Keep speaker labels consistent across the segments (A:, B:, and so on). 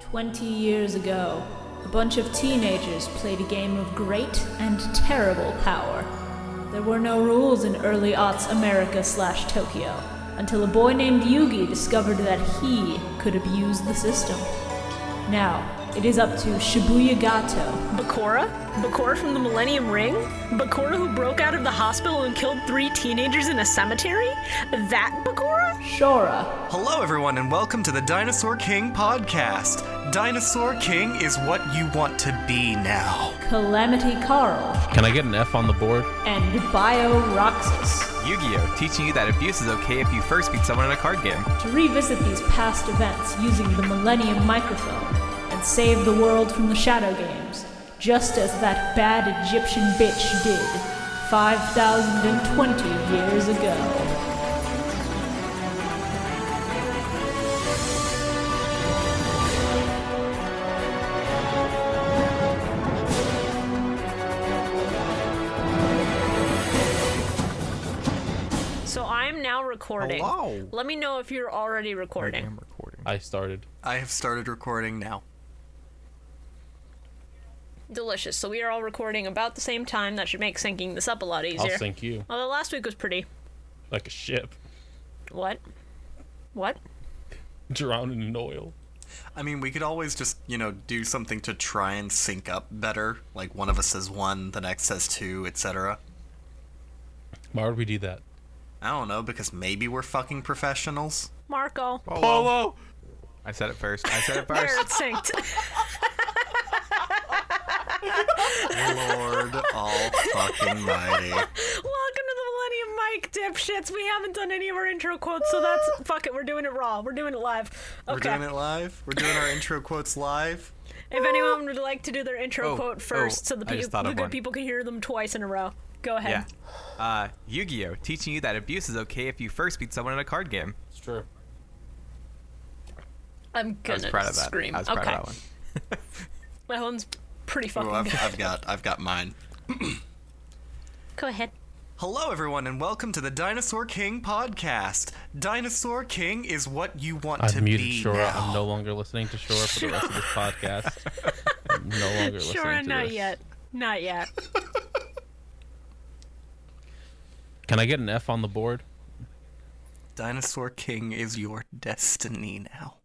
A: 20 years ago, a bunch of teenagers played a game of great and terrible power. There were no rules in early aughts America slash Tokyo until a boy named Yugi discovered that he could abuse the system. Now, it is up to Shibuya Gato.
B: Bakura? Bakura from the Millennium Ring? Bakura who broke out of the hospital and killed three teenagers in a cemetery? That Bakura?
A: Shora.
C: Hello, everyone, and welcome to the Dinosaur King podcast. Dinosaur King is what you want to be now.
A: Calamity Carl.
D: Can I get an F on the board?
A: And Bio Roxas.
E: Yu-Gi-Oh! teaching you that abuse is okay if you first beat someone in a card game.
A: To revisit these past events using the Millennium Microphone and save the world from the Shadow Games, just as that bad Egyptian bitch did 5,020 years ago.
B: So I am now recording.
C: Hello.
B: Let me know if you're already recording.
E: recording.
D: I started.
C: I have started recording now.
B: Delicious. So we are all recording about the same time. That should make syncing this up a lot
D: I'll
B: easier.
D: sink you
B: Although last week was pretty.
D: like a ship
B: What? What?
D: drowning in oil.
C: I mean, we could always just, you know, do something to try and sync up better. Like one of us says one, the next says two, etc.
D: Why would we do that?
C: I don't know, because maybe we're fucking professionals.
B: Marco.
D: Polo.
E: I said it first. I said it
B: There,
E: first.
B: it's synced.
C: Lord all fucking mighty.
B: Welcome to the Millennium Mike, dipshits. We haven't done any of our intro quotes, so that's fuck it. We're doing it raw. We're doing it live.
C: We're
B: Okay.
C: doing it live. We're doing our intro quotes live.
B: If anyone would like to do their intro
E: Oh,
B: quote
E: oh,
B: first, so the,
E: I
B: peo-
E: just thought
B: the
E: of
B: good
E: one.
B: people can hear them twice in a row. Go
E: Yeah.
B: ahead.
E: Uh, Yu-Gi-Oh! teaching you that abuse is okay if you first beat someone in a card game.
D: It's true.
B: I'm
E: I
B: gonna
E: was proud of that.
B: scream.
E: I was
B: okay.
E: proud of that one.
B: That one's pretty
C: Ooh,
B: fucking
C: I've,
B: good.
C: I've got, I've got mine.
B: Go ahead.
C: Hello, everyone, and welcome to the Dinosaur King podcast. Dinosaur King is what you want
D: I've
C: to
D: muted
C: be
D: Shora.
C: now.
D: I'm no longer listening to Shora for the rest of this podcast. I'm no longer listening
B: Sure,
D: to
B: not
D: this.
B: yet. Not yet.
D: Can I get an F on the board?
C: Dinosaur King is your destiny now.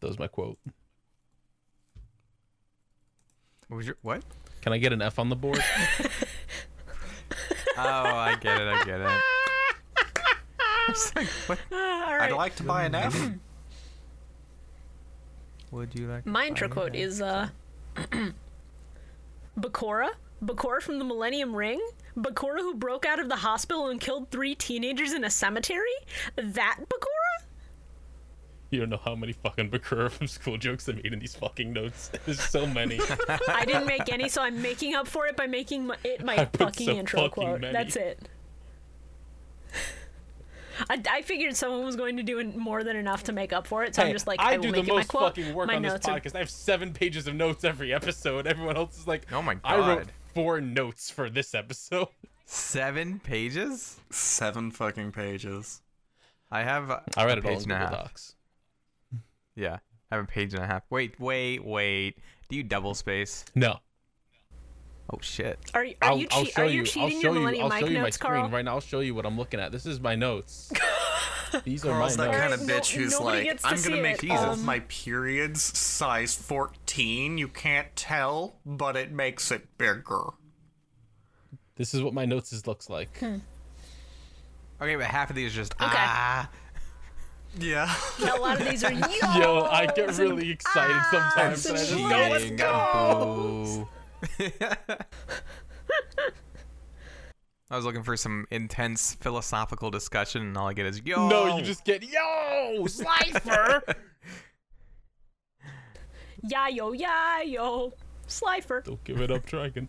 D: That was my quote.
E: What was your what?
D: Can I get an F on the board?
E: Oh, I get it. I get it. I was like, what
B: All
C: I'd
B: right.
C: like to buy an F.
E: would you like? to
B: My intro
E: buy
B: quote
E: that?
B: is uh Bakura? Bakura from the Millennium Ring? Bakura who broke out of the hospital and killed three teenagers in a cemetery? That Bakura?
D: you don't know how many fucking Bakura from school jokes I made in these fucking notes. There's so many.
B: I didn't make any, so I'm making up for it by making my, it my
D: I put
B: fucking
D: so
B: intro
D: fucking
B: quote.
D: many.
B: That's it. I, I figured someone was going to do an- more than enough to make up for it, so I'm
D: Hey,
B: just like,
D: I,
B: I, will
D: do the
B: make it my
D: most
B: quote.
D: fucking work
B: my
D: on this
B: notes are-
D: podcast. I have seven pages of notes every episode. Everyone else is like,
E: Oh my
D: I wrote
E: God.
D: four notes for this episode.
E: seven pages.
C: Seven fucking pages.
E: I have. uh,
D: I read
E: a
D: it all in
E: page and a
D: Google
E: half.
D: Docs.
E: Yeah, I have a page and a half. Wait, wait, wait. Do you double space?
D: No.
E: Oh shit.
B: Are, you- are
D: I'll,
B: you,
D: I'll
B: che-
D: show
B: are
D: you.
B: you
D: I'll
B: cheating
D: show
B: your
D: you.
B: Millennium
D: I'll
B: Mike
D: show you my
B: notes,
D: screen
B: Carl?
D: right now. I'll show you what I'm looking at. This is my notes. These are
C: Carl's
D: my
C: that
D: notes.
C: kind
B: Alright,
C: of
B: no-
C: bitch who's
B: nobody
C: like,
B: gets to
C: I'm gonna
B: see
C: make
B: it.
C: all of
B: Um,
C: my periods size 14. You can't tell, but it makes it bigger.
D: This is what my notes is looks like.
B: Hmm.
E: Okay, but half of these are just
B: Okay.
E: ah.
C: Yeah.
B: A lot of these are
D: Yo, I get really excited sometimes. and I just go, "Let's
E: Cheating, boo. I was looking for some intense philosophical discussion, and all I get is yo.
D: No, you just get yo slifer.
B: Yeah, yo, yeah, yo. Slifer.
D: Don't give it up, Dragon.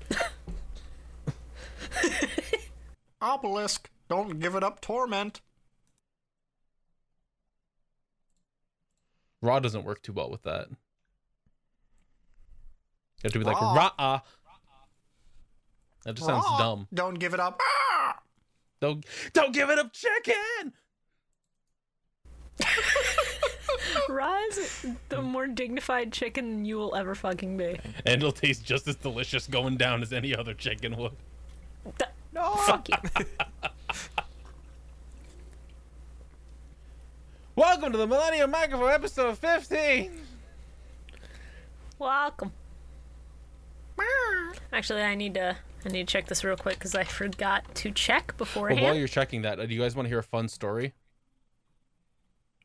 C: Obelisk, don't give it up, torment.
D: Raw doesn't work too well with that. You have to be like
C: Raw.
D: rah. ah." That just sounds
C: Raw,
D: dumb.
C: Don't give it up.
D: Don't don't give it up, chicken.
B: Rise, the more dignified chicken you will ever fucking be.
D: And it'll taste just as delicious going down as any other chicken would.
B: Th-
E: No.
B: Fuck you.
F: Welcome to the Millennium Microphone episode 15.
B: Welcome. Actually, I need to I need to check this real quick because I forgot to check
D: Well,
B: beforehand.
D: while you're checking that, uh, do you guys want to hear a fun story?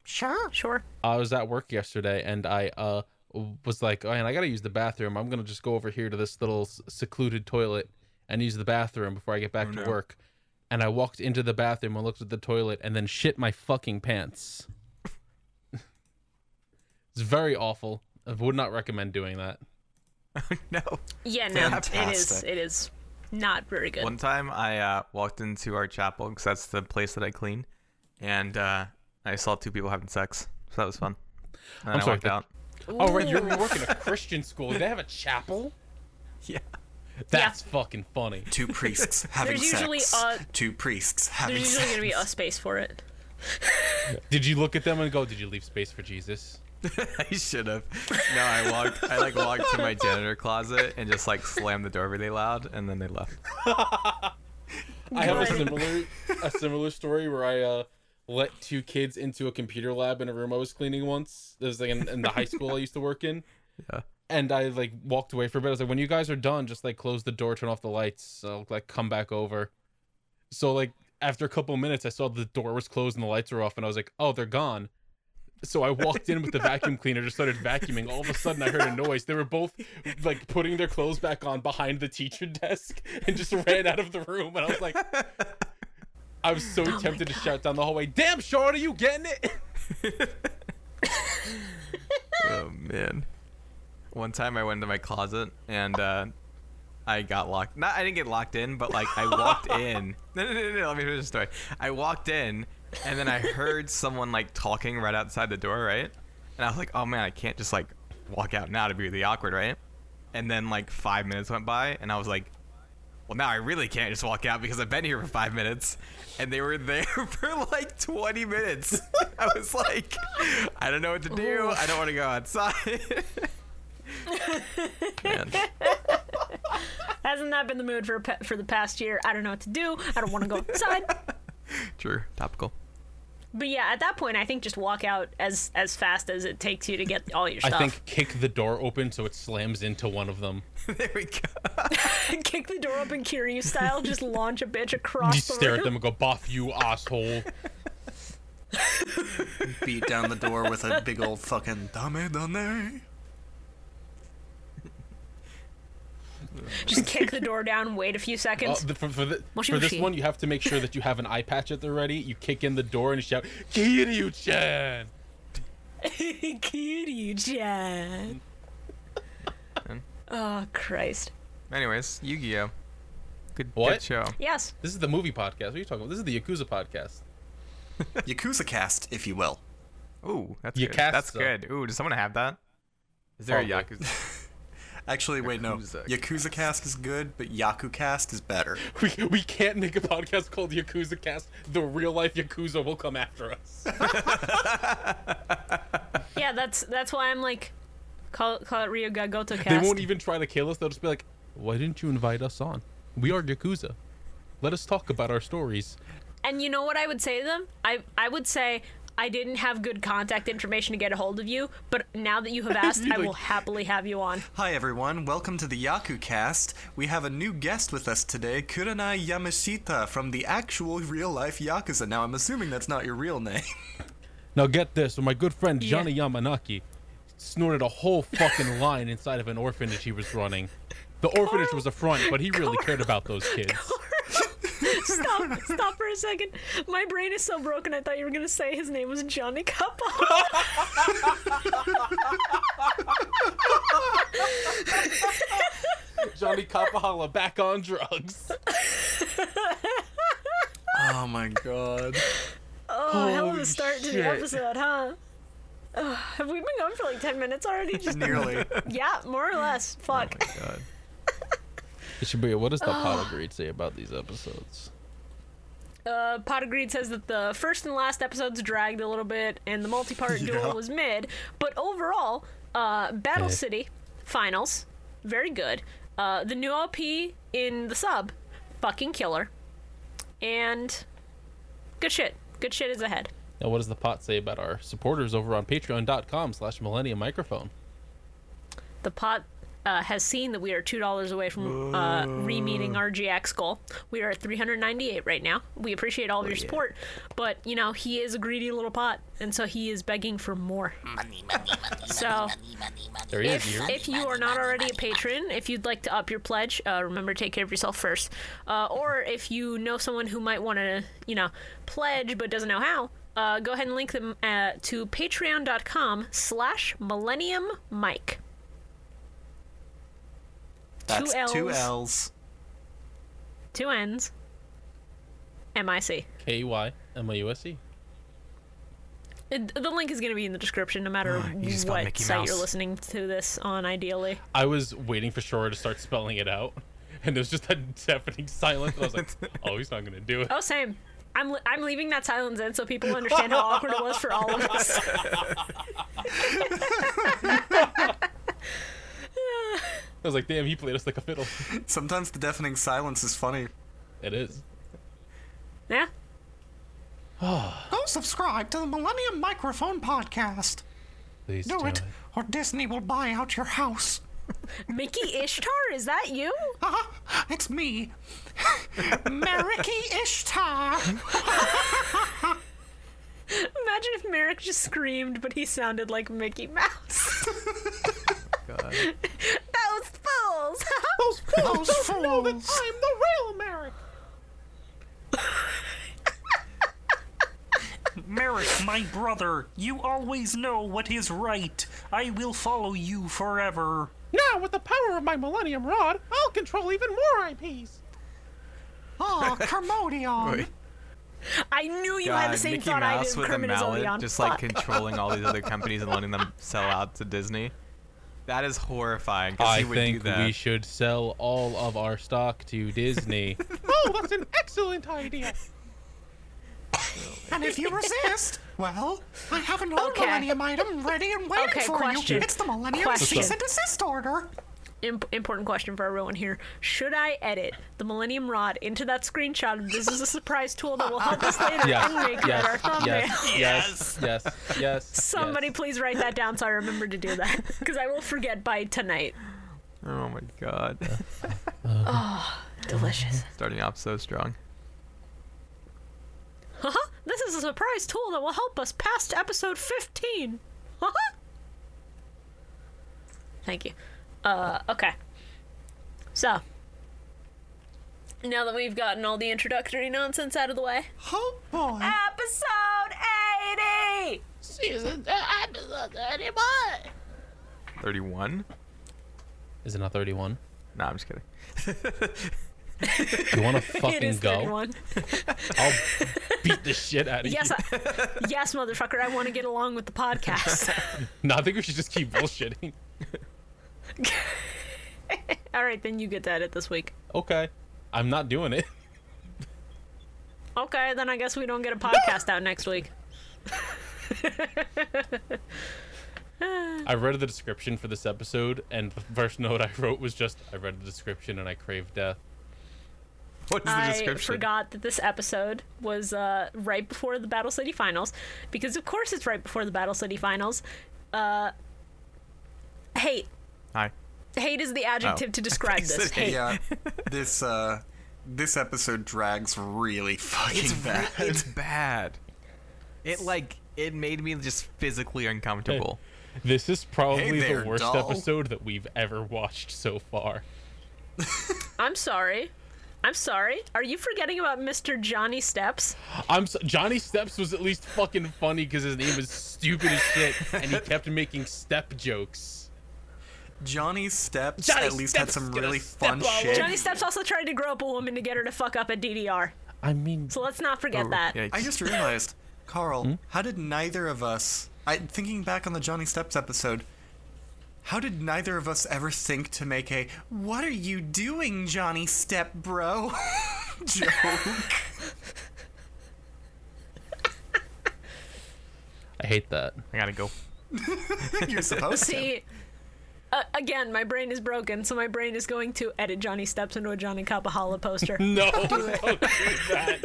C: Sure.
B: sure.
D: I was at work yesterday and I uh was like, oh, and I gotta use the bathroom. I'm gonna just go over here to this little s- secluded toilet and use the bathroom before I get back
E: Oh,
D: to
E: no.
D: work. And I walked into the bathroom and looked at the toilet and then shit my fucking pants. it's very awful. I would not recommend doing that.
E: no.
B: Yeah, no, it is.
C: Fantastic.
B: It is not very good.
E: One time I uh, walked into our chapel because that's the place that I clean, and uh, I saw two people having sex. So that was fun. And then
D: I'm
E: I
D: sorry,
E: walked
D: that-
E: out.
D: Oh, right, you work in a Christian school. They have a chapel.
E: Yeah.
D: That's fucking funny.
C: Two priests having
B: There's usually
C: sex.
B: a-
C: Two priests having
B: There's usually
C: sex.
B: gonna be a space for it.
D: Did you look at them and go, "Did you leave space for Jesus"?
E: I should have. No, I walked. I like walked to my janitor closet and just like slammed the door really loud, and then they left.
D: I have a similar a similar story where I uh, let two kids into a computer lab in a room I was cleaning once. This was like in, in the high school I used to work in.
E: Yeah.
D: And I like walked away for a bit. I was like, when you guys are done, just like close the door, turn off the lights, so like come back over. So like after a couple minutes, I saw the door was closed and the lights were off, and I was like, oh, they're gone. So I walked in with the vacuum cleaner, just started vacuuming. All of a sudden, I heard a noise. They were both like putting their clothes back on behind the teacher desk and just ran out of the room. And I was like, I was
B: Oh
D: so tempted to shout down the hallway, "Damn, Sean, are you getting it?"
E: Oh man. One time I went into my closet and uh, I got locked. Not I didn't get locked in, but like I walked in. No, no, no, no. no, Let me finish the story. I walked in and then I heard someone like talking right outside the door, right? And I was like, oh man, I can't just like walk out now to be really awkward, right? And then like five minutes went by and I was like, well, now I really can't just walk out because I've been here for five minutes. And they were there for like 20 minutes. I was like, I don't know what to do. I don't want to go outside. Man.
B: Hasn't that been the mood for pe- for the past year? I don't know what to do. I don't want to go outside.
E: True. Topical.
B: But yeah, at that point, I think just walk out as as fast as it takes you to get all your
D: I
B: stuff.
D: think kick the door open so it slams into one of them.
E: There we go.
B: kick the door open, Kiryu style. Just launch a bitch
D: You
B: across the
D: stare at
B: room.
D: them and go, "Boff, you asshole!" Uh,
C: Beat down the door with a big old fucking dame dame.
B: Just kick the door down. Wait a few
D: Uh,
B: seconds.
D: the, for, for, the,
B: Moshi
D: for this
B: moshi.
D: one, you have to make sure that you have an eye patch at the ready. You kick in the door and shout, "Kiryu-chan!"
B: Kiryu-chan. oh Christ!
E: Anyways, Yu Gi Oh! Good,
D: What?
E: good show.
B: Yes.
D: This is the movie podcast. What are you talking about? This is the Yakuza podcast.
C: Yakuza cast, if you will.
E: Ooh, that's
D: You
E: good.
D: cast
E: That's
D: some.
E: good. Ooh, does someone have that? Is there a
D: Probably.
E: Yakuza?
C: Actually, wait, no.
E: Yakuza
C: Yakuza cast is good, but Yaku cast is better.
D: We, we can't make a podcast called Yakuza Cast. The real life Yakuza will come after us.
B: Yeah, that's that's why I'm like, call call it Ryuga Goto cast.
D: They won't even try to kill us. They'll just be like, "Why didn't you invite us on? We are Yakuza. Let us talk about our stories."
B: And you know what I would say to them? I I would say I didn't have good contact information to get a hold of you, but now that you have asked, I will
D: like-
B: happily have you on.
C: Hi, everyone. Welcome to the Yaku cast. We have a new guest with us today, Kuranai Yamashita from the actual real life Yakuza. Now, I'm assuming that's not your real name.
D: Now get this, when my good friend
B: Yeah.
D: Johnny Yamanaki snorted a whole fucking line inside of an orphanage he was running. The orphanage was a front, but he really cared about those kids.
B: Stop, stop for a second. My brain is so broken. I thought you were gonna say his name was Johnny Capo.
D: Johnny Kapahala back on drugs.
C: oh my god.
B: Oh, hell of
D: Holy
B: a start to
D: shit.
B: the episode, huh? Ugh, have we been going for like ten minutes already? Just
C: Nearly.
B: yeah, more or less. Fuck.
E: God.
D: Ah. Shibuya, what does the Apollo grade say about these episodes?
B: Uh, Pot of Greed says that the first and last episodes dragged a little bit, and the multi-part
C: Yeah.
B: duel was mid. But overall, uh, Battle
D: Okay.
B: City finals, very good. Uh, the new LP in the sub, fucking killer, and good shit. Good shit is ahead.
D: Now, what does the pot say about our supporters over on patreon.com slash millennium microphone?
B: The pot uh, has seen that we are two dollars away from uh, re-meeting our GX goal. We are at 398 right now. We appreciate all of your support, but you know he is a greedy little pot, and so he is begging for more. so
D: There he is.
B: if,
D: you hear?
B: if you are not already a patron, if you'd like to up your pledge, uh, remember to take care of yourself first. Uh, or if you know someone who might want to, you know, pledge but doesn't know how, uh, go ahead and link them uh, to patreon.com slash millennium mike.
C: That's
B: Two
C: two
B: Ls.
C: L's.
B: Two N's. M-I-C.
D: K-E-Y-M-A-U-S-E.
B: It- the link is going to be in the description no matter
E: you just spelled
B: what
E: Mickey
B: site
E: Mouse.
B: you're listening to this on, ideally.
D: I was waiting for Shora to start spelling it out, and there's just that deafening silence. And I was like, oh, he's not going to do it.
B: Oh, same. I'm, li- I'm leaving that silence in so people understand how awkward it was for all of us.
D: I was like, damn, he played us like a fiddle.
C: Sometimes the deafening silence is funny.
D: It is.
B: yeah?
C: Go subscribe to the Millennium Microphone Podcast.
D: Please
C: Do it, or Disney will buy out your house.
B: Mickey Ishtar, is that you?
C: Ah, it's me, Mariki Ishtar.
B: Imagine if Merrick just screamed, but he sounded like Mickey Mouse.
E: God.
B: Those fools!
C: Those fools.
F: I'm the real Merrick.
G: Merrick, my brother, you always know what is right. I will follow you forever.
F: Now, with the power of my Millennium Rod, I'll control even more IPs.
C: Ah, Carmodion.
E: Wait.
B: I knew you had the
E: God,
B: same
E: Mickey
B: thought I
E: Mouse
B: did.
E: with a
B: Kermit is already on.
E: mallet, just like
B: Fuck.
E: controlling all these other companies and letting them sell out to Disney. That is horrifying. 'cause
D: I
E: he would do
D: think
E: that.
D: we should sell all of our stock to Disney.
F: Oh, that's an excellent idea.
C: And if you resist, well, I have another
B: Okay.
C: Millennium item ready and waiting
B: Okay,
C: for
B: question.
C: you. It's the Millennium
B: Question.
C: Cease and Desist Order.
B: Imp- important question for everyone here. Should I edit the Millennium Rod into that screenshot? of This is a surprise tool that will help us later
D: Yes,
B: and make it our
D: yes,
B: thumbnail.
D: yes, yes, yes, yes.
B: Somebody
D: yes.
B: please write that down so I remember to do that because I will forget by tonight.
E: Oh my god.
B: Delicious.
E: Starting off so strong.
B: Huh? Uh-huh. This is a surprise tool that will help us past episode 15. Huh? Thank you. Uh, okay. So, now that we've gotten all the introductory nonsense out of the way,
C: Oh boy.
B: episode 80!
E: 31?
D: Is it not 31?
E: No, I'm just kidding.
D: You want to
B: it
D: fucking
B: is
D: go?
B: 31.
D: I'll beat the shit out of
B: Yes,
D: you.
B: I, yes, motherfucker, I want to get along with the podcast.
D: No, I think we should just keep bullshitting.
B: all right, then you get to edit this week.
D: Okay. I'm not doing it.
B: Okay, then I guess we don't get a podcast out next week.
D: I read the description for this episode, and the first note I wrote was just, I read the description and I crave death.
E: What's the
B: I
E: description?
B: forgot that this episode was uh, right before the Battle City Finals, because of course it's right before the Battle City Finals. Uh, hate.
E: Hi.
B: Hate is the adjective
E: Oh.
B: to describe this.
E: said
B: Hate.
C: Yeah, this uh, this episode drags really fucking bad.
E: It's bad. It like it made me just physically uncomfortable.
D: This is probably
C: there,
D: the worst
C: doll.
D: episode that we've ever watched so far.
B: I'm sorry. I'm sorry. Are you forgetting about Mr. Johnny Steps?
D: I'm so, Johnny Steps was at least fucking funny because his name was stupid as shit, and he kept making step jokes.
C: Johnny Steps
D: Johnny
C: at least
D: Steps
C: had some
D: gonna
C: really
D: step
C: fun
D: all over
C: shit.
B: Johnny Steps also tried to grope a woman to get her to fuck up at DDR.
D: I mean,
B: So let's not forget
E: Oh,
B: that.
E: yikes.
C: I just realized, Carl, how did neither of us? I thinking back on the Johnny Steps episode. How did neither of us ever think to make a "What are you doing, Johnny Step, bro?" joke?
D: hate that.
E: I gotta go.
C: You're supposed to.
B: See, uh, again, my brain is broken, so my brain is going to edit Johnny Steps into a Johnny Capahala poster.
D: No, don't do that.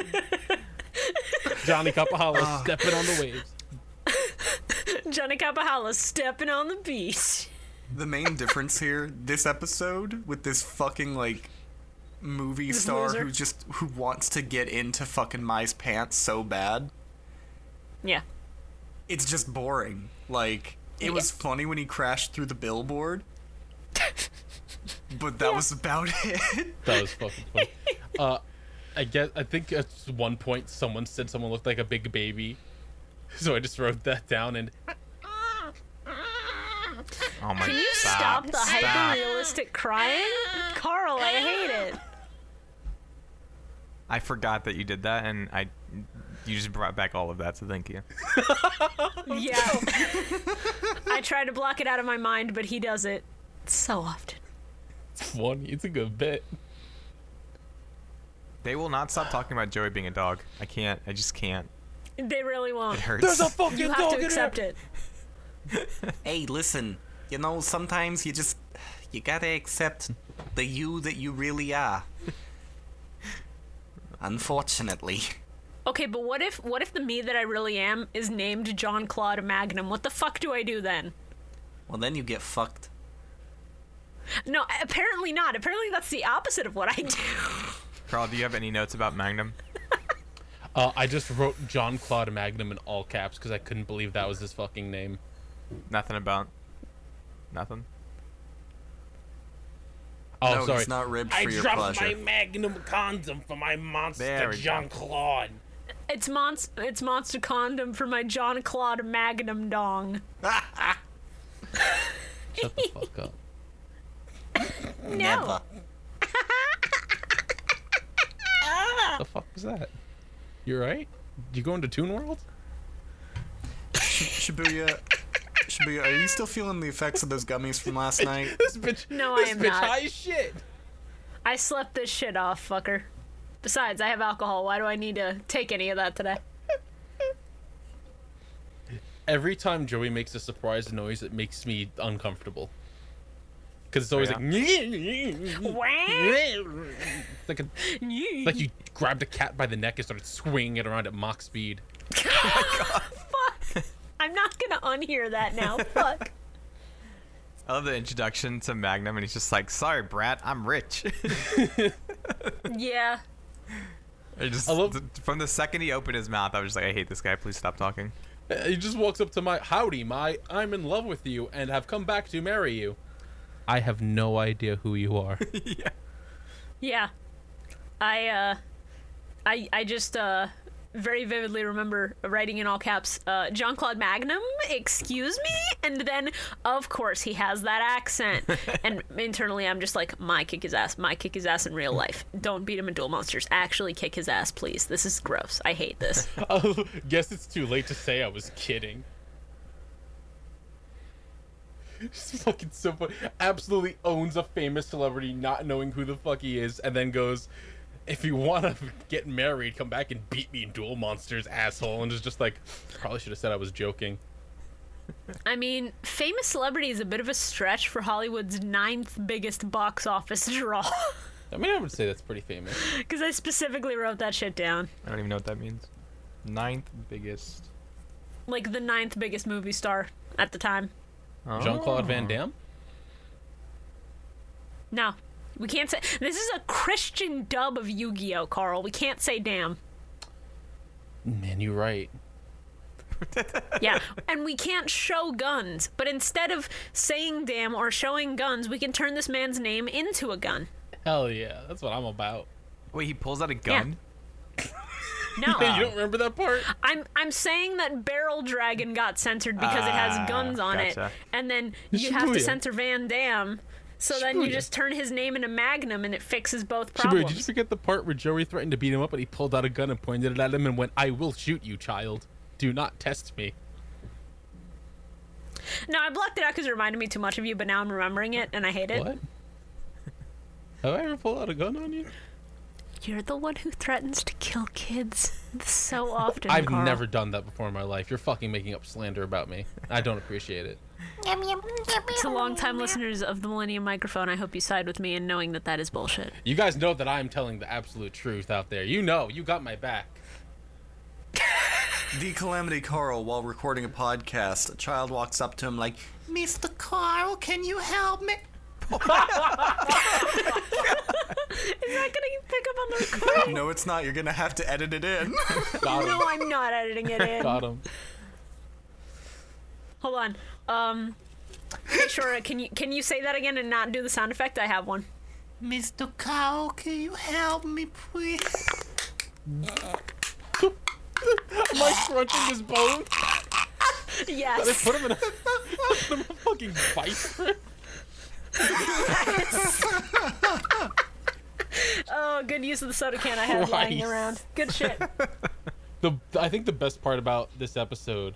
D: Johnny Capahala stepping on the waves.
B: Johnny Capahala stepping on the beach.
C: The main difference here, this episode with this fucking like movie star
B: loser.
C: who just who wants to get into fucking Mai's pants so bad.
B: Yeah.
C: It's just boring. Like it was funny when he crashed through the billboard, but that was about it.
D: That was fucking funny. Uh, I guess I think at one point someone said someone looked like a big baby, so I just wrote that down and
E: Oh my
B: Can you stop the hyper realistic crying? Carl, I hate it.
E: I forgot that you did that, and I, you just brought back all of that. So thank you.
B: Yeah. I try to block it out of my mind, but he does it so often.
D: one. It's a good bit.
E: They will not stop talking about Joey being a dog. I can't. I just can't.
B: They really won't.
E: It hurts.
D: fucking
B: You have to accept it.
C: Hey, listen. You know, sometimes you just you gotta accept the you that you really are. Unfortunately.
B: Okay, but what if what if the me that I really am is named John Claude Magnum? What the fuck do I do then?
C: Well, then you get fucked.
B: No, apparently not. Apparently that's the opposite of what I do.
E: Carl, do you have any notes about Magnum?
D: Uh, I just wrote John Claude Magnum in all caps because I couldn't believe that was his fucking name.
E: Nothing about. Nothing.
D: Oh,
C: no,
D: sorry.
C: it's not ribbed
H: I
C: for your
H: dropped
C: pleasure.
H: my magnum condom for my
E: There
H: monster
E: we go.
H: Jean Claude.
B: It's monst it's monster condom for my John Claude Magnum dong.
D: Shut the fuck up.
C: Never.
D: the fuck was that? You right? You going to Toon World?
C: Shibuya, Shibuya, are you still feeling the effects of those gummies from last night?
D: This bitch.
B: No, I
D: this
B: am
D: bitch
B: not.
D: high as shit.
B: I slept this shit off, fucker. Besides, I have alcohol. Why do I need to take any of that today?
D: Every time Joey makes a surprise noise, it makes me uncomfortable. Cause it's always
E: yeah?
D: like,
B: Wah!
D: it's like, a, it's like you grabbed a cat by the neck and started swinging it around at mock speed.
B: I'm not gonna unhear that now. Fuck.
E: I love the introduction to Magnum, and he's just like, "Sorry, brat, I'm rich."
B: Yeah.
E: I just
D: I love-
E: th- from the second he opened his mouth, I was just like, "I hate this guy. Please stop talking."
D: Uh, He just walks up to my howdy, my I'm in love with you and have come back to marry you. I have no idea who you are.
B: Yeah. I uh I I just uh very vividly remember writing in all caps, uh, John Claude Magnum, excuse me? And then, of course, he has that accent. and internally, I'm just like, my kick his ass, my kick his ass in real life. Don't beat him in Duel Monsters. Actually, kick his ass, please. This is gross. I hate this.
D: Oh, guess it's too late to say I was kidding. Just fucking so funny. Absolutely owns a famous celebrity, not knowing who the fuck he is, and then goes, "If you want to get married, come back and beat me in Duel Monsters, asshole." And is just like, probably should have said I was joking.
B: I mean, famous celebrity is a bit of a stretch for Hollywood's ninth biggest box office draw.
D: I mean, I would say that's pretty famous.
B: Because I specifically wrote that shit down.
E: I don't even know what that means. Ninth biggest.
B: Like the ninth biggest movie star at the time.
D: Jean Claude Van Damme.
B: No. We can't say. This is a Christian dub of Yu Gi Oh, Carl. We can't say damn.
D: Man, you're right.
B: Yeah. and we can't show guns. But instead of saying damn or showing guns, we can turn this man's name into a gun.
D: Hell yeah, that's what I'm about.
E: Wait, he pulls out a gun.
D: Hey,
B: No.
D: you don't remember that part?
B: I'm I'm saying that Barrel Dragon got censored because it has
E: Ah,
B: guns on it.
E: gotcha.
B: And then you have to
D: Shibuya.
B: censor Van Damme. So then you
D: Shibuya.
B: just turn his name into Magnum and it fixes both
D: Shibuya,
B: problems.
D: did you forget the part where Joey threatened to beat him up and he pulled out a gun and pointed it at him and went, I will shoot you, child. Do not test me.
B: No, I blocked it out because it reminded me too much of you, but now I'm remembering it and I hate it.
D: What? Have I ever pulled out a gun on you?
B: You're the one who threatens to kill kids so often.
D: I've
B: Carl.
D: never done that before in my life. You're fucking making up slander about me. I don't appreciate it.
B: To longtime listeners of the Millennium Microphone, I hope you side with me in knowing that that is bullshit.
D: You guys know that I'm telling the absolute truth out there. You know, you got my back.
C: The Calamity Carl, while recording a podcast, a child walks up to him like, Mr. Carl, can you help me?
B: Is that gonna pick up on the recording?
C: No, it's not. You're going to have to edit it in.
B: Oh,
D: Got him.
B: no, I'm not editing it in.
D: Got him.
B: Hold on. Um, hey, Shora, can you can you say that again and not do the sound effect? I have one.
C: Mr. Carl, can you help me, please?
D: Am I crunching his bone?
B: Yes.
D: Put him in a, put him in a fucking vice.
B: Oh, good use of the soda can I had lying
D: Christ.
B: around. Good shit.
D: The I think the best part about this episode,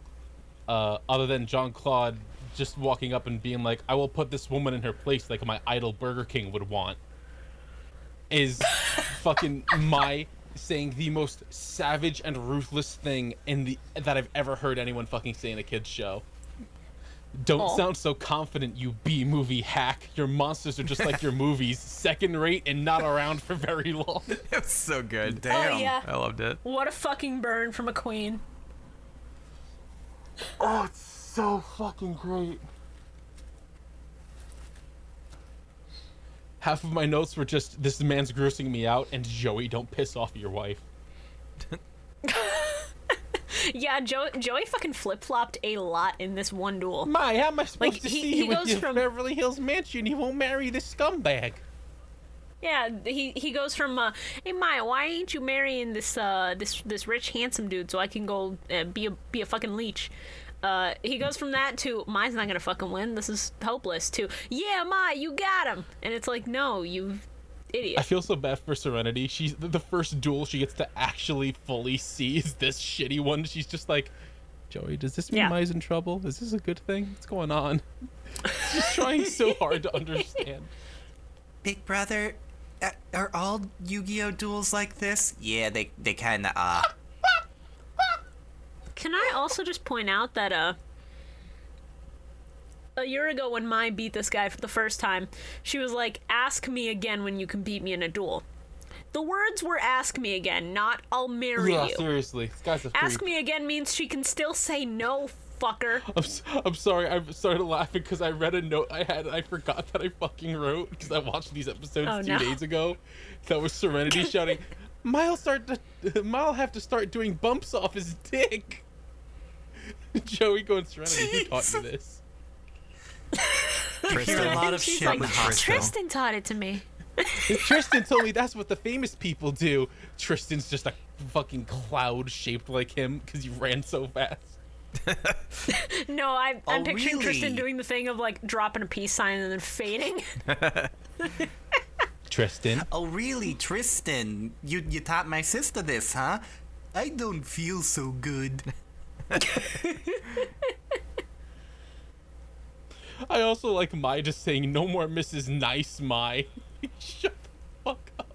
D: uh, other than John Claude just walking up and being like, "I will put this woman in her place like my idol Burger King would want," is fucking my saying the most savage and ruthless thing in the that I've ever heard anyone fucking say in a kids show. Don't
B: Aw.
D: sound so confident, you B movie hack. Your monsters are just like your movies, second rate and not around for very long.
E: It was so good.
C: Damn.
B: Oh yeah.
E: I loved it.
B: What a fucking burn from a queen.
D: Oh, so fucking great. Half of my notes were just this man's grossing me out, and Joey, don't piss off your wife.
B: Yeah, Joe, Joey fucking flip flopped a lot in this one duel.
D: My, how am I supposed
B: Like, to he- see he you in goes your from-
D: Beverly Hills mansion? He won't marry this scumbag.
B: Yeah, he he goes from uh, hey Maya, why ain't you marrying this uh this this rich handsome dude so I can go uh, be a be a fucking leech. Uh, he goes from that to Maya's not gonna fucking win. This is hopeless. To yeah, Maya, you got him. And it's like no, you
D: I
B: idiot.
D: feel so bad for Serenity. She's the the first duel she gets to actually fully see is this shitty one. She's just like, Joey, does this mean
B: Yeah.
D: Mai's in trouble? Is this a good thing? What's going on? She's trying so hard to understand.
C: Big brother, a- are all Yu-Gi-Oh duels like this? Yeah, they they kind of are.
B: Can I also just point out that uh. A year ago, when Mai beat this guy for the first time, she was like, Ask me again when you can beat me in a duel. The words were ask me again, not I'll marry
D: Yeah,
B: you.
D: seriously, this guy's a freak.
B: Ask me again means she can still say no, fucker.
D: I'm, s- I'm sorry. I started laughing because I read a note I had. And I forgot that I fucking wrote because I watched these episodes
B: Oh,
D: two
B: no.
D: days ago. That was Serenity shouting, "Miles start to, Mile have to start doing bumps off his dick." Joey going, Serenity, who taught you this?
C: You hear a lot of
B: She's
C: shit
B: like,
C: with Crystal.
B: Tristan taught it to me.
D: Tristan told me that's what the famous people do. Tristan's just a fucking cloud shaped like him because he ran so fast.
B: No, I, I'm
C: Oh,
B: picturing Tristan
C: really?
B: doing the thing of like dropping a peace sign and then fading.
D: Tristan,
C: Oh really, Tristan? You you taught my sister this, huh? I don't feel so good.
D: I also like Mai just saying, "No more Mrs. Nice Mai." Shut the fuck up.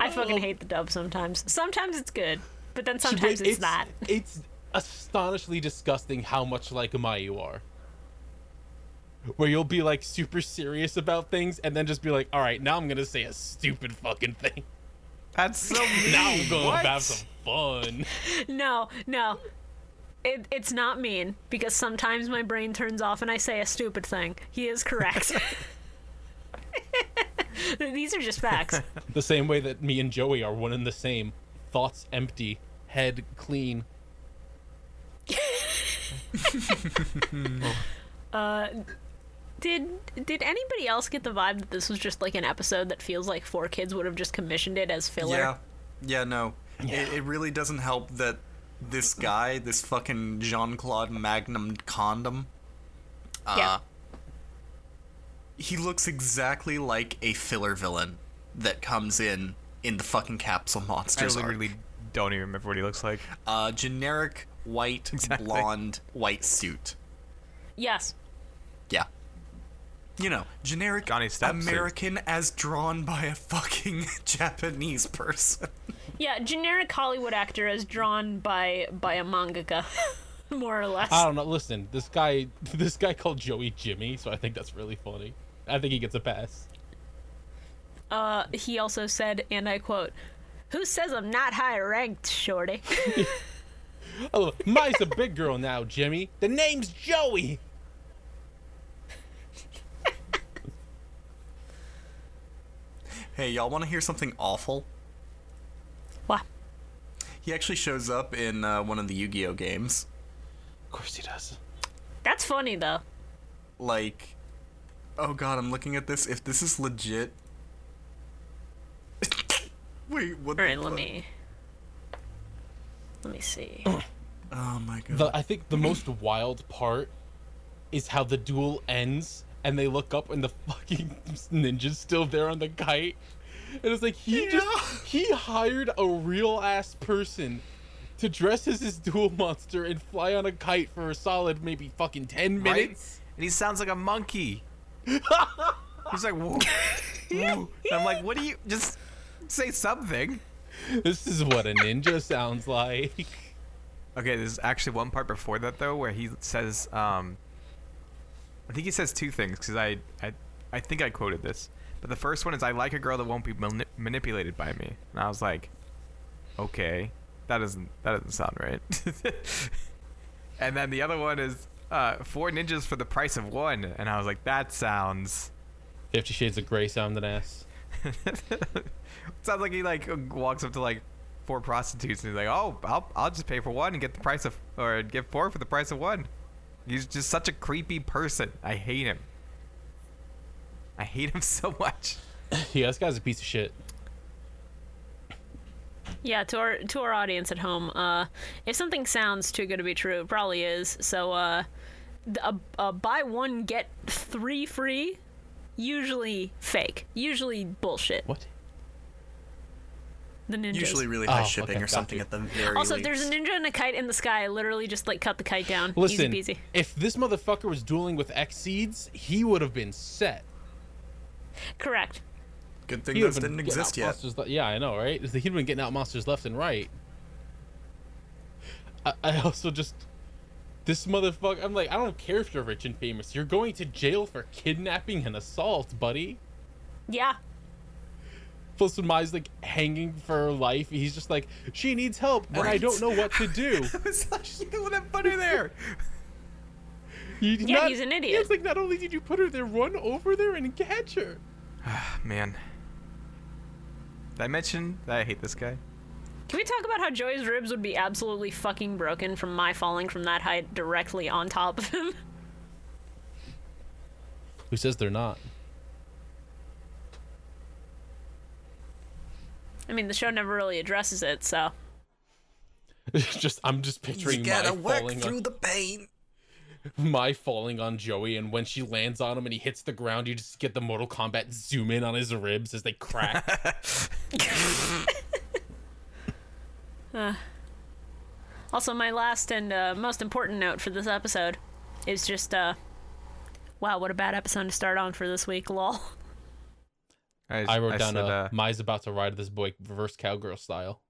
B: I
C: Oh.
B: fucking hate the dub sometimes. Sometimes it's good, but then
D: She-
B: sometimes
D: wait,
B: it's, not.
D: It's astonishingly disgusting how much like Mai you are. Where you'll be like super serious about things and then just be like, all right, now I'm gonna say a stupid fucking thing.
E: That's so mean.
D: Now I'm going
E: What?
D: to have some fun.
B: No, no. It, it's not mean because sometimes my brain turns off and I say a stupid thing. He is correct. These are just facts.
D: The same way that me and Joey are one and the same. Thoughts empty, head clean.
B: Did did anybody else get the vibe that this was just like an episode that feels like four kids would have just commissioned it as filler?
C: Yeah, yeah, no. It, it really doesn't help that this guy, this fucking Jean Claude Magnum condom,
B: Yeah.
C: he looks exactly like a filler villain that comes in in the fucking Capsule
E: I
C: Monsters arc.
E: literally don't even remember what he looks like.
C: Uh, generic white,
E: Exactly.
C: blonde, white suit.
B: Yes.
C: Yeah. you know, generic
E: Johnny Steps or-
C: American as drawn by a fucking Japanese person.
B: Yeah, generic Hollywood actor as drawn by by a mangaka, more or less.
D: I don't know. Listen, this guy, this guy called Joey Jimmy, so I think that's really funny. I think he gets a pass.
B: Uh, he also said, and I quote, "Who says I'm not high ranked, Shorty?"
D: Oh, Mai's a big girl now, Jimmy. The name's Joey.
C: Hey, y'all want to hear something awful?
B: Why?
C: He actually shows up in uh, one of the Yu Gi Oh games.
D: Of course he does.
B: That's funny though.
C: Like, oh god, I'm looking at this. If this is legit. Wait, what? the
B: All right, let
C: fuck?
B: me let me see.
C: Oh my god.
D: The I think the most wild part is how the duel ends, and they look up, and the fucking ninja's still there on the kite, and it's like he just he hired a real ass person to dress as his duel monster and fly on a kite for a solid maybe fucking ten
E: Right?
D: minutes.
E: And he sounds like a monkey. He's like, woo, woo. And I'm like, what do you just say something?
D: This is what a ninja sounds like.
E: Okay, there's actually one part before that though where he says, um, I think he says two things because I, I, I think I quoted this. But the first one is, I like a girl that won't be mani- manipulated by me, and I was like, okay, that doesn't that doesn't sound right. and then the other one is, uh, four ninjas for the price of one, and I was like, that sounds
D: Fifty Shades of Grey sounded ass.
E: sounds like he like walks up to like four prostitutes and he's like, "Oh, I'll, I'll just pay for one and get the price of or get four for the price of one." He's just such a creepy person. I hate him. I hate him so much.
D: Yeah, this guy's a piece of shit.
B: Yeah, to our to our audience at home, uh, if something sounds too good to be true, it probably is. So, uh, th- a, a buy one get three free, usually fake, usually bullshit.
D: What?
B: The ninjas.
C: Usually really high
D: Oh,
C: shipping
D: okay,
C: or
D: got
C: something
D: you.
C: at the very
B: Also, if
C: least.
B: there's a ninja and a kite in the sky, literally just like cut the kite down.
D: Listen,
B: Easy peasy.
D: if this motherfucker was dueling with X seeds, he would have been set.
B: Correct.
C: Good thing
D: He
C: those
D: would've been
C: didn't
D: getting
C: exist
D: out
C: yet.
D: monsters le- yeah, I know, right? He'd been getting out monsters left and right. I, I also just this motherfucker. I'm like, I don't care if you're rich and famous. You're going to jail for kidnapping and assault, buddy.
B: Yeah.
D: Plus, when Mai's like hanging for life, he's just like, she needs help, and I don't know what to do.
E: It's like, what I put her there.
D: You,
B: Yeah, he's an idiot.
D: It's like not only did you put her there, run over there and catch her.
E: Man, did I mention that I hate this guy?
B: Can we talk about how Joey's ribs would be absolutely fucking broken from my falling from that height directly on top of him?
D: Who says they're not?
B: I mean, the show never really addresses it, so.
D: just I'm just picturing my falling on
C: the pain.
D: my falling on Joey, and when she lands on him and he hits the ground, you just get the Mortal Kombat zoom in on his ribs as they crack.
B: Also, my last and uh, most important note for this episode is just, uh, wow, what a bad episode to start on for this week, lol.
D: I wrote down
E: said,
D: uh,
E: uh,
D: Mai's about to ride this boy reverse cowgirl style.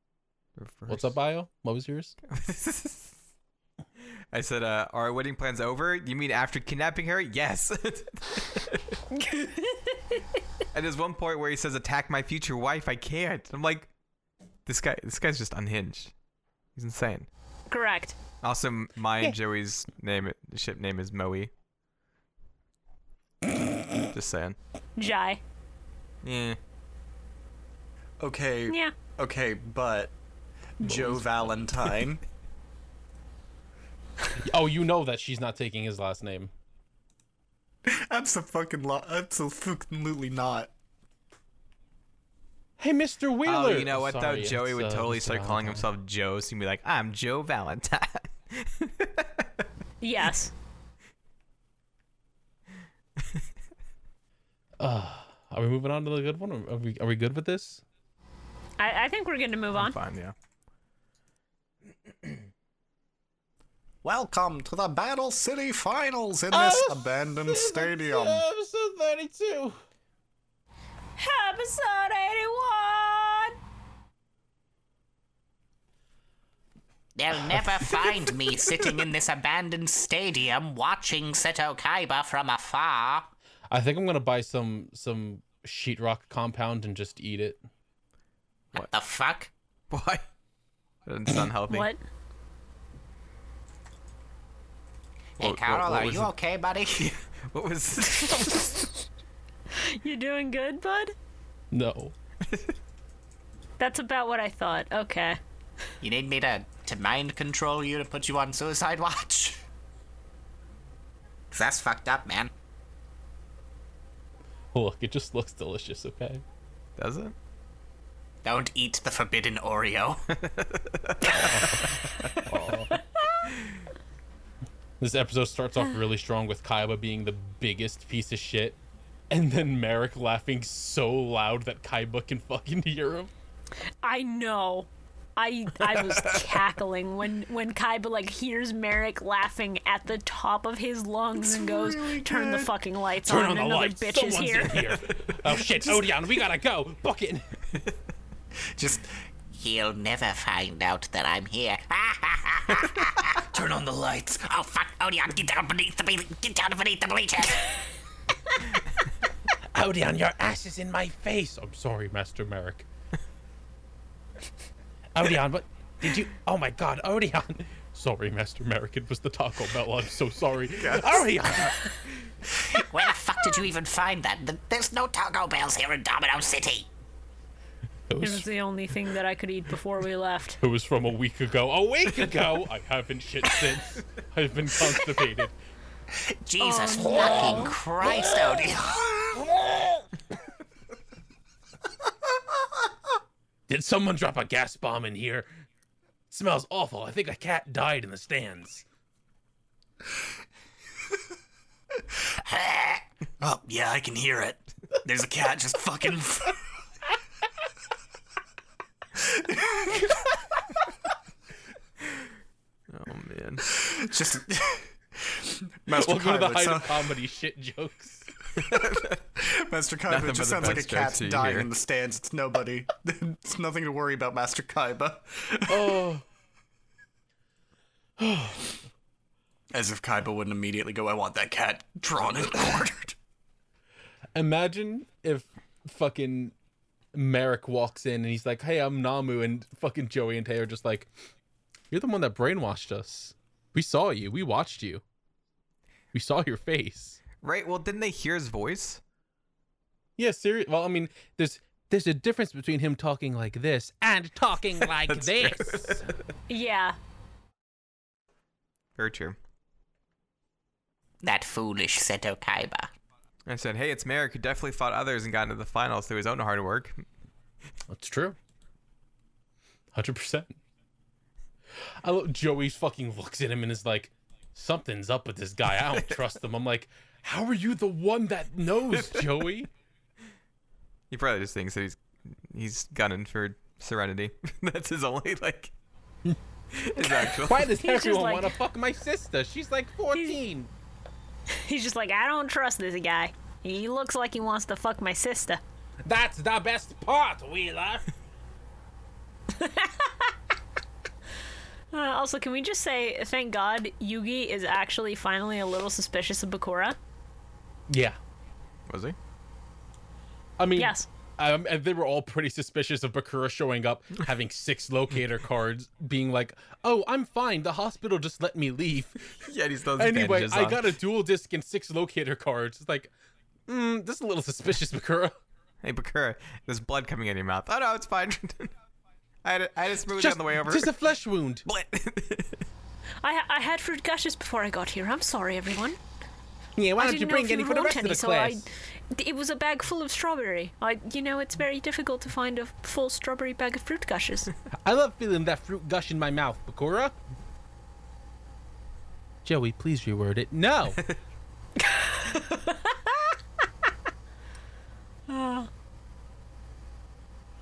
D: What's up,
E: reverse.
D: Bio? What was yours?
E: I said, uh, "Are our wedding plans over?" You mean after kidnapping her? Yes. and there's one point where he says, "Attack my future wife." I can't. I'm like, this guy. This guy's just unhinged. He's insane.
B: Correct.
E: Also, m- my and Joey's name ship name is Moe. just saying.
B: Jai.
E: Yeah.
C: Okay.
B: Yeah.
C: Okay, but Joe Valentine.
D: Oh, you know that she's not taking his last name.
C: Absolutely not.
D: Hey, Mr.
E: Oh,
D: Wheeler.
E: you know what
D: Sorry,
E: though? Joey
D: it's,
E: would
D: uh,
E: totally
D: Mr.
E: start calling
D: Valentine.
E: himself Joe, so he'd be like, "I'm Joe Valentine."
B: Yes.
D: Are we moving on to the good one? Are we are we good with this?
B: I, I think we're going to move on.
E: Fine. Yeah.
D: Ah! Oh.
C: Welcome to the Battle City Finals in this abandoned stadium.
D: Episode
F: 82.
B: Episode 81!
I: They'll never find me sitting in this abandoned stadium watching Seto Kaiba from afar.
D: I think I'm gonna buy some some sheetrock compound and just eat it.
I: What the fuck?
E: Why? Doesn't sound healthy.
B: What?
I: Hey,
E: What-
I: Carol,
E: what- what
I: are
E: was
I: you
E: it?
I: okay, buddy?
E: What was?
B: You doing good, bud?
D: No.
B: That's about what I thought. Okay.
I: you need me to, to mind control you to put you on suicide watch? 'Cause that's fucked up, man.
D: Look, it just looks delicious, okay?
E: Does it?
I: Don't eat the forbidden Oreo.
D: This episode starts off really strong with Kaiba being the biggest piece of shit, and then Merrick laughing so loud that Kaiba can fucking hear him.
B: I know. I I was cackling when when Kaiba like hears Merrick laughing at the top of his lungs and goes, "Turn the fucking lights
D: Turn
B: on,
D: on the
B: another
D: lights.
B: bitch
D: Someone's
B: is here."
D: in here. Oh shit, Odeon, we gotta go. Book it.
C: Just
I: He'll never find out that I'm here. Turn on the lights. Oh, fuck. Odeon, get down beneath the, ble- get down beneath the bleachers.
D: Odeon, your ass is in my face. I'm sorry, Master Merrick. Odeon, what did you? Oh my God, Odeon. Sorry, Master Merrick. It was the Taco Bell. I'm so sorry. Odeon.
I: Where the fuck did you even find that? Th- There's no Taco Bells here in Domino City.
D: It
B: It was
D: was,
B: the only thing that I could eat before we left.
D: it was from a week ago. A week ago. I haven't shit since. I've been constipated.
I: Jesus fucking Christ, Odeon.
D: Did someone drop a gas bomb in here? smells awful. I think a cat died in the stands.
C: oh yeah, I can hear it. There's a cat just fucking.
E: Oh man.
C: just. Master
D: Welcome to the
C: Kaiba, it
D: height
C: sound-
D: of comedy shit jokes.
C: Master Kaiba
E: Nothing
C: it just
E: but the
C: sounds like a
E: best
C: cat
E: jokes you
C: dying
E: hear.
C: in the stands. It's nobody. it's nothing to worry about, Master Kaiba.
D: Oh.
C: As if Kaiba wouldn't immediately go, I want that cat drawn and quartered.
D: Imagine if fucking Merrick walks in and he's like, "Hey, I'm Namu," and fucking Joey and Tay are just like, "You're the one that brainwashed us. We saw you. We watched you. We saw your face."
E: Right. Well, didn't they hear his voice?
D: Yeah, serious. Well, I mean, there's there's a difference between him talking like this and talking like
E: That's true.
D: this.
B: Yeah.
E: Very true.
I: That foolish Seto Kaiba.
E: I said, hey, it's Merrick who definitely fought others and got into the finals through his own hard work.
D: That's true. Hundred percent. I look, Joey fucking looks at him and is like, "Something's up with this guy. I don't trust him." I'm like, "How are you the one that knows, Joey?"
E: He probably just thinks that he's he's gunning for Serenity. That's his only like. his actual.
D: Why does
B: just
D: everyone
B: like-
D: want to fuck my sister? She's like 14.
B: He's just like, "I don't trust this guy. He looks like he wants to fuck my sister."
F: That's the best part, Wheeler.
B: Uh, also, can we just say thank God Yugi is actually finally a little suspicious of Bakura?
D: Yeah.
E: Was he?
D: I mean,
B: Yes.
D: Um, and they were all pretty suspicious of Bakura showing up, having six locator cards, being like, "Oh, I'm fine. The hospital just let me leave." uh,
E: Yeah, and he's those
D: anyway,
E: bandages
D: I
E: on.
D: got a dual disc and six locator cards. It's like, mm, this is a little suspicious, Bakura.
E: Hey, Bakura, there's blood coming out of your mouth. Oh no, it's fine. I had a, I had a smoothie on the way over.
D: just a flesh wound.
B: I I had fruit gushes before I got here. I'm sorry, everyone.
D: Yeah, why
B: I
D: don't
B: didn't
D: you
B: know
D: bring
B: if
D: any
B: you
D: for the
B: want
D: rest of
B: any,
D: the
B: so
D: class?
B: I, th- it was a bag full of strawberry. I, you know, it's very difficult to find a full strawberry bag of fruit gushes.
D: I love feeling that fruit gush in my mouth, Bakura. Joey, please reword it. No.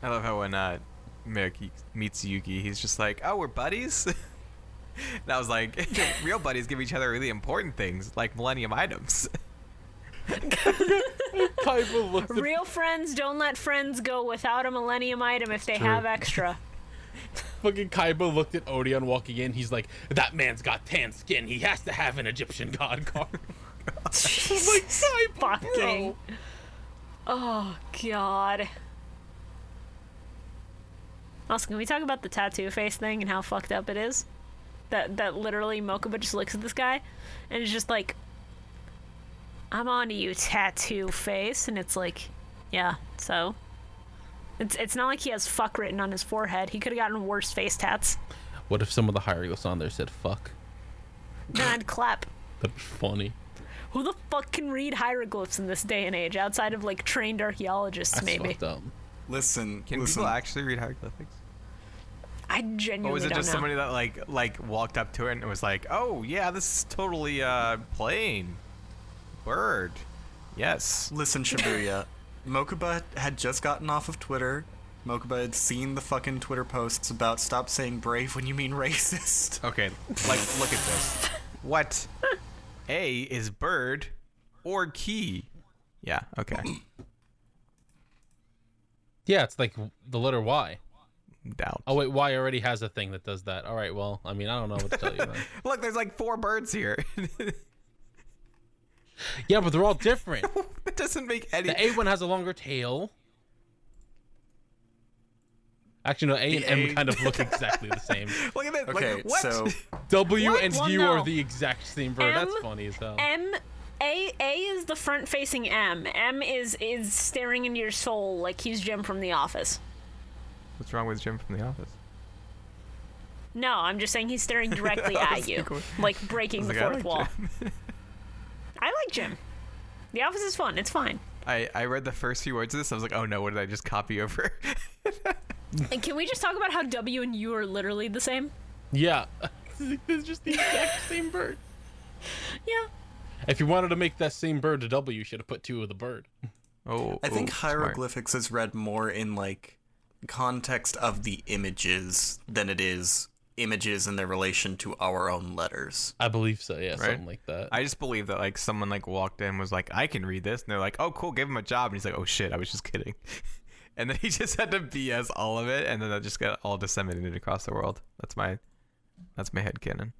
E: I love how when uh, Merrick meets Yuki, he's just like, "Oh, we're buddies." and I was like, "Real buddies give each other really important things, like Millennium items."
D: Kaiba looks at
B: Real friends don't let friends go without a millennium item if they have extra.
D: fucking Kaiba looked at Odeon walking in. He's like, "That man's got tan skin. He has to have an Egyptian god card."
B: Jesus fucking. Oh god. Also, can we talk about the tattoo face thing and how fucked up it is? That that literally Mokuba just looks at this guy and is just like I'm on to you, tattoo face, and it's like, yeah, so it's it's not like he has fuck written on his forehead. He could have gotten worse face tats.
D: What if some of the hieroglyphs on there said "fuck"?
B: Then I'd clap.
D: That'd be funny.
B: Who the fuck can read hieroglyphs in this day and age outside of like trained archaeologists,
D: That's
B: maybe?
D: fucked up.
C: Listen,
E: Can
C: listen.
E: people actually read hieroglyphics?
B: I
E: Or
B: genuinely
E: was it
B: don't
E: just
B: know.
E: somebody that like like walked up to it and was like, "Oh yeah, this is totally uh plain bird." Yes.
C: Listen, Shibuya. Mokuba had just gotten off of Twitter. Mokuba had seen the fucking Twitter posts about stop saying brave when you mean racist.
E: Okay, like look at this. What A is bird or key? Yeah, okay.
D: Yeah, it's like the letter Y.
E: Doubt.
D: Oh wait, Y already has a thing that does that. All right, well, I mean, I don't know what to tell you. Man.
E: Look, there's like four birds here.
D: yeah, but they're all different.
E: that doesn't make any
D: The A one has a longer tail. Actually, no, A and M
C: A-
D: kind of look exactly the same.
E: Look at that.
C: Okay,
E: like, what?
C: so
D: W
B: What?
D: and
B: Well,
D: U
B: no.
D: are the exact same bird. That's
B: M-
D: funny as hell.
B: M A A is the front facing M. M is is staring into your soul like he's Jim from the office.
E: What's wrong with Jim from the office?
B: No, I'm just saying he's staring directly at you. Like breaking the
E: like, I
B: fourth
E: like
B: wall. I like Jim. The office is fun, it's fine.
E: I, I read the first few words of this. I was like, oh no, what did I just copy over?
B: And can we just talk about how W and U are literally the same?
D: Yeah, it's just the exact same bird.
B: Yeah.
D: If you wanted to make that same bird a W, you should have put two of the bird.
E: oh,
C: I think
E: oh, smart.
C: hieroglyphics is read more in like context of the images than it is images in their relation to our own letters.
D: I believe so. Yeah,
E: Right.
D: something like that.
E: I just believe that like someone like walked in and was like, I can read this, and they're like, oh cool, give him a job, and he's like, oh shit, I was just kidding, and then he just had to BS all of it, and then that just got all disseminated across the world. That's my, that's my head cannon.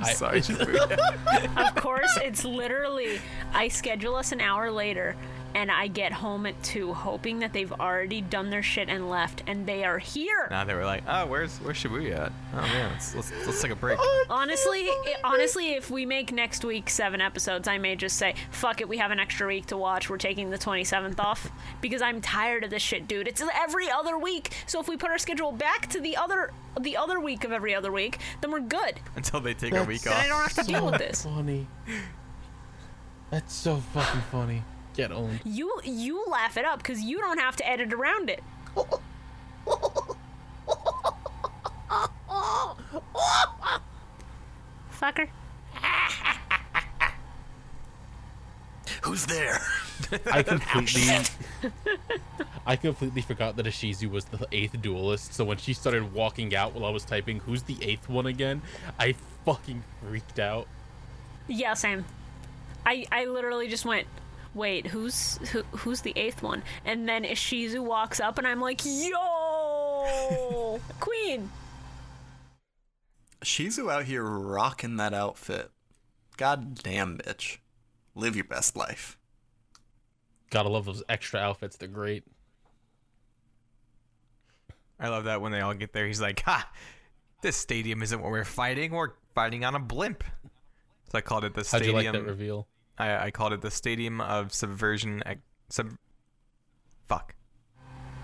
D: I-
E: Sorry, Shibuya.
B: Of course, it's literally I schedule us an hour later and I get home at 2 hoping that they've already done their shit and left and they are here.
E: now they were like, oh, where's where's Shibuya at? Oh man, let's let's, let's take a break.
B: Honestly, i honestly, if we make next week seven episodes, I may just say, "Fuck it, we have an extra week to watch. We're taking the 27th off because I'm tired of this shit, dude. It's every other week. So if we put our schedule back to the other the other week of every other week, then we're good.
E: Until they take a week
B: Then I
E: off.
B: don't have to deal with this.
D: funny. That's so fucking funny. Get owned.
B: You you laugh it up because you don't have to edit around it. Fucker.
C: Who's there?
D: I completely, I completely forgot that Ashizu was the eighth duelist. So when she started walking out while I was typing, "Who's the eighth one again?" I fucking freaked out.
B: Yeah, same. I I literally just went, wait, who's who, who's the eighth one? And then Ishizu walks up, and I'm like, yo, queen.
C: Shizu out here rocking that outfit. God damn bitch. Live your best life.
D: Gotta love those extra outfits. They're great.
E: I love that when they all get there, he's like, ha, this stadium isn't what we're fighting. We're fighting on a blimp. So I called it the
D: How'd you
E: stadium.
D: like that reveal?
E: I, I called it the Stadium of Subversion. Ex- sub. Fuck.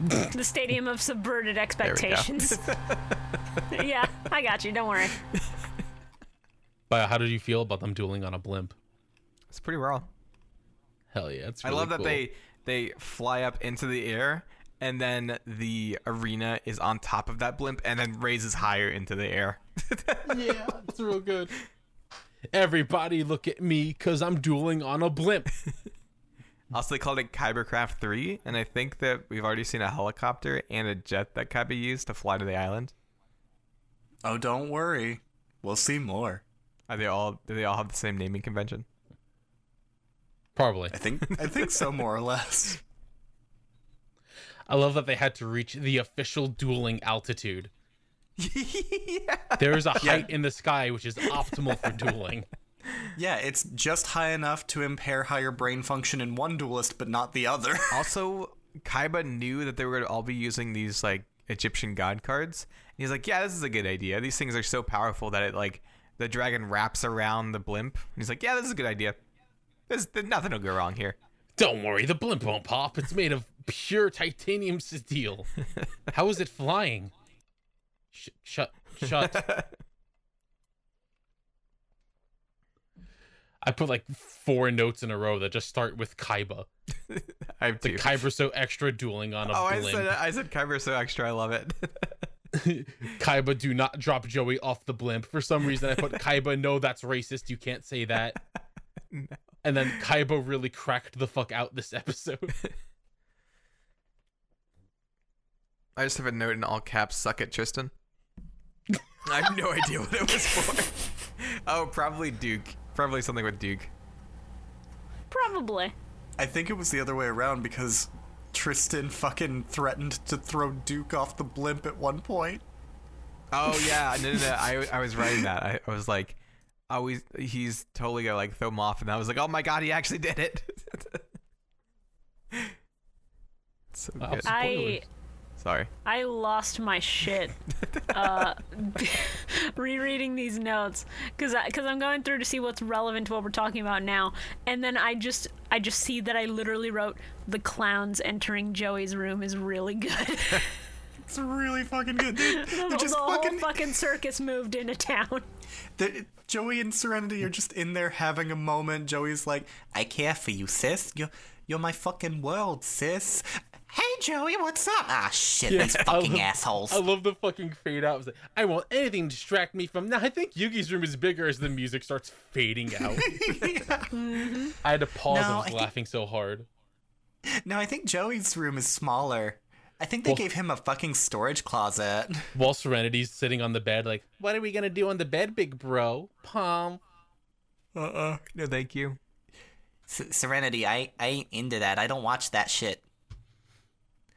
B: The stadium of subverted expectations. yeah, I got you. Don't worry.
D: But how did you feel about them dueling on a blimp?
E: It's pretty raw.
D: Hell yeah, it's.
E: I
D: Really
E: love that
D: cool.
E: they they fly up into the air and then the arena is on top of that blimp and then raises higher into the air.
D: Yeah, it's real good. Everybody look at me because I'm dueling on a blimp.
E: Also, they called it Kybercraft 3, and I think that we've already seen a helicopter and a jet that Kyber used to fly to the island.
C: Oh, don't worry. We'll see more.
E: Are they all? Do they all have the same naming convention?
D: Probably.
C: I think I think so, more or less.
D: I love that they had to reach the official dueling altitude. There is a height in the sky which is optimal for dueling.
C: Yeah, it's just high enough to impair higher brain function in one duelist, but not the other.
E: Also, Kaiba knew that they were going to all be using these like Egyptian god cards. And he's like, yeah, this is a good idea. These things are so powerful that it like the dragon wraps around the blimp. And he's like, yeah, this is a good idea. There's th- nothing will go wrong here.
D: Don't worry, the blimp won't pop. It's made of pure titanium steel. How is it flying? Sh- shut, shut. I put like four notes in a row that just start with Kaiba.
E: I have
D: The
E: two.
D: Kyber so extra dueling on a
E: oh, I
D: blimp.
E: said I said Kyber so extra. I love it.
D: Kaiba, do not drop Joey off the blimp. For some reason, I put Kaiba, no, that's racist. You can't say that. And then Kaiba really cracked the fuck out this episode.
E: I just have a note in all caps. Suck it, Tristan. I have no idea what it was for. Oh, probably Duke. Probably something with Duke.
B: Probably.
C: I think it was the other way around because Tristan fucking threatened to throw Duke off the blimp at one point.
E: Oh yeah, no, no, no. I, I was writing that. I, I was like, oh, he's, he's totally gonna like throw him off, and I was like, oh my god, he actually did it. so
D: Wow,
E: good.
B: I
D: spoilers.
E: Sorry.
B: I lost my shit uh, rereading these notes because because I'm going through to see what's relevant to what we're talking about now, and then I just I just see that I literally wrote the clowns entering Joey's room is really good.
C: It's really fucking good, dude.
B: the
C: They're just
B: whole
C: fucking.
B: fucking circus moved into town.
C: they- Joey and Serenity are just in there having a moment. Joey's like, "I care for you, sis. You're you're my fucking world, sis."
I: Hey, Joey, what's up? Ah, shit, these
D: I
I: fucking
D: love-
I: assholes.
D: I love the fucking fade out. It's like, I won't anything to distract me from. Now I think Yugi's room is bigger as the music starts fading out. I had to pause.
C: No,
D: I was
C: I think-
D: laughing so hard.
C: No, I think Joey's room is smaller. I think they
D: Well-
C: gave him a fucking storage closet.
D: While Serenity's sitting on the bed, like, what are we gonna do on the bed, big bro? Palm.
E: No, thank you.
I: S- Serenity, I, I ain't into that. I don't watch that shit.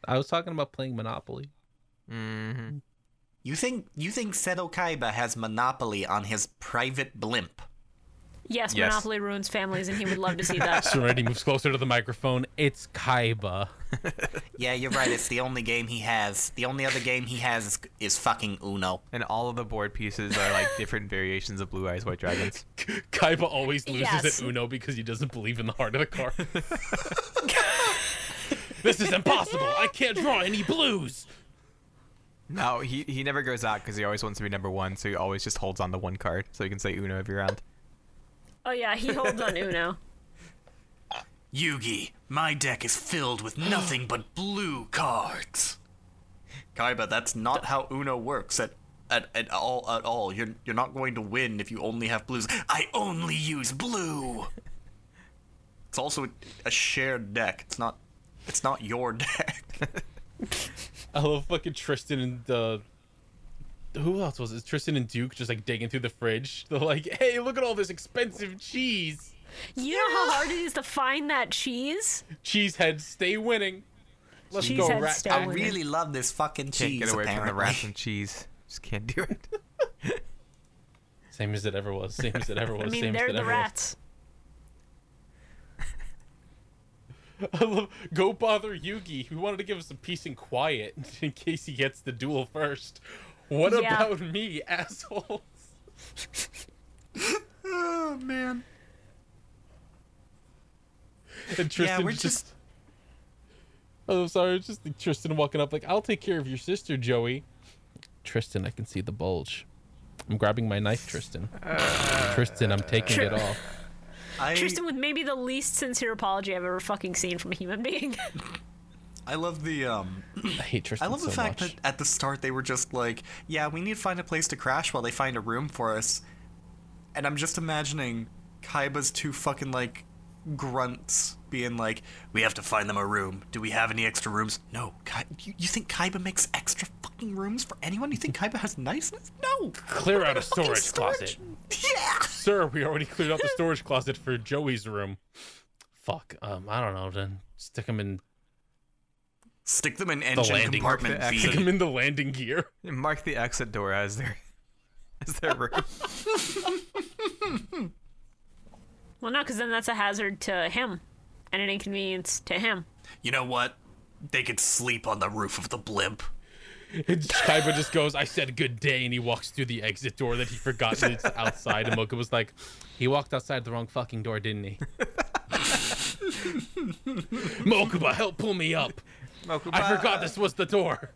D: I was talking about playing Monopoly.
C: You think you think Seto Kaiba has monopoly on his private blimp?
B: Yes,
E: Yes.
B: Monopoly ruins families, and he would love to see that.
D: Serenity moves closer to the microphone. It's Kaiba.
I: Yeah, you're right. It's the only game he has. The only other game he has is, is fucking Uno.
E: And all of the board pieces are like different variations of Blue Eyes White Dragons.
D: Kaiba always loses
B: Yes.
D: at Uno because he doesn't believe in the heart of the card. this is impossible. I can't draw any blues.
E: No, he he never goes out because he always wants to be number one, so he always just holds on to one card, so he can say Uno every round.
B: oh yeah, he holds on Uno.
C: Yugi, my deck is filled with nothing but blue cards. Kaiba, that's not how Uno works at at, at all at all. You're you're not going to win if you only have blues. I only use blue. It's also a shared deck. It's not it's not your deck.
D: I love fucking Tristan and the. Who else was it? Tristan and Duke just like digging through the fridge. They're like, "Hey, look at all this expensive cheese!
B: You know how hard it is to find that cheese.
D: Cheese heads, stay winning. Let's
B: Cheese
D: go,
B: heads
D: rat
B: stay
D: pack."
B: winning.
I: I really love this fucking
E: Can't
I: cheese.
E: get away
I: apparently.
E: from the wrath and cheese. Just can't do it.
D: Same as it ever was. Same as it ever was.
B: I mean,
D: same as
B: they're
D: it
B: the
D: ever
B: rats.
D: was. I love. Go bother Yugi. We wanted to give him some peace and quiet in case he gets the duel first. What
B: Yeah.
D: about me, asshole?
C: Oh man.
D: And Tristan
C: we're
D: just,
C: just-
D: Oh, sorry. It's just like, Tristan walking up, like, I'll take care of your sister, Joey. Tristan, I can see the bulge. I'm grabbing my knife, Tristan.
C: Uh,
D: Tristan, I'm taking it off.
C: I
B: Tristan with maybe the least sincere apology I've ever fucking seen from a human being.
C: I love the um
D: I hate
C: I
D: Tristan
C: love
D: so
C: the fact
D: much.
C: that at the start they were just like, yeah, we need to find a place to crash while they find a room for us. And I'm just imagining Kaiba's two fucking like grunts being like, we have to find them a room. Do we have any extra rooms? No. Kai- you, you think Kaiba makes extra fucking rooms for anyone? You think Kaiba has niceness? No.
D: Clear out a
C: Fucking
D: storage closet.
I: Yeah.
D: Sir, we already cleared out the storage closet for Joey's room. Fuck. Um, I don't know. Then stick him in.
C: Stick them in engine
D: landing.
C: compartment
E: Mark the
D: Stick
C: B.
D: him in the landing gear.
E: Mark the exit door as their as their room.
B: Well, no, because then that's a hazard to him and an inconvenience to him.
C: You know what? They could sleep on the roof of the blimp.
D: And Kaiba just goes, I said good day, and he walks through the exit door that he forgot it's outside. And Mocha was like, he walked outside the wrong fucking door, didn't he? Mokuba, help pull me up. I forgot this was the door.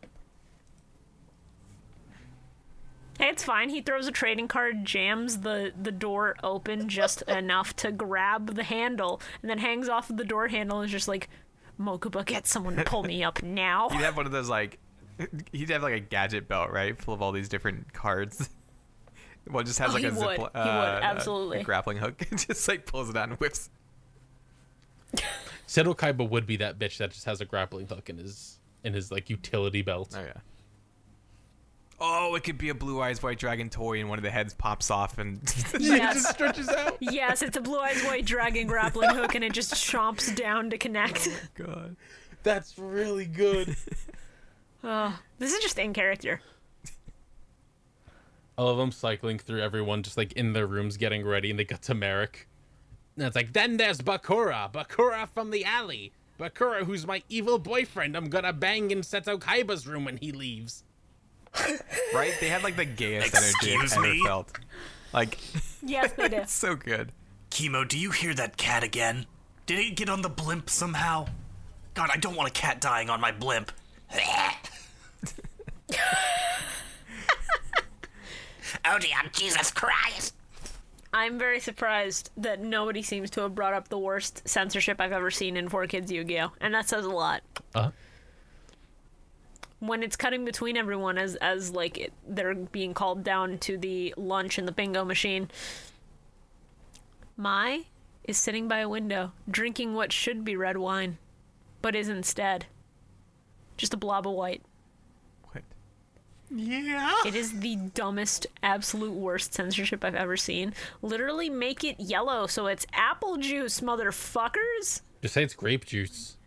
B: Hey, it's fine. He throws a trading card, jams the, the door open just enough to grab the handle, and then hangs off of the door handle and is just like, Mokuba, get someone to pull me up now.
E: He'd have one of those like he'd have like a gadget belt, right? Full of all these different cards. One just has
B: Oh,
E: like
B: he
E: a zip
B: would. He
E: li-
B: would,
E: uh,
B: absolutely.
E: a grappling hook. just like pulls it out and whips.
D: Seto Kaiba would be that bitch that just has a grappling hook in his in his like utility belt.
E: Oh yeah. Oh, it could be a blue eyes white dragon toy, and one of the heads pops off, and
B: Yes.
E: stretches out.
B: yes, it's a blue eyes white dragon grappling hook, and it just chomps down to connect.
E: God.
D: Oh, That's really good.
B: Oh, This is just in character.
D: I love them cycling through everyone just like in their rooms getting ready and they got to Merrick. And it's like, then there's Bakura, Bakura from the alley. Bakura, who's my evil boyfriend, I'm gonna bang in Seto Kaiba's room when he leaves.
E: Right? They had like the gayest energy
C: Excuse
E: I've ever
C: me?
E: felt. Like
B: Yes, they do.
E: so good.
C: Chemo, do you hear that cat again? Did it get on the blimp somehow? God, I don't want a cat dying on my blimp.
I: Oh dear, Jesus Christ.
B: I'm very surprised that nobody seems to have brought up the worst censorship I've ever seen in Four Kids Yu-Gi-Oh, and that says a lot.
D: Uh-huh.
B: When it's cutting between everyone as as like it, they're being called down to the lunch and the bingo machine. Mai is sitting by a window, drinking what should be red wine, but is instead just a blob of white.
E: What?
B: It is the dumbest, absolute worst censorship I've ever seen. Literally make it yellow so it's apple juice, motherfuckers.
D: Just say it's grape juice.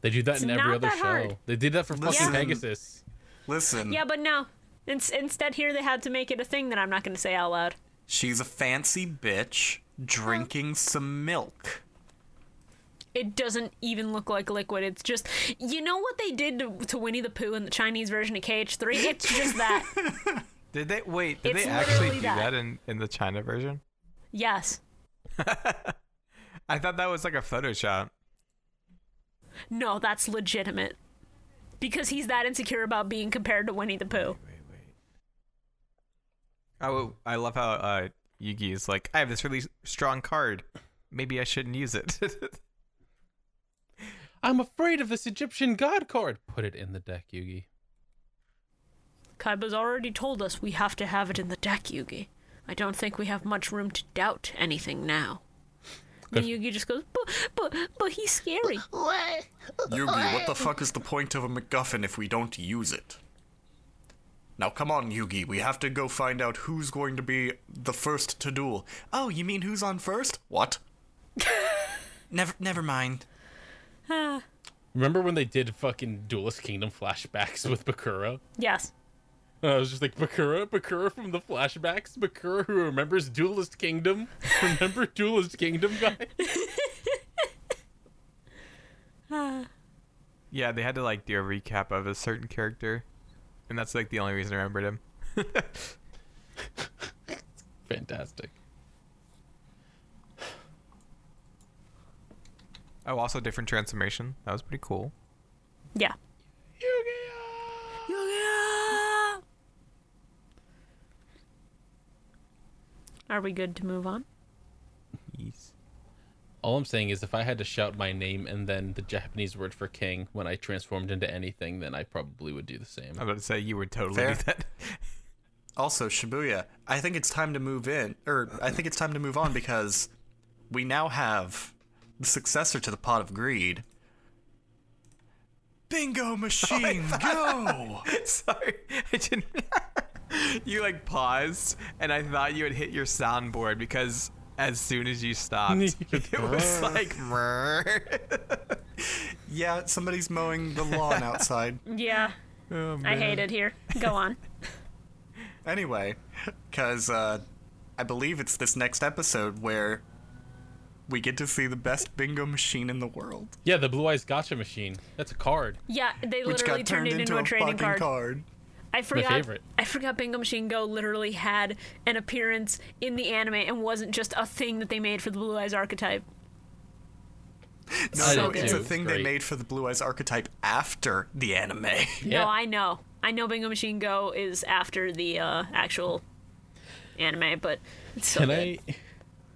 D: They do that in every
B: not
D: other
B: that
D: show.
B: hard.
D: They did that for fucking
B: Listen.
D: Pegasus.
C: Listen,
B: Yeah, but no. In- instead, here they had to make it a thing that I'm not going to say out loud.
C: she's a fancy bitch drinking some milk.
B: It doesn't even look like liquid. It's just, you know what they did to, to Winnie the Pooh in the Chinese version of KH3? It's just that.
E: Did they wait? Did
B: It's
E: they actually
B: literally
E: do
B: that.
E: that, in, in the China version?
B: yes.
E: I thought that was like a Photoshop.
B: No, that's legitimate. Because he's that insecure about being compared to Winnie the Pooh.
E: Oh, I love how uh, Yugi is like, I have this really strong card. Maybe I shouldn't use it.
D: I'm afraid of this Egyptian god card. Put it in the deck, Yugi.
B: Kaiba's already told us we have to have it in the deck, Yugi. I don't think we have much room to doubt anything now. And Yugi just goes, but, but, but he's scary.
I: What?
C: Yugi, what the fuck is the point of a MacGuffin if we don't use it? Now come on, Yugi, we have to go find out who's going to be the first to duel. Oh, you mean who's on first? What? never never mind.
D: Remember when they did fucking Duelist Kingdom flashbacks with Bakura?
B: Yes.
D: And I was just like, Bakura, Bakura from the flashbacks, Bakura who remembers Duelist Kingdom. Remember Duelist Kingdom, guys?
E: yeah, they had to like do a recap of a certain character. And that's like the only reason I remembered him.
D: Fantastic.
E: Oh, also different transformation. That was pretty cool.
B: Yeah. Are we good to move on?
E: Yes.
D: All I'm saying is if I had to shout my name and then the Japanese word for king when I transformed into anything, then I probably would do the same.
E: I was about to say you would totally
C: Fair.
E: do that.
C: Also, Shibuya, I think it's time to move in or I think it's time to move on because we now have the successor to the pot of greed. Bingo machine, go!
E: Sorry, I didn't. you like paused, and I thought you had hit your soundboard because as soon as you stopped, it was like.
C: Yeah, somebody's mowing the lawn outside.
B: Yeah.
C: Oh,
B: I hate it here. Go on.
C: anyway, because uh, I believe it's this next episode where we get to see the best bingo machine in the world,
D: Yeah, the blue eyes gotcha machine. That's a card.
B: Yeah, they
C: which
B: literally
C: got
B: turned it
C: turned
B: into, a training
C: fucking
B: card.
C: card.
B: I forgot.
D: favorite.
B: I forgot Bingo Machine Go literally had an appearance in the anime and wasn't just a thing that they made for the Blue Eyes archetype.
C: No,
D: I
C: no,
D: did
C: it's
D: too.
C: a
D: It's
C: thing they
D: great.
C: made for the Blue Eyes archetype after the anime.
D: Yeah.
B: No, I know. I know Bingo Machine Go is after the uh, actual anime, but it's so
D: Can
B: good.
D: I?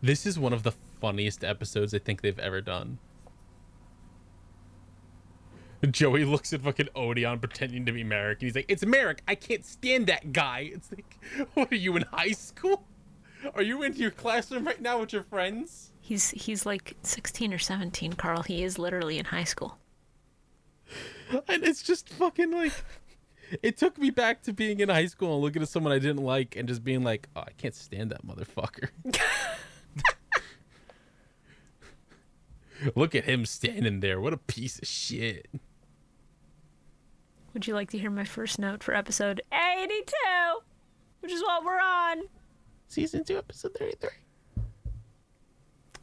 D: This is one of the funniest episodes I think they've ever done. Joey looks at fucking Odeon pretending to be Merrick, and he's like, "It's Merrick. I can't stand that guy." It's like, "What are you in high school? Are you in your classroom right now with your friends?"
B: He's he's like 16 or 17, Carl. He is literally in high school.
D: And it's just fucking like, it took me back to being in high school and looking at someone I didn't like and just being like, "Oh, I can't stand that motherfucker." Look at him standing there. What a piece of shit.
B: Would you like to hear my first note for episode 82, which is what we're on?
D: season two, episode thirty-three.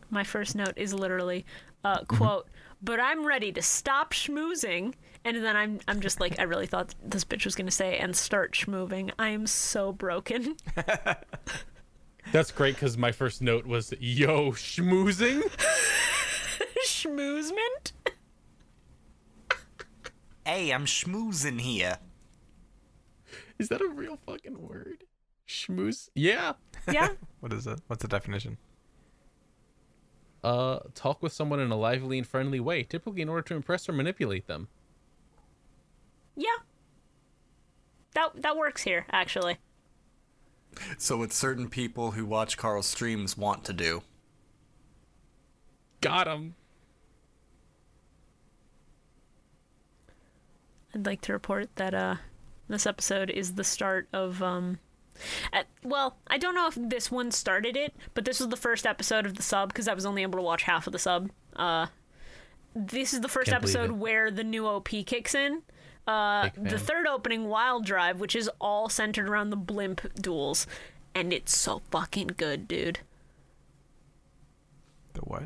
B: My first note is literally, uh, quote, but I'm ready to stop schmoozing. And then I'm, I'm just like, I really thought this bitch was going to say, and start schmooving. I am so broken.
D: That's great because my first note was "Yo, schmoozing."
B: Schmoozement?
C: Hey, I'm schmoozing here.
D: Is that a real fucking word? Schmooze? Yeah.
B: Yeah.
E: What is it? What's the definition?
D: Uh, talk with someone in a lively and friendly way, typically in order to impress or manipulate them.
B: Yeah. That, that works here, actually.
C: So what certain people who watch Carl's streams want to do.
D: Got him.
B: I'd like to report that uh, this episode is the start of. Um, at, well, I don't know if this one started it, but this was the first episode of the sub because I was only able to watch half of the sub. Uh, this is the 1st
D: Can't believe
B: episode
D: it.
B: where the new OP kicks in. Uh,
D: Big
B: the
D: fan.
B: third opening, Wild Drive, which is all centered around the blimp duels, and it's so fucking good, dude.
E: The what?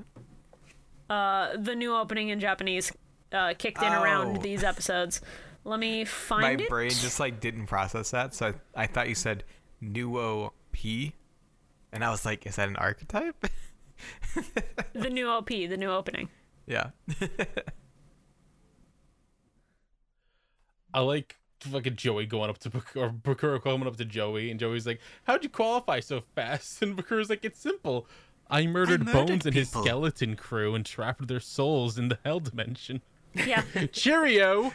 B: The new opening in Japanese uh, kicked in around
E: Oh.
B: these episodes. Let me find
E: My
B: it.
E: brain just like didn't process that, so I, I thought you said nuo p, and I was like, is that an archetype?
B: The new OP, the new opening.
E: yeah.
D: I like fucking Joey going up to Bak- or Bakura coming up to Joey, and Joey's like, "How'd you qualify so fast?" And Bakura's like, "It's simple. I murdered,
C: murdered
D: Bones and his
C: people."
D: skeleton crew and trapped their souls in the Hell dimension."
B: Yeah.
D: Cheerio.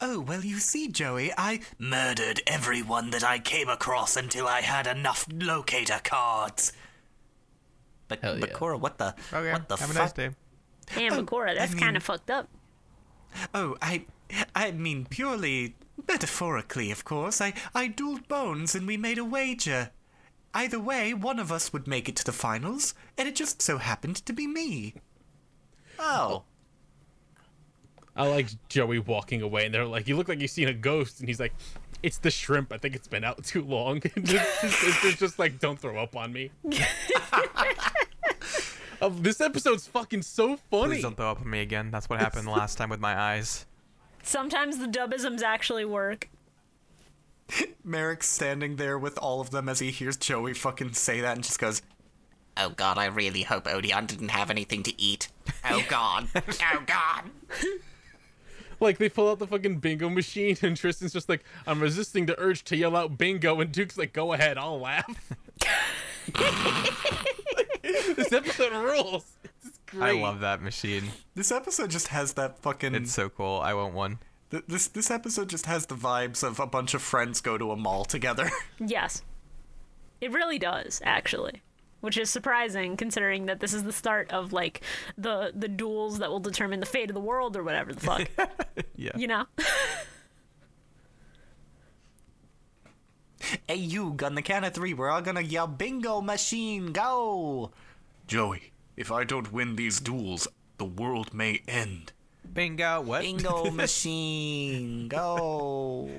C: Oh, well, you see, Joey, I murdered everyone that I came across until I had enough locator cards. But,
D: Hell
C: but
D: yeah.
C: Cora, what the?
E: Okay.
C: What the
E: Have
C: fuck?
E: a nice day.
B: Damn,
C: Oh,
B: Bakura, that's
C: I mean-
B: kind of fucked up.
C: Oh, I, I mean purely metaphorically, of course. I, I dueled Bones, and we made a wager. Either way, one of us would make it to the finals, and it just so happened to be me. Oh.
D: I like Joey walking away, and they're like, "You look like you've seen a ghost," and he's like, "It's the shrimp. I think it's been out too long." it's, just, it's just- just like, "Don't throw up on me." Um, this episode's fucking so
E: Please
D: funny.
E: don't throw up on me again. That's what happened last time with my eyes.
B: Sometimes the dubisms actually work.
C: Merrick's standing there with all of them as he hears Joey fucking say that and just goes,
I: Oh god, I really hope Odeon didn't have anything to eat. Oh god. Oh god.
D: Like they pull out the fucking bingo machine, and Tristan's just like, "I'm resisting the urge to yell out bingo," and Duke's like, "Go ahead, I'll laugh." this episode rules. It's great.
E: I love that machine.
C: This episode just has that fucking.
E: It's so cool. I want one.
C: th- this this episode just has the vibes of a bunch of friends go to a mall together.
B: Yes. It really does, actually. Which is surprising considering that this is the start of like the the duels that will determine the fate of the world or whatever the fuck.
E: Yeah.
B: You know?
C: Hey, you, on the count of three, we're all gonna yell bingo machine, go! Joey, if I don't win these duels, the world may end.
E: Bingo. What?
C: Bingo machine, go!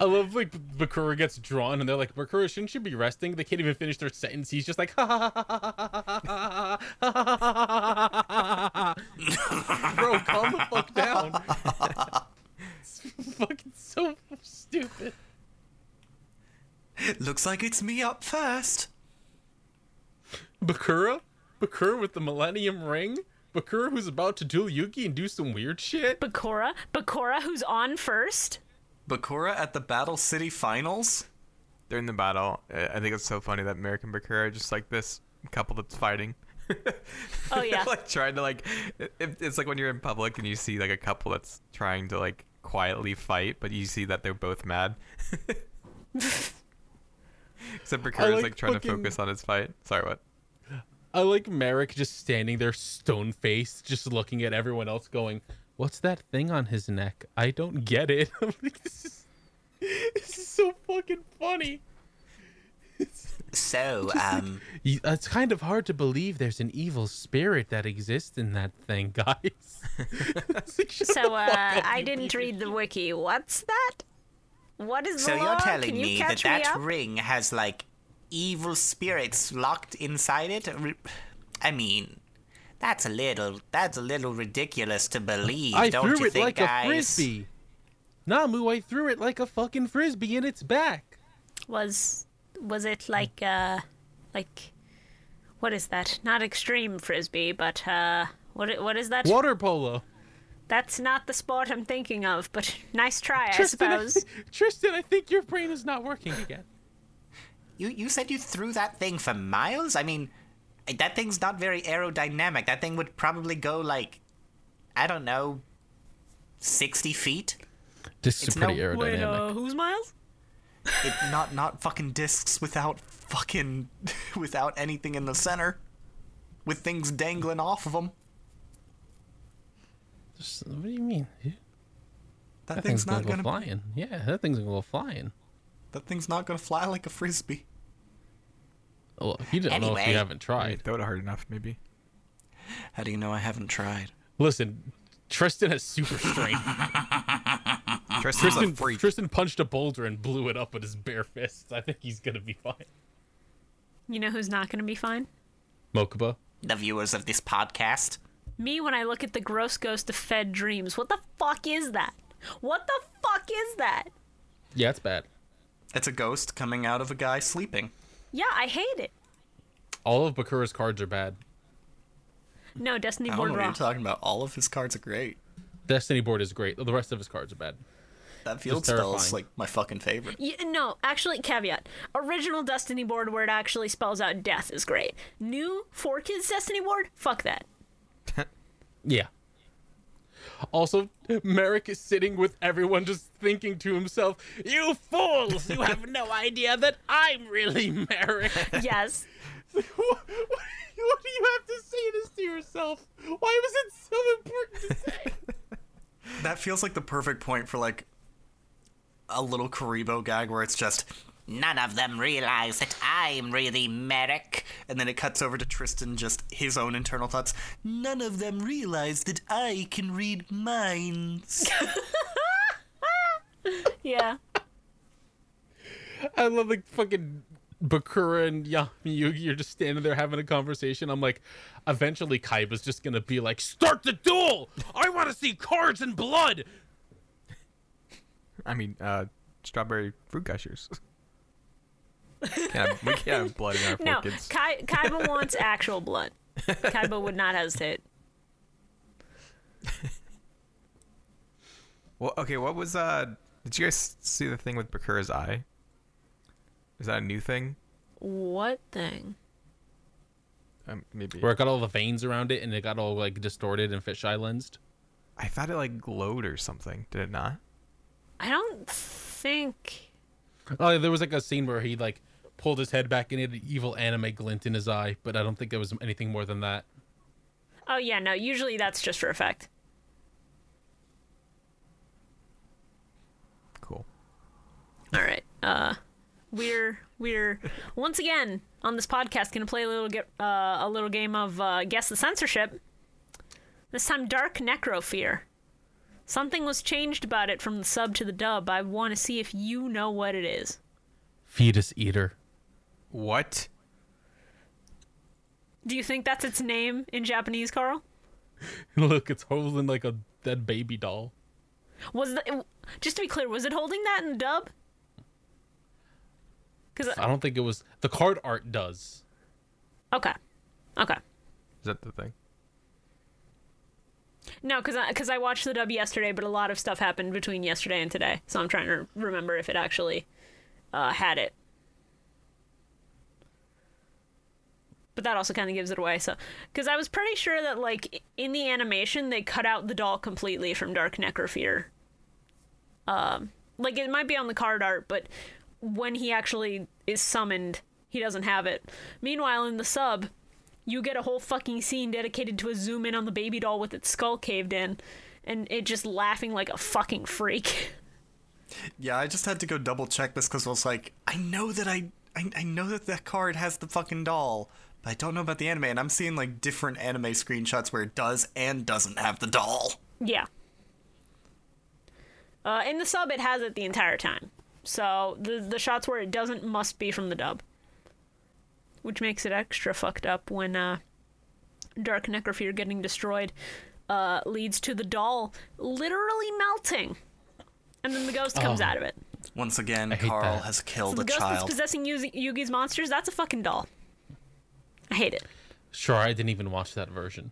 D: I love like Bakura gets drawn and they're like, Bakura, shouldn't you be resting? They can't even finish their sentence. He's just like, ha ha ha ha ha ha ha ha ha ha ha. Bro, calm the fuck down. it's fucking so stupid.
C: Looks like it's me up first.
D: Bakura? Bakura with the Millennium Ring? Bakura who's about to duel Yugi and do some weird shit?
B: Bakura, Bakura, who's on first?
C: Bakura at the Battle City Finals?
E: During the battle, uh, I think it's so funny that American Bakura just like this couple that's fighting.
B: Oh yeah.
E: like trying to like, it, it's like when you're in public and you see like a couple that's trying to like quietly fight, but you see that they're both mad. Except Bakura's
D: like
E: like, trying
D: fucking-
E: to focus on his fight. Sorry, what?
D: I like Merrick just standing there stone faced, just looking at everyone else going, What's that thing on his neck? I don't get it. I'm like, this is this is so fucking funny.
C: So, um,
D: Y- uh, It's kind of hard to believe there's an evil spirit that exists in that thing, guys. It's like, shut
B: So
D: the fuck
B: uh,
D: up,
B: I
D: you
B: didn't
D: piece of
B: read the wiki. What's that? What is
C: so
B: the
C: you're
B: law?
C: telling
B: Can you
C: me that
B: catch me
C: that
B: up?
C: ring has, like, evil spirits locked inside it? Re- I mean, that's a little, that's a little ridiculous to believe,
D: I
C: don't
D: threw
C: you
D: it
C: think,
D: like
C: guys?
D: a frisbee. Namu, I threw it like a fucking frisbee in its back.
B: Was was it like uh like what is that? Not extreme frisbee, but uh what i- what is that?
D: Water polo.
B: That's not the sport I'm thinking of, but nice try, I
D: Tristan, I,
B: suppose.
D: Tristan, I think your brain is not working again.
C: You you said you threw that thing for miles? I mean, that thing's not very aerodynamic. That thing would probably go like, I don't know, sixty feet.
D: This
C: It's pretty no- aerodynamic.
B: Wait, uh, who's Miles?
C: It, not not fucking discs without fucking without anything in the center, with things dangling off of them.
D: what do you mean?
C: That,
D: That
C: thing's,
D: thing's,
C: not gonna
D: gonna go flying. Yeah, that thing's gonna go flying.
C: that thing's not gonna fly like a frisbee.
D: Well, you don't know if
C: Anyway.
D: you haven't
E: I
D: tried.
E: throw it hard enough, maybe.
C: How do you know I haven't tried?
D: Listen, Tristan has super strength.
E: Tristan's Ah, a
D: Tristan,
E: freak.
D: Tristan punched a boulder and blew it up with his bare fists. I think he's gonna be fine.
B: You know who's not going to be fine?
D: Mokuba.
C: The viewers of this podcast.
B: Me when I look at the gross ghost of fed dreams. What the fuck is that? What the fuck is that?
D: Yeah, it's bad.
C: It's a ghost coming out of a guy sleeping.
B: Yeah, I hate it.
D: All of Bakura's cards are bad.
B: No, Destiny
C: I don't
B: Born
C: know what
B: Raw.
C: you're talking about. All of his cards are great.
D: Destiny board is great. The rest of his cards are bad.
C: That field
D: Just
C: spell is
D: terrifying.
C: like my fucking favorite.
B: Y no, actually, caveat. Original Destiny board where it actually spells out death is great. New four kids Destiny board, fuck that.
D: Yeah. Also, Merrick is sitting with everyone just thinking to himself, You fools! You have no idea that I'm really Merrick.
B: Yes,
D: what, what, what do you have to say this to yourself? Why was it so important to say?
C: That feels like the perfect point for like a little Karibo gag where it's just
I: None of them realize that I'm really Merrick.
C: and then it cuts over to Tristan just his own internal thoughts. None of them realize that I can read minds.
B: yeah.
D: I love like fucking Bakura and Yami Yugi are just standing there having a conversation. I'm like, eventually Kaiba's just gonna be like, Start the duel! I wanna see cards and blood!
E: I mean, uh, strawberry fruit gushers. can't have, we can't have blood in our
B: No,
E: kids.
B: Kai- Kaiba wants actual blood. Kaiba would not hesitate.
E: Well, okay, what was uh? Did you guys see the thing with Bakura's eye? Is that a new thing?
B: What thing?
E: Um, maybe.
D: Where it got all the veins around it and it got all like distorted and fisheye lensed.
E: I thought it like glowed or something. Did it not?
B: I don't think.
D: Oh, there was like a scene where he like pulled his head back and he had an evil anime glint in his eye, but I don't think it was anything more than that.
B: Oh, yeah, no, usually that's just for effect.
E: Cool.
B: All right. Uh, we're we're once again on this podcast going to play a little ge- uh, a little game of uh, guess the censorship. This time, Dark Necrofear. Something was changed about it from the sub to the dub. I want to see if you know what it is.
D: Fetus eater.
E: What?
B: Do you think that's its name in Japanese, Carl?
D: Look, it's holding like a dead baby doll.
B: Was the, just to be clear, was it holding that in the dub? Because
D: I don't think it was. The card art does.
B: okay, okay.
E: Is that the thing?
B: No, because I, 'cause I watched the dub yesterday, but a lot of stuff happened between yesterday and today, so I'm trying to remember if it actually uh, had it. But that also kind of gives it away. So, because I was pretty sure that like i- in the animation they cut out the doll completely from Dark Necrofear. Um, like it might be on the card art, but when he actually is summoned, he doesn't have it. Meanwhile, in the sub, you get a whole fucking scene dedicated to a zoom in on the baby doll with its skull caved in and it just laughing like a fucking freak.
C: Yeah, I just had to go double check this because I was like, I know that I, I, I know that that card has the fucking doll, but I don't know about the anime, and I'm seeing like different anime screenshots where it does and doesn't have the doll.
B: yeah. Uh, in the sub, it has it the entire time. So the the shots where it doesn't must be from the dub, which makes it extra fucked up when uh, Dark Necrofear getting destroyed uh, leads to the doll literally melting, and then the ghost comes
D: Oh.
B: out of it.
C: Once again,
D: hate
C: Carl
D: that.
C: has killed
B: the
C: a
B: ghost that's
C: child.
B: possessing Yugi- Yugi's monsters, that's a fucking doll. I hate it.
D: Sure, I didn't even watch that version.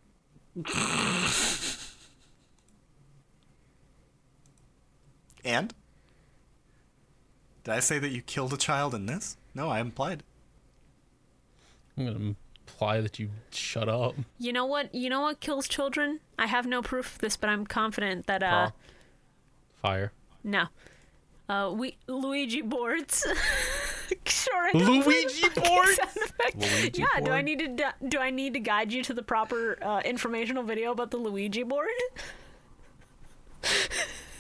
C: and did I say that you killed a child in this? No, I implied.
D: I'm gonna imply that you shut up.
B: You know what? You know what kills children? I have no proof of this, but I'm confident that uh
D: Huh? Fire.
B: no. Uh we Luigi boards. sure. I don't play the
D: Luigi
B: fucking
D: boards.
B: sound effect.
E: Luigi
B: yeah, do I
E: board?
B: need to du- do I need to guide you to the proper uh, informational video about the Luigi board?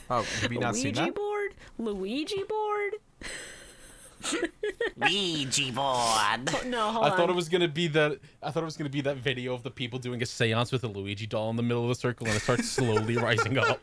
E: Oh, have you not seen
B: Luigi
E: that?
B: board? Luigi board?
I: Ouija board.
B: No, hold
D: I
B: on.
D: thought it was gonna be that. I thought it was gonna be that video of the people doing a séance with a Luigi doll in the middle of the circle, and it starts slowly rising up.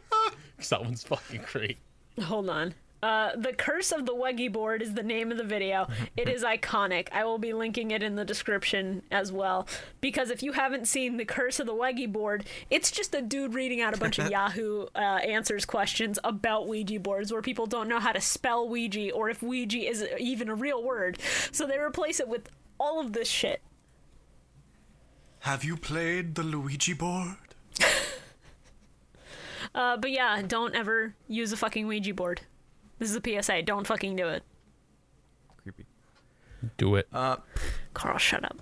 D: Cause that one's fucking great.
B: Hold on. Uh, the Curse of the Weggy Board is the name of the video. It is iconic. I will be linking it in the description as well. Because if you haven't seen The Curse of the Weggy Board, it's just a dude reading out a bunch of Yahoo uh, Answers questions about Ouija boards where people don't know how to spell Ouija or if Ouija is even a real word. So they replace it with all of this shit.
C: Have you played the Luigi board?
B: Uh, but yeah, don't ever use a fucking Ouija board. This is a PSA. Don't fucking do it.
E: Creepy. Uh,
D: Do it.
B: Carl, shut up.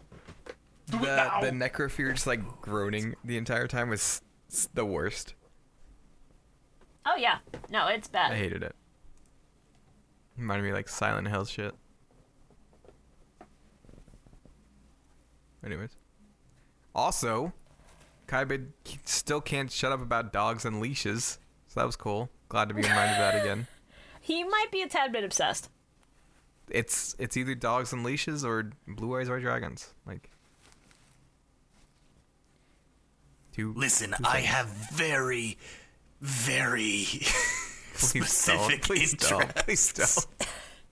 E: The, the necrofear just like groaning the entire time was s- the worst.
B: Oh, yeah. No, it's bad.
E: I hated it. Reminded me like Silent Hill shit. Anyways. Also, Kaiba c- still can't shut up about dogs and leashes. So that was cool. Glad to be reminded of that again.
B: He might be a tad bit obsessed.
E: It's it's either dogs and leashes or blue eyes white dragons. Like two
C: Listen, I have very, very
E: please don't.
C: specific
E: Please don't.
C: interests.
E: Please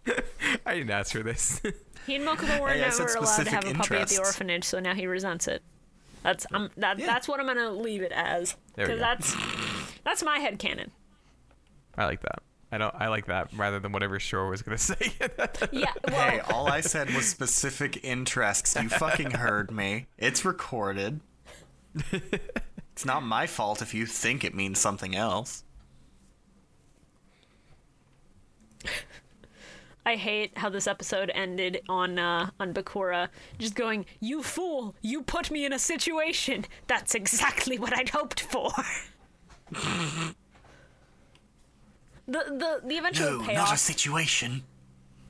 E: don't. I didn't ask for this.
B: He and Mokuba were
C: Hey, I said
B: never allowed to
C: specific
B: have a puppy at the
C: interests.
B: orphanage, so now he resents it. That's um, that, that's what I'm gonna leave it as
E: There we
B: because
E: go.
B: that's that's my head canon.
E: I like that. I don't. I like that rather than whatever Shore was gonna say.
B: Yeah, well,
C: Hey, all I said was specific interests. You fucking heard me. It's recorded. It's not my fault if you think it means something else.
B: I hate how this episode ended on uh, on Bakura just going, "You fool! You put me in a situation. That's exactly what I'd hoped for." the the the eventual payoff.
C: situation.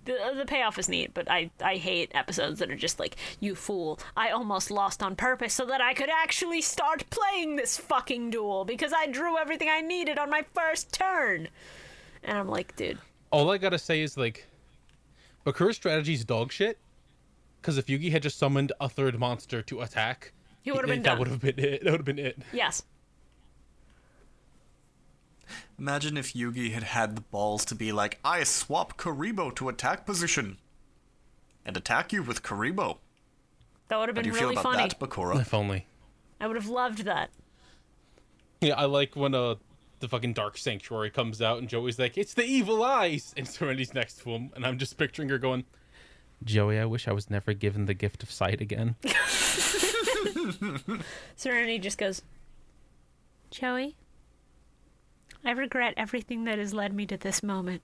B: the, the payoff is neat, but I, I hate episodes that are just like, you fool, I almost lost on purpose so that I could actually start playing this fucking duel because I drew everything I needed on my first turn. And I'm like, dude,
D: all I gotta say is like, Bakura's strategy's dog shit. Because if Yugi had just summoned a third monster to attack, eh,
B: He would've been
D: that
B: done.
D: would have been it. That would have been it.
B: Yes.
C: Imagine if Yugi had had the balls to be like, I swap Karibo to attack position and attack you with Karibo.
B: That would have
C: How do
B: been
C: you
B: really
C: feel about
B: funny.
C: that, Bakura?
D: If only.
B: I would have loved that.
D: Yeah, I like when uh the fucking Dark Sanctuary comes out and Joey's like, "It's the evil eyes," and Serendi's next to him, and I'm just picturing her going, "Joey, I wish I was never given the gift of sight again."
B: Serenity just goes, Joey, I regret everything that has led me to this moment.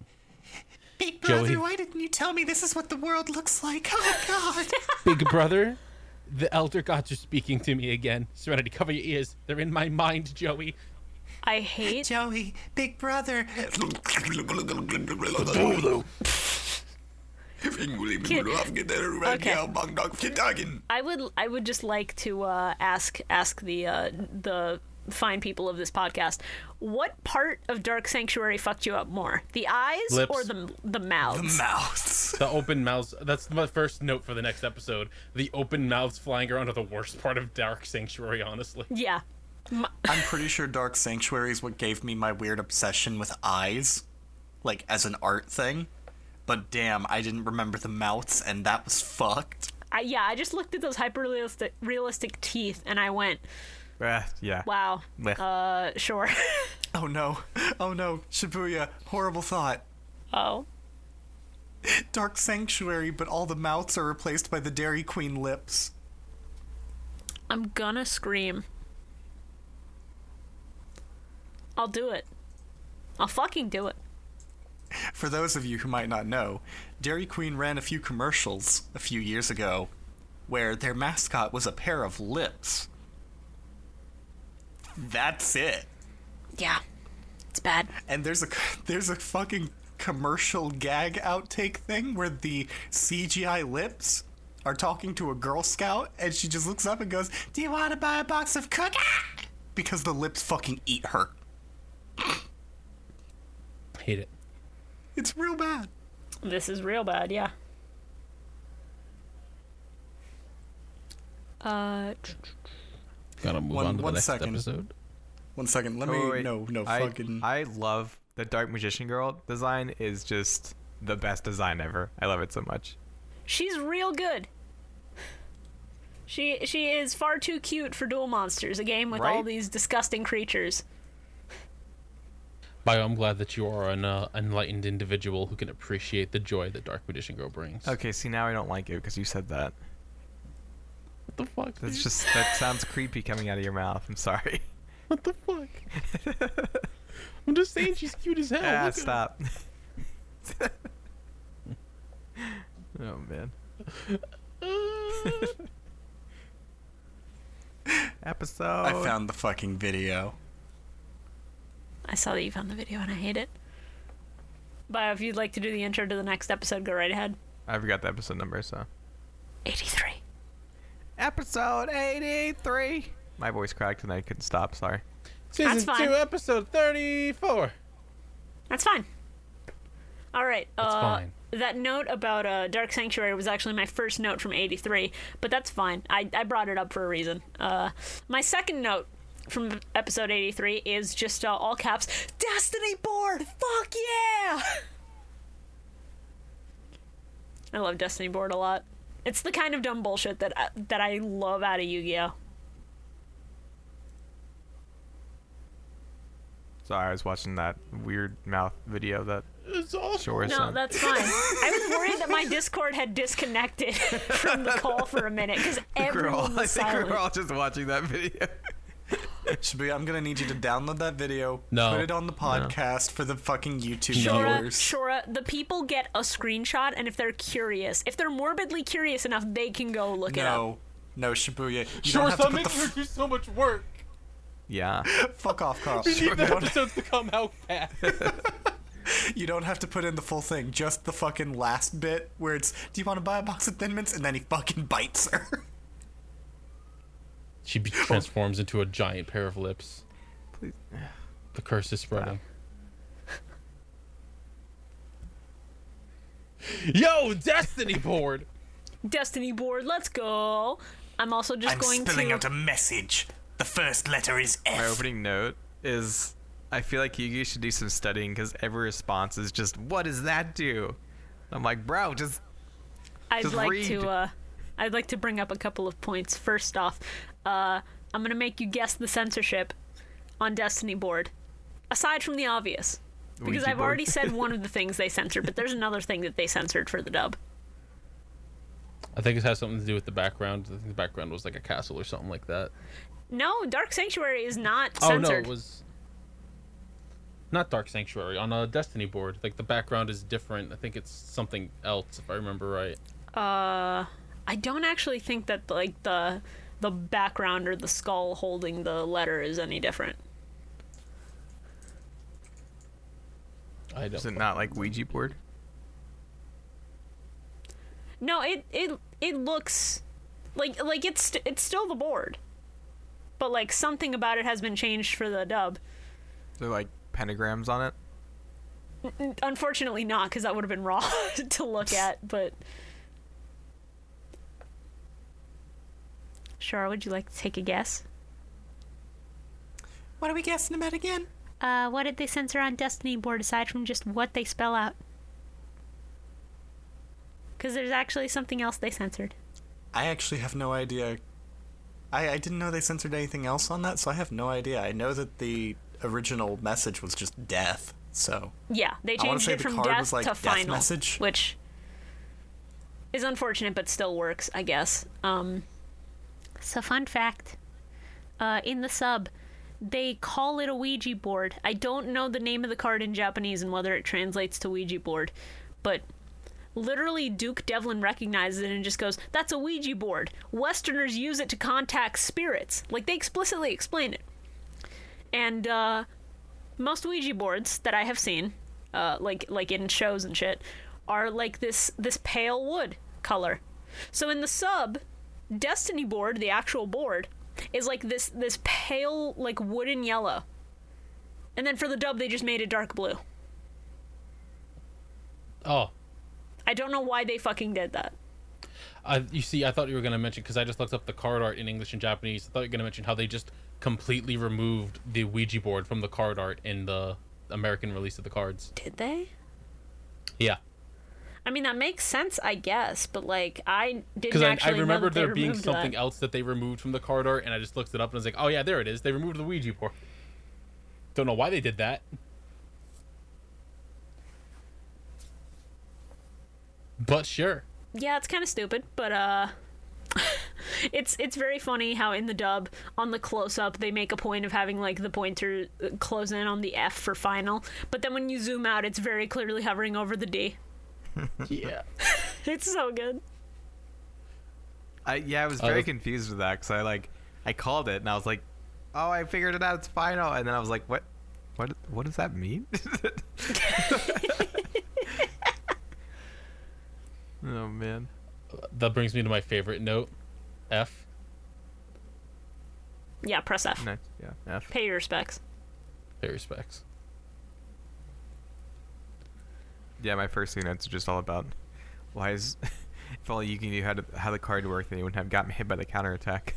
I: Big
D: Joey.
I: brother, why didn't you tell me this is what the world looks like? Oh God!
D: Big brother, the elder gods are speaking to me again. Serenity, cover your ears. They're in my mind, Joey.
B: I hate.
I: Joey, Big brother.
B: Okay. I would I would just like to uh, ask ask the uh, the fine people of this podcast what part of Dark Sanctuary fucked you up more, the eyes
D: Lips.
B: or the the mouths?
C: Mouths.
D: The open mouths. That's my first note for the next episode. The open mouths flying around are the worst part of Dark Sanctuary, honestly.
B: yeah,
C: I'm pretty sure Dark Sanctuary is what gave me my weird obsession with eyes, like as an art thing. But damn, I didn't remember the mouths, and that was fucked.
B: I, yeah. I just looked at those hyper realistic realistic teeth and I went,
E: Uh, yeah.
B: wow,
E: Blech.
B: uh, sure.
C: Oh no, oh no, Shibuya, horrible thought.
B: oh,
C: Dark Sanctuary, but all the mouths are replaced by the Dairy Queen lips.
B: I'm gonna scream. I'll do it. I'll fucking do it.
C: For those of you who might not know, Dairy Queen ran a few commercials a few years ago where their mascot was a pair of lips. That's it.
B: Yeah, it's bad.
C: And there's a there's a fucking commercial gag outtake thing where the CGI lips are talking to a Girl Scout and she just looks up and goes, "Do you want to buy a box of cookies?" Because the lips fucking eat her.
D: Hate it.
C: It's real bad.
B: This is real bad, yeah. Uh,
D: Gotta move
C: One- on to the one next second. episode. One second, let
E: Oh,
C: me
E: wait,
C: no no
E: I,
C: fucking
E: I love the Dark Magician Girl design is just the best design ever. I love it so much.
B: she's real good. She she is far too cute for Duel Monsters, a game with all
E: Right?
B: these disgusting creatures.
D: Bio, I'm glad that you are an uh, enlightened individual who can appreciate the joy that Dark Magician Girl brings.
E: Okay, see now I don't like it because you said that.
D: What the fuck?
E: That's just that sounds creepy coming out of your mouth. I'm sorry.
D: What the fuck? I'm just saying she's cute as hell.
E: ah,
D: Look at her.
E: stop. oh man. Episode.
C: I found the fucking video.
B: I saw that you found the video and I hate it. But if you'd like to do the intro to the next episode, go right ahead.
E: I forgot the episode number. So.
B: 83.
E: Episode 83. My voice cracked and I couldn't stop. Sorry.
D: Season
B: That's fine.
D: two, episode thirty-four.
B: That's fine. All right. uh,
D: fine.
B: That note about uh, Dark Sanctuary was actually my first note from 83, but that's fine. I, I brought it up for a reason. Uh, my second note from episode 83 is just uh, all caps Destiny Board! Fuck yeah! I love Destiny Board a lot. It's the kind of dumb bullshit that I, that I love out of Yu Gi Oh!
E: Sorry, I was watching that weird mouth video that
D: It's awesome.
E: Shore
B: No,
E: sent.
B: that's fine. I was worried that my Discord had disconnected from the call for a minute because
E: We're all-
B: everyone
E: I
B: was
E: think we
B: silent.
E: were all just watching that video.
C: Shibuya, I'm gonna need you to download that video,
D: No.
C: put it on the podcast for the fucking YouTube
D: No.
B: Shura,
C: viewers.
B: Shura, the people get a screenshot, and if they're curious, if they're morbidly curious enough, they can go look it up.
C: No, no, Shibuya, you
D: Sure,
C: don't have to put
D: stop
C: the
D: making her
C: f-
D: do so much work.
E: yeah.
C: fuck off, Carl.
D: We need
C: You
D: the
C: don't,
D: episodes to come out fast.
C: you don't have to put in the full thing, just the fucking last bit where it's, "Do you want to buy a box of Thin Mints?" and then he fucking bites her.
D: She be- transforms into a giant pair of lips.
E: Please.
D: The curse is spreading. Yo, Destiny board.
B: Destiny board, let's go. I'm also just
C: I'm
B: going
C: spilling
B: to.
C: out a message. The first letter is F.
E: My opening note is I feel like Yugi should do some studying because every response is just, what does that do? I'm like, bro, just.
B: I'd
E: Just
B: like
E: read.
B: to uh, I'd like to bring up a couple of points. First off, uh, I'm gonna make you guess the censorship on Destiny board. Aside from the obvious, because
E: Ouija
B: I've
E: board.
B: already said one of the things they censored, but there's another thing that they censored for the dub.
D: I think it has something to do with the background. I think the background was like a castle or something like that.
B: No, Dark Sanctuary is not
D: Oh no,
B: censored.
D: it was not Dark Sanctuary on a Destiny board. Like the background is different. I think it's something else if I remember right.
B: I don't actually think that like the the background or the skull holding the letter is any different.
D: I don't.
E: Is it not like Ouija board?
B: No, it it it looks like like it's st- it's still the board, but like something about it has been changed for the dub.
E: Is there like pentagrams on it?
B: Unfortunately, not because that would have been raw to look at. But Shara, would you like to take a guess?
I: What are we guessing about again?
B: Uh, what did they censor on Destiny board aside from just what they spell out? Because there's actually something else they censored.
C: I actually have no idea. I, I didn't know they censored anything else on that, so I have no idea. I know that the original message was just death, so.
B: Yeah, they
C: I wanna
B: changed
C: say
B: it
C: the
B: from
C: card
B: death
C: was, like,
B: to
C: death
B: final,
C: message.
B: which is unfortunate, but still works, I guess. Um, so, fun fact: uh, in the sub, they call it a Ouija board. I don't know the name of the card in Japanese and whether it translates to Ouija board, but literally Duke Devlin recognizes it and just goes, "That's a Ouija board. Westerners use it to contact spirits." Like they explicitly explain it, and. Uh, most Ouija boards that I have seen, uh, like like in shows and shit, are like this this pale wood color. So in the sub, Destiny board, the actual board, is like this this pale like wooden yellow. And then for the dub, they just made it dark blue.
D: Oh,
B: I don't know why they fucking did that.
D: I, you see, I thought you were gonna mention because I just looked up the card art in English and Japanese. I thought you were gonna mention how they just completely removed the Ouija board from the card art in the American release of the cards.
B: Did they?
D: Yeah,
B: I mean, that makes sense, I guess, but like I didn't
D: because I, I
B: actually
D: remember
B: remember
D: there being
B: removed that.
D: something else that they removed from the card art, and I just looked it up and I was like, oh yeah, there it is. They removed the Ouija board. Don't know why they did that. But sure.
B: yeah, it's kind of stupid, but uh, it's it's very funny how in the dub on the close up they make a point of having like the pointer uh, close in on the F for final, but then when you zoom out, it's very clearly hovering over the D.
D: Yeah.
B: It's so good.
E: I, yeah, I was
D: Oh,
E: very
D: that's-
E: confused with that because I like, I called it and I was like, oh, I figured it out. It's final. And then I was like, what, what, what does that mean? oh man.
D: That brings me to my favorite note, F.
B: Yeah, press F.
E: Nice. Yeah. F.
B: Pay your respects.
D: Pay respects.
E: Yeah, my first two notes are just all about why is if all you can do how to, how the card worked, then you wouldn't have gotten hit by the counterattack.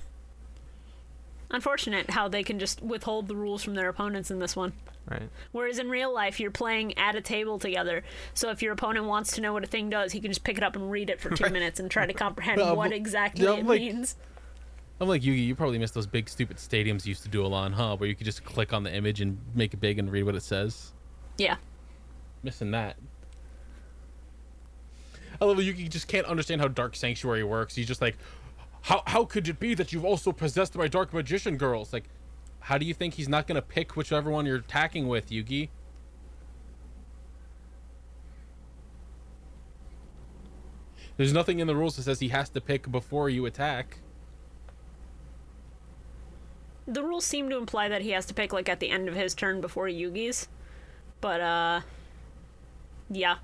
B: Unfortunate how they can just withhold the rules from their opponents in this one.
E: Right.
B: Whereas in real life, you're playing at a table together. So if your opponent wants to know what a thing does, he can just pick it up and read it for two minutes and try to comprehend
D: Well,
B: what
D: but-
B: exactly
D: yeah,
B: it
D: like-
B: means.
D: I'm like Yugi. You probably missed those big stupid stadiums you used to do a lot, huh? Where you could just click on the image and make it big and read what it says.
B: Yeah.
D: Missing that. I love how Yugi just can't understand how Dark Sanctuary works. He's just like, how how could it be that you've also possessed my Dark Magician girls? Like, how do you think he's not gonna pick whichever one you're attacking with, Yugi? There's nothing in the rules that says he has to pick before you attack.
B: the rules seem to imply that he has to pick like at the end of his turn before Yugi's. But uh yeah.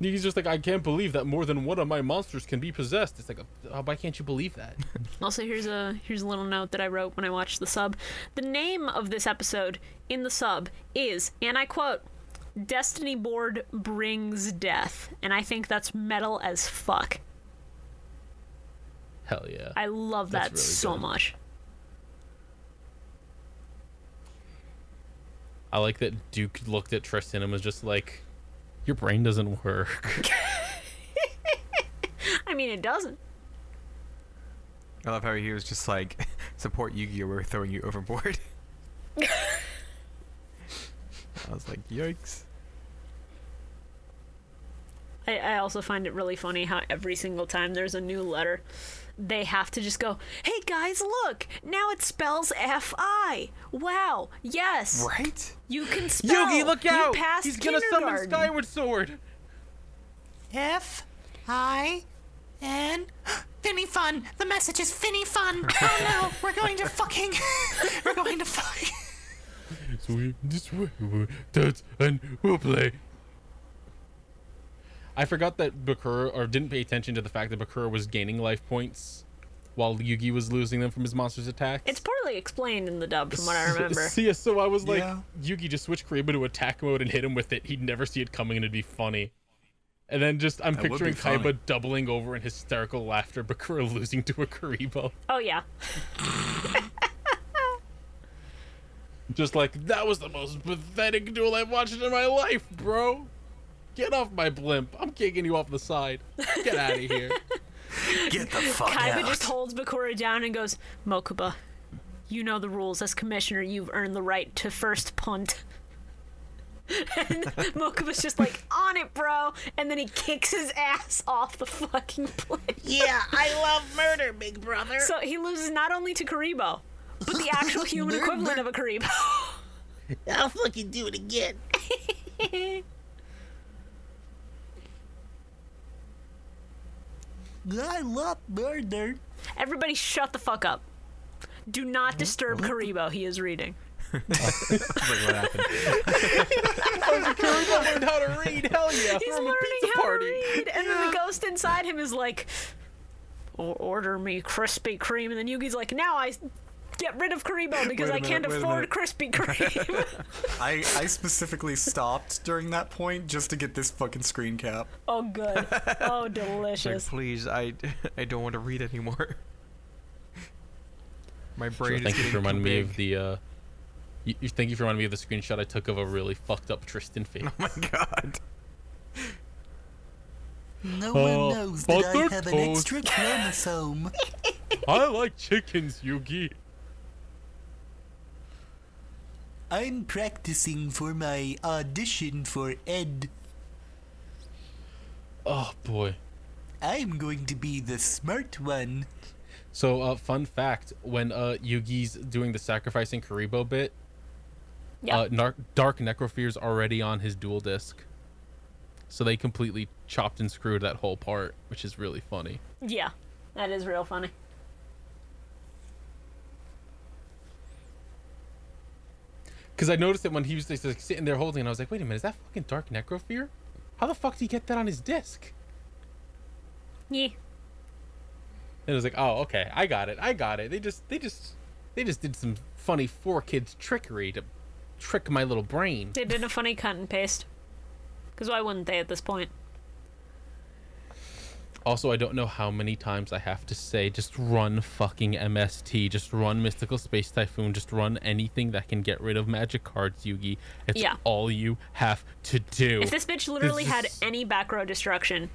D: He's just like, I can't believe that more than one of my monsters can be possessed. It's like, oh, why can't you believe that?
B: Also here's a here's a little note that I wrote when I watched the sub. The name of this episode in the sub is, and I quote, Destiny board brings death, and I think that's metal as fuck.
D: Hell yeah.
B: I love
D: That's
B: that
D: really
B: so
D: good.
B: much.
D: I like that Duke looked at Tristan and was just like, "Your brain doesn't work."
B: I mean, it doesn't.
E: I love how he was just like, support Yu-Gi-Oh! We're throwing you overboard. I was like, yikes.
B: I, I also find it really funny how every single time there's a new letter, they have to just go, hey guys, look, now it spells F I. Wow, yes,
E: Right?
B: you can spell.
D: Yugi, look out!
B: You passed
D: He's gonna summon
B: kindergarten."
D: Skyward Sword.
I: F I N Finny Fun. The message is Finny Fun. Oh no, we're going to fucking. we're going to fuck.
D: Sweep this way, we'll dance and we'll play. I forgot that Bakura, or didn't pay attention to the fact that Bakura was gaining life points while Yugi was losing them from his monster's attacks.
B: It's poorly explained in the dub, from what I remember.
D: See, so I was like,
C: Yeah.
D: Yugi just switched Kariba to attack mode and hit him with it. He'd never see it coming, and it'd be funny. And then just I'm
C: would be
D: picturing Kaiba
C: funny.
D: doubling over in hysterical laughter, Bakura losing to a Kariba.
B: Oh, yeah.
D: Just like, that was the most pathetic duel I've watched in my life, bro. Get off my blimp. I'm kicking you off the side. Get out of here.
C: Get the fuck
B: Kaiba
C: out.
B: just holds Bakura down and goes, Mokuba, you know the rules. As commissioner, you've earned the right to first punt. and Mokuba's just like, on it, bro. And then he kicks his ass off the fucking plane.
H: Yeah, I love murder, big brother.
B: So he loses not only to Karibo, but the actual human equivalent of a Karibo.
H: I'll fucking do it again. I love murder.
B: Everybody shut the fuck up. Do not disturb Karibo. He is reading.
E: I was like, what happened?
D: Kariba learned how to read. Hell yeah.
B: He's
D: Throw him
B: learning
D: a pizza
B: how
D: party.
B: to read, and then the ghost inside him is like, "O- "Order me Krispy Kreme," and then Yugi's like, "Now I s- get rid of Karibo because I
E: minute,
B: can't
E: wait a
B: afford
E: minute."
B: Krispy Kreme."
C: I, I specifically stopped during that point just to get this fucking screen cap.
B: oh, good. Oh,
E: Like,
B: delicious.
E: please, I, I don't want to read anymore. My brain is
D: Thank you
E: getting
D: for reminding
E: too
D: me
E: big.
D: of the. Uh, you, you- thank you for reminding me of the screenshot I took of a really fucked up Tristan face.
E: Oh my god.
I: No
D: Oh, but they're toast.
I: chromosome.
D: I like chickens, Yugi.
I: I'm practicing for my audition for Ed.
D: Oh boy.
I: I'm going to be the smart one.
D: So, uh, fun fact: when uh, Yugi's doing the sacrificing Karibo bit,
B: Yeah.
D: uh, Nar- Dark Necrofear's already on his dual disc, so they completely chopped and screwed that whole part, which is really funny.
B: yeah, that is real funny.
D: Because I noticed it when he was just, like, sitting there holding, it, and I was like, "Wait a minute, is that fucking Dark Necrofear? How the fuck did he get that on his disc?"
B: Yeah.
D: And it was like, "Oh, okay, I got it, I got it. They just, they just, they just did some funny four kids trickery to trick my little brain."
B: They did a funny cut and paste. Because why wouldn't they at this point?
D: Also, I don't know how many times I have to say, just run fucking MST, just run Mystical Space Typhoon, just run anything that can get rid of magic cards, Yugi. It's
B: Yeah.
D: all you have to do.
B: If this bitch literally had
D: is-
B: any back row destruction,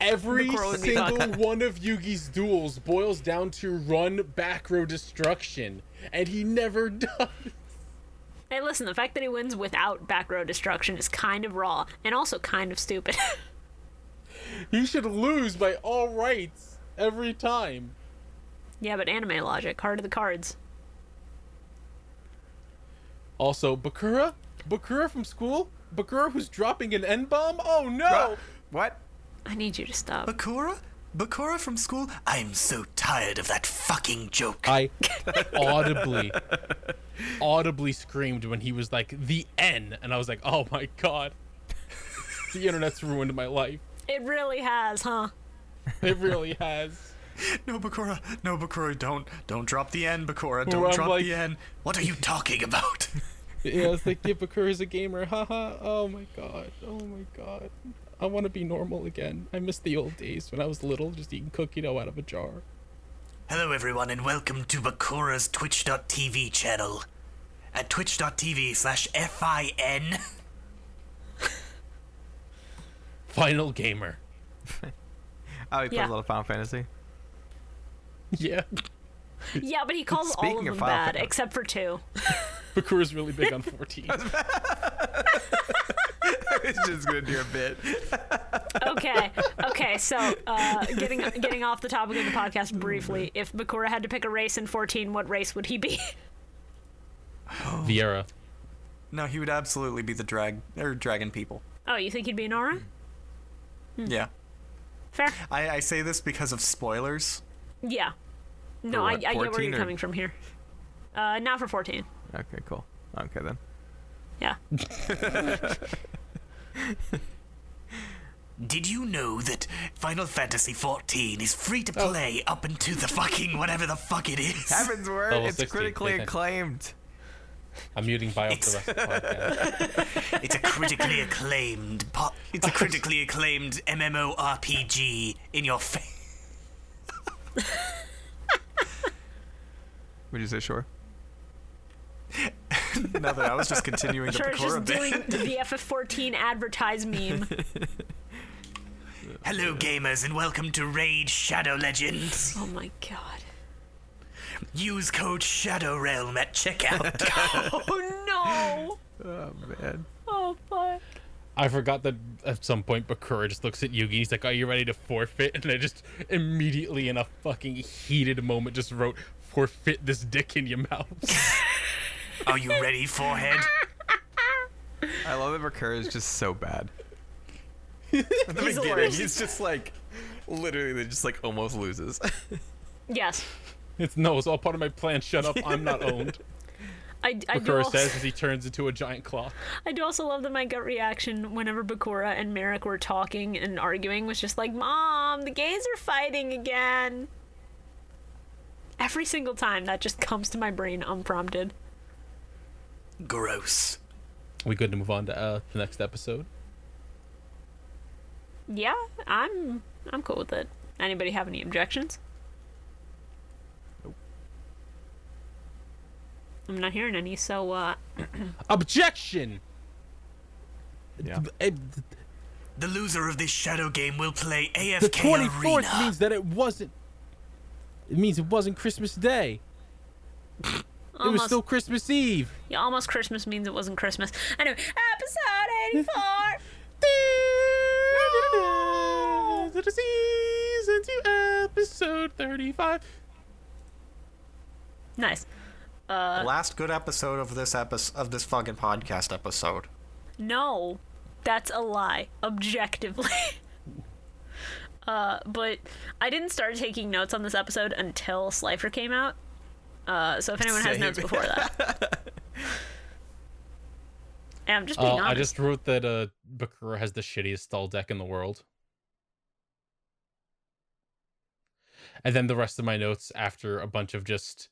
D: Every
B: the Corley
D: single one of Yugi's duels boils down to run back row destruction, and he never does.
B: hey, listen, the fact that he wins without back row destruction is kind of raw and also kind of stupid.
D: He should lose by all rights every time.
B: yeah, but anime logic, heart of the cards.
D: Also, Bakura? Bakura from school? Bakura who's dropping an N bomb? Oh no!
E: What?
B: I need you to stop.
C: Bakura? Bakura from school? I'm so tired of that fucking joke.
D: I audibly, audibly screamed when he was like the N, and I was like, "Oh my god, the internet's ruined my life.
B: It really has, huh?
D: It really has."
C: No, Bakura. No, Bakura, don't. Don't drop the N, Bakura. Don't
D: I'm
C: drop
D: like-
C: the N. What are you talking about?
D: Yeah, it's like Dipakur is a gamer. Haha. Oh my god. Oh my god. I want to be normal again. I miss the old days when I was little, just eating cookie dough out of a jar.
C: Hello, everyone, and welcome to Bakura's Twitch.tv channel. At twitch.tv slash FIN.
D: Final gamer.
E: Oh, he plays
B: Yeah.
E: a lot of Final Fantasy.
D: Yeah.
B: Yeah, but he calls all of
E: Speaking of
B: them
E: Final
B: bad
E: Fantasy-
B: except for two.
D: Bakura's really big on 14.
E: It's just gonna do a bit.
B: Okay, okay. So, uh, getting getting off the topic of the
E: Oh,
B: podcast briefly, if Bakura had to pick a race in 14, what race would he be?
D: Viera.
C: No, he would absolutely be the drag or dragon people.
B: Oh, you think he'd be an Aura?
C: Yeah.
B: Fair.
C: I, I say this because of spoilers.
B: Yeah. No,
E: For
B: I, I
E: what,
B: get where
E: 14
B: you're
E: or-
B: coming from here. Uh, not for 14.
E: Okay, cool. Okay then.
B: Yeah.
C: Did you know that Final Fantasy XIV is free to play up until the fucking whatever the fuck it is?
E: Heaven's word,
D: Level
E: it's
D: 16,
E: critically
D: okay.
E: acclaimed.
D: I'm muting bio for the rest of the podcast.
C: It's a critically acclaimed po- It's a critically acclaimed MMORPG in your face.
E: Would you say sure?
C: Nothing. I was just continuing
B: Sure, it's just doing the FF14 advertise meme.
C: Hello, gamers, and welcome to Raid Shadow Legends.
B: Oh my god.
C: Use code Shadow Realm at checkout.
B: Oh no!
E: Oh man.
B: Oh fuck.
D: I forgot that at some point Bakura just looks at Yugi and he's like, Are you ready to forfeit? And I just immediately in a fucking heated moment just wrote, Forfeit this dick in your mouth.
C: Are you ready, forehead?
E: I love that Mercur is just so bad. At the
B: He's the
E: beginning,
B: worst.
E: he's just like literally just like almost loses.
B: Yes.
D: it's no, it's all part of my plan. Shut up, I'm not owned.
B: I, I, do
D: Bakura
B: also,
D: says as he turns into a giant clock.
B: I do also love that my gut reaction whenever Bakura and Merrick were talking and arguing was just like, Mom, the gays are fighting again. Every single time that just comes to my brain unprompted.
C: Gross.
D: We good to move on to uh, the next episode?
B: Yeah, I'm I'm cool with it. Anybody have any objections? I'm not hearing any, so uh
D: Objection!
E: yeah.
D: Eh,
C: The loser of this shadow game will play AFK
D: The twenty fourth
C: Arena.
D: means that it wasn't. It means it wasn't Christmas Day. It was
B: almost
D: still Christmas Eve.
B: yeah, almost Christmas means it wasn't Christmas. Anyway, episode eighty four
D: To the season two, episode thirty five.
B: Nice. Uh,
C: Last good episode of this episode of this fucking podcast episode.
B: No, that's a lie, objectively. uh, but I didn't start taking notes on this episode until Slifer came out. Uh, so if anyone has notes before that. And I'm just being
D: Uh,
B: honest.
D: I just wrote that uh, Bakura has the shittiest stall deck in the world. And then the rest of my notes after a bunch of just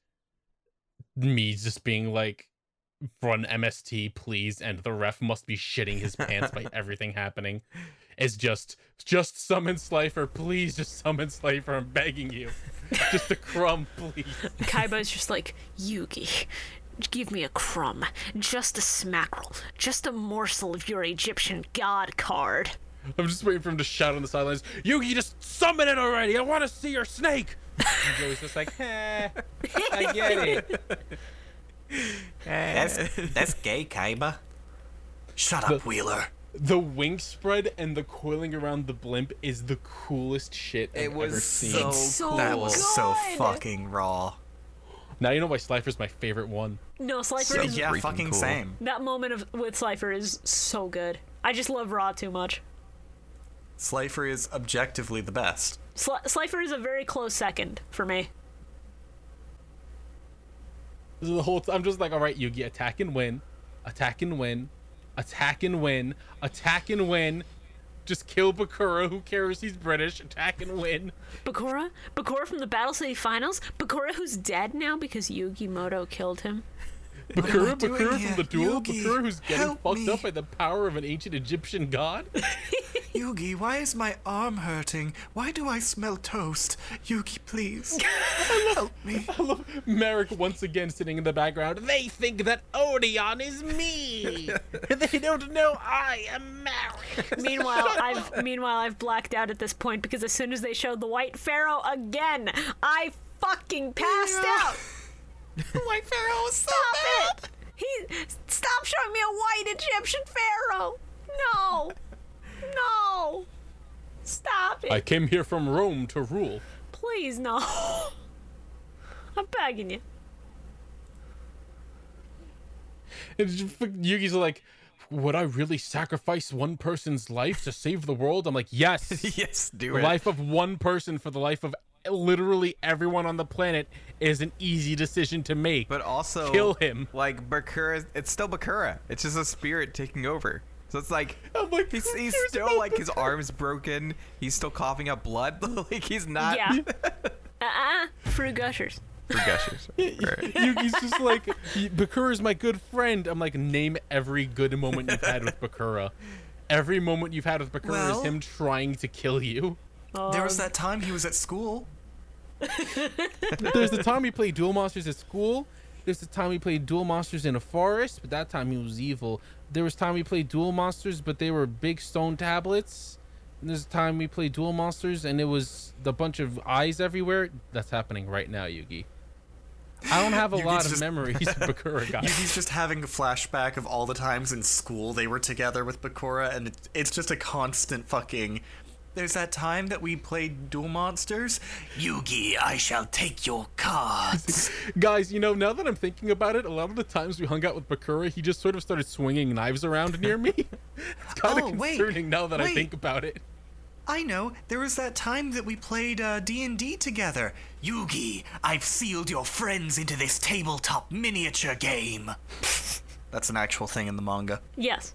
D: me just being like, run MST, please, and the ref must be shitting his pants by everything happening. Is just, just summon Slifer, please, just summon Slifer, I'm begging you. Just a crumb, please.
B: Kaiba's just like, Yugi, give me a crumb, just a smackerel, just a morsel of your Egyptian god card.
D: I'm just waiting for him to shout on the sidelines, Yugi, just summon it already! I want to see your snake! And Joey's just like, eh, I get it.
C: That's that's gay, Kaiba. Shut up, Wheeler.
D: The wing spread and the coiling around the blimp is the coolest shit I've ever seen.
B: so
C: That was so
B: good.
C: fucking raw.
D: Now you know why Slifer's my favorite one.
B: No, Slifer
E: So
B: is
C: Yeah,
E: freaking
C: fucking
E: cool.
C: same.
B: That moment of with Slifer is so good. I just love Raw too much.
C: Slifer is objectively the best.
B: Sli- Slifer is a very close second for me.
D: The whole time, I'm just like, all right, Yugi, attack and win, attack and win, attack and win, attack and win. Just kill Bakura. Who cares? He's British. Attack and win.
B: Bakura, Bakura from the Battle City Finals, Bakura who's dead now because Yugi Moto killed him.
D: Bakura,
G: doing
D: Bakura
G: here?
D: from the duel,
G: Yugi,
D: Bakura who's getting
G: help
D: fucked
G: me.
D: up by the power of an ancient Egyptian god.
G: Yugi, why is my arm hurting? Why do I smell toast? Yugi, please.
B: Oh,
G: Help me.
D: Merrick once again sitting in the background.
F: They think that Odeon is me. they don't know I am Merrick.
B: Meanwhile, I've meanwhile I've blacked out at this point because as soon as they showed the white pharaoh again, I fucking passed out.
I: White Pharaoh is so
B: Stop
I: bad.
B: it! He stop showing me a white Egyptian pharaoh. No, no, stop it!
D: I came here from Rome to rule.
B: Please no. I'm begging you.
D: And just fuck- Yugi's like, would I really sacrifice one person's life to save the world? I'm like, yes.
E: yes, do
D: the
E: it.
D: life of one person for the life of literally everyone on the planet is an easy decision to make.
E: But also
D: Kill him.
E: Like Bakura, it's still Bakura. It's just a spirit taking over. So it's like
D: I'm like,
E: he's,
D: who
E: he's
D: cares
E: still
D: about
E: like his arms broken. He's still coughing up blood. like he's not.
B: Yeah. Uh-uh. Fruit gushers.
E: For gushers. Alright.
D: Yugi's just like, Bakura's my good friend. I'm like, name every good moment you've had with Bakura. Every moment you've had with Bakura
G: Well-
D: is him trying to kill you.
G: There was that time he was at school.
D: There's the time we played Duel Monsters at school. There's the time we played Duel Monsters in a forest, but that time he was evil. There was time we played Duel Monsters, but they were big stone tablets. And there's the time we played Duel Monsters, and it was the bunch of eyes everywhere. That's happening right now, Yugi. I don't have a
C: Yugi's
D: lot of
C: just-
D: memories of Bakura, guys.
C: Yugi's just having a flashback of all the times in school they were together with Bakura, and it, it's just a constant fucking. There's that time that we played Duel Monsters. Yugi, I shall take your cards.
D: Guys, you know, now that I'm thinking about it, a lot of the times we hung out with Bakura, he just sort of started swinging knives around near me. it's kind of
G: Oh, wait,
D: concerning now that I
G: wait.
D: think about it.
G: I know. There was that time that we played uh, D&D together.
C: Yugi, I've sealed your friends into this tabletop miniature game. That's an actual thing in the manga.
B: Yes.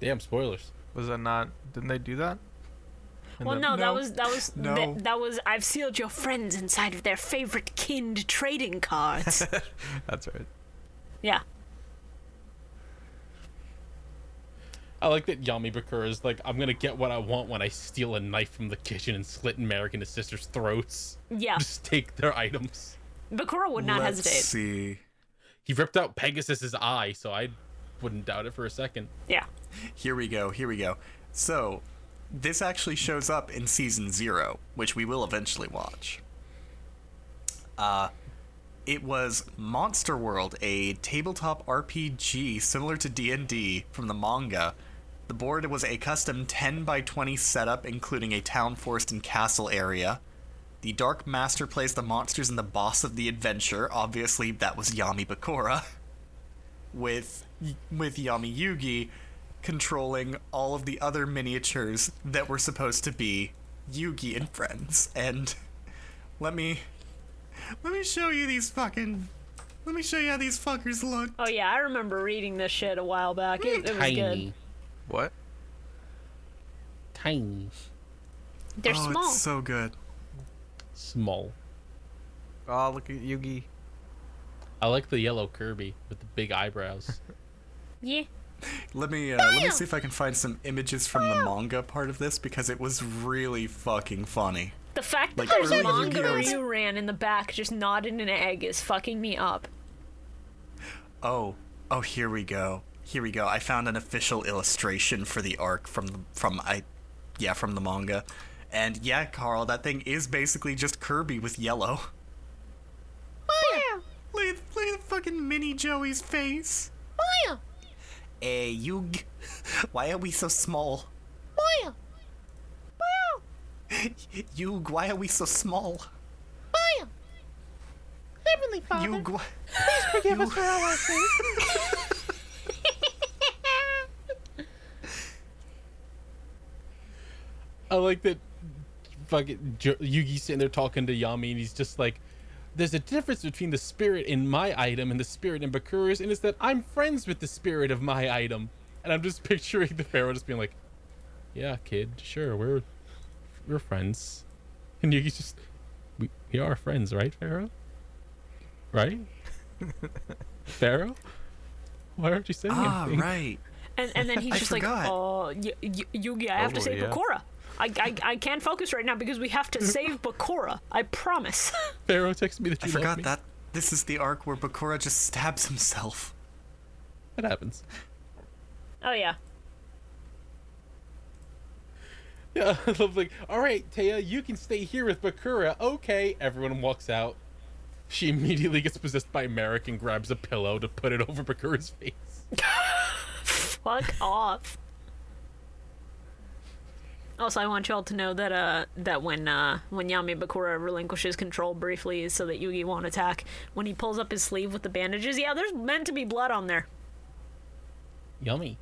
D: Damn, spoilers.
E: Was that not? Didn't they do that? And
B: Well,
E: then-
B: no, that was that was
C: No.
B: that, that was. I've sealed your friends inside of their favorite kind trading cards.
E: That's right.
B: yeah.
D: I like that Yami Bakura is like, I'm gonna get what I want when I steal a knife from the kitchen and slit Merrick and his sister's throats.
B: Yeah.
D: Just take their items.
B: Bakura would not
C: Let's
B: hesitate.
C: see.
D: He ripped out Pegasus's eye, so I wouldn't doubt it for a second.
B: Yeah.
C: Here we go. Here we go. So, this actually shows up in season zero, which we will eventually watch. Uh, it was Monster World, a tabletop RPG similar to D and D from the manga. The board was a custom 10 by 20 setup, including a town, forest, and castle area. The Dark Master plays the monsters and the boss of the adventure. Obviously, that was Yami Bakura with with Yami Yugi controlling all of the other miniatures that were supposed to be Yugi and friends. And let me let me show you these fucking let me show you how these fuckers look.
B: Oh yeah, I remember reading this shit a while back. It, it was good.
D: Tiny.
E: What?
D: Tiny.
B: They're
C: oh,
B: small.
C: it's so good.
D: Small.
E: Oh, look at Yugi.
D: I like the yellow Kirby with the big eyebrows.
B: yeah.
C: Let me uh, let me see if I can find some images from the manga part of this because it was really fucking funny.
B: The fact that
C: Like,
B: there's
C: early
B: a manga
C: Yu-Gi-Ohs.
B: you ran in the back just nodding an egg is fucking me up.
C: Oh, oh, here we go. Here we go. I found an official illustration for the arc from the, from I, yeah, from the manga, and yeah, Carl, that thing is basically just Kirby with yellow. Look at, look at the fucking mini Joey's face. Eh, Yug, why are we so small? Yug, why are we so small?
I: Heavenly Father,
C: Yug, why?
I: forgive us for our sins.
D: I like that fucking jo- Yugi's sitting there talking to Yami, and he's just like, "There's a difference between the spirit in my item and the spirit in Bakura's, and it's that I'm friends with the spirit of my item." And I'm just picturing the Pharaoh just being like, "Yeah, kid, sure, we're we're friends," and Yugi's just, "We we are friends, right, Pharaoh? Right?" Pharaoh? Why aren't you saying
G: Ah,
D: anything?
G: right.
B: And, and then he's
G: I
B: just like,
G: forgot.
B: oh, y- y- Yugi, I have
E: Oh,
B: to save
E: yeah.
B: Bakura. I, I, I can't focus right now because we have to save Bakura. I promise.
D: Pharaoh texted me that
G: I
D: you love
G: forgot
D: me.
G: that. This is the arc where Bakura just stabs himself.
D: That happens.
B: oh, yeah.
D: Yeah, I love like, all right, Taya, you can stay here with Bakura. Okay. Everyone walks out. She immediately gets possessed by Merrick and grabs a pillow to put it over Bakura's face.
B: Fuck off. Also, I want y'all to know that uh that when uh when Yami Bakura relinquishes control briefly so that Yugi won't attack, when he pulls up his sleeve with the bandages, yeah, there's meant to be blood on there
D: Yummy.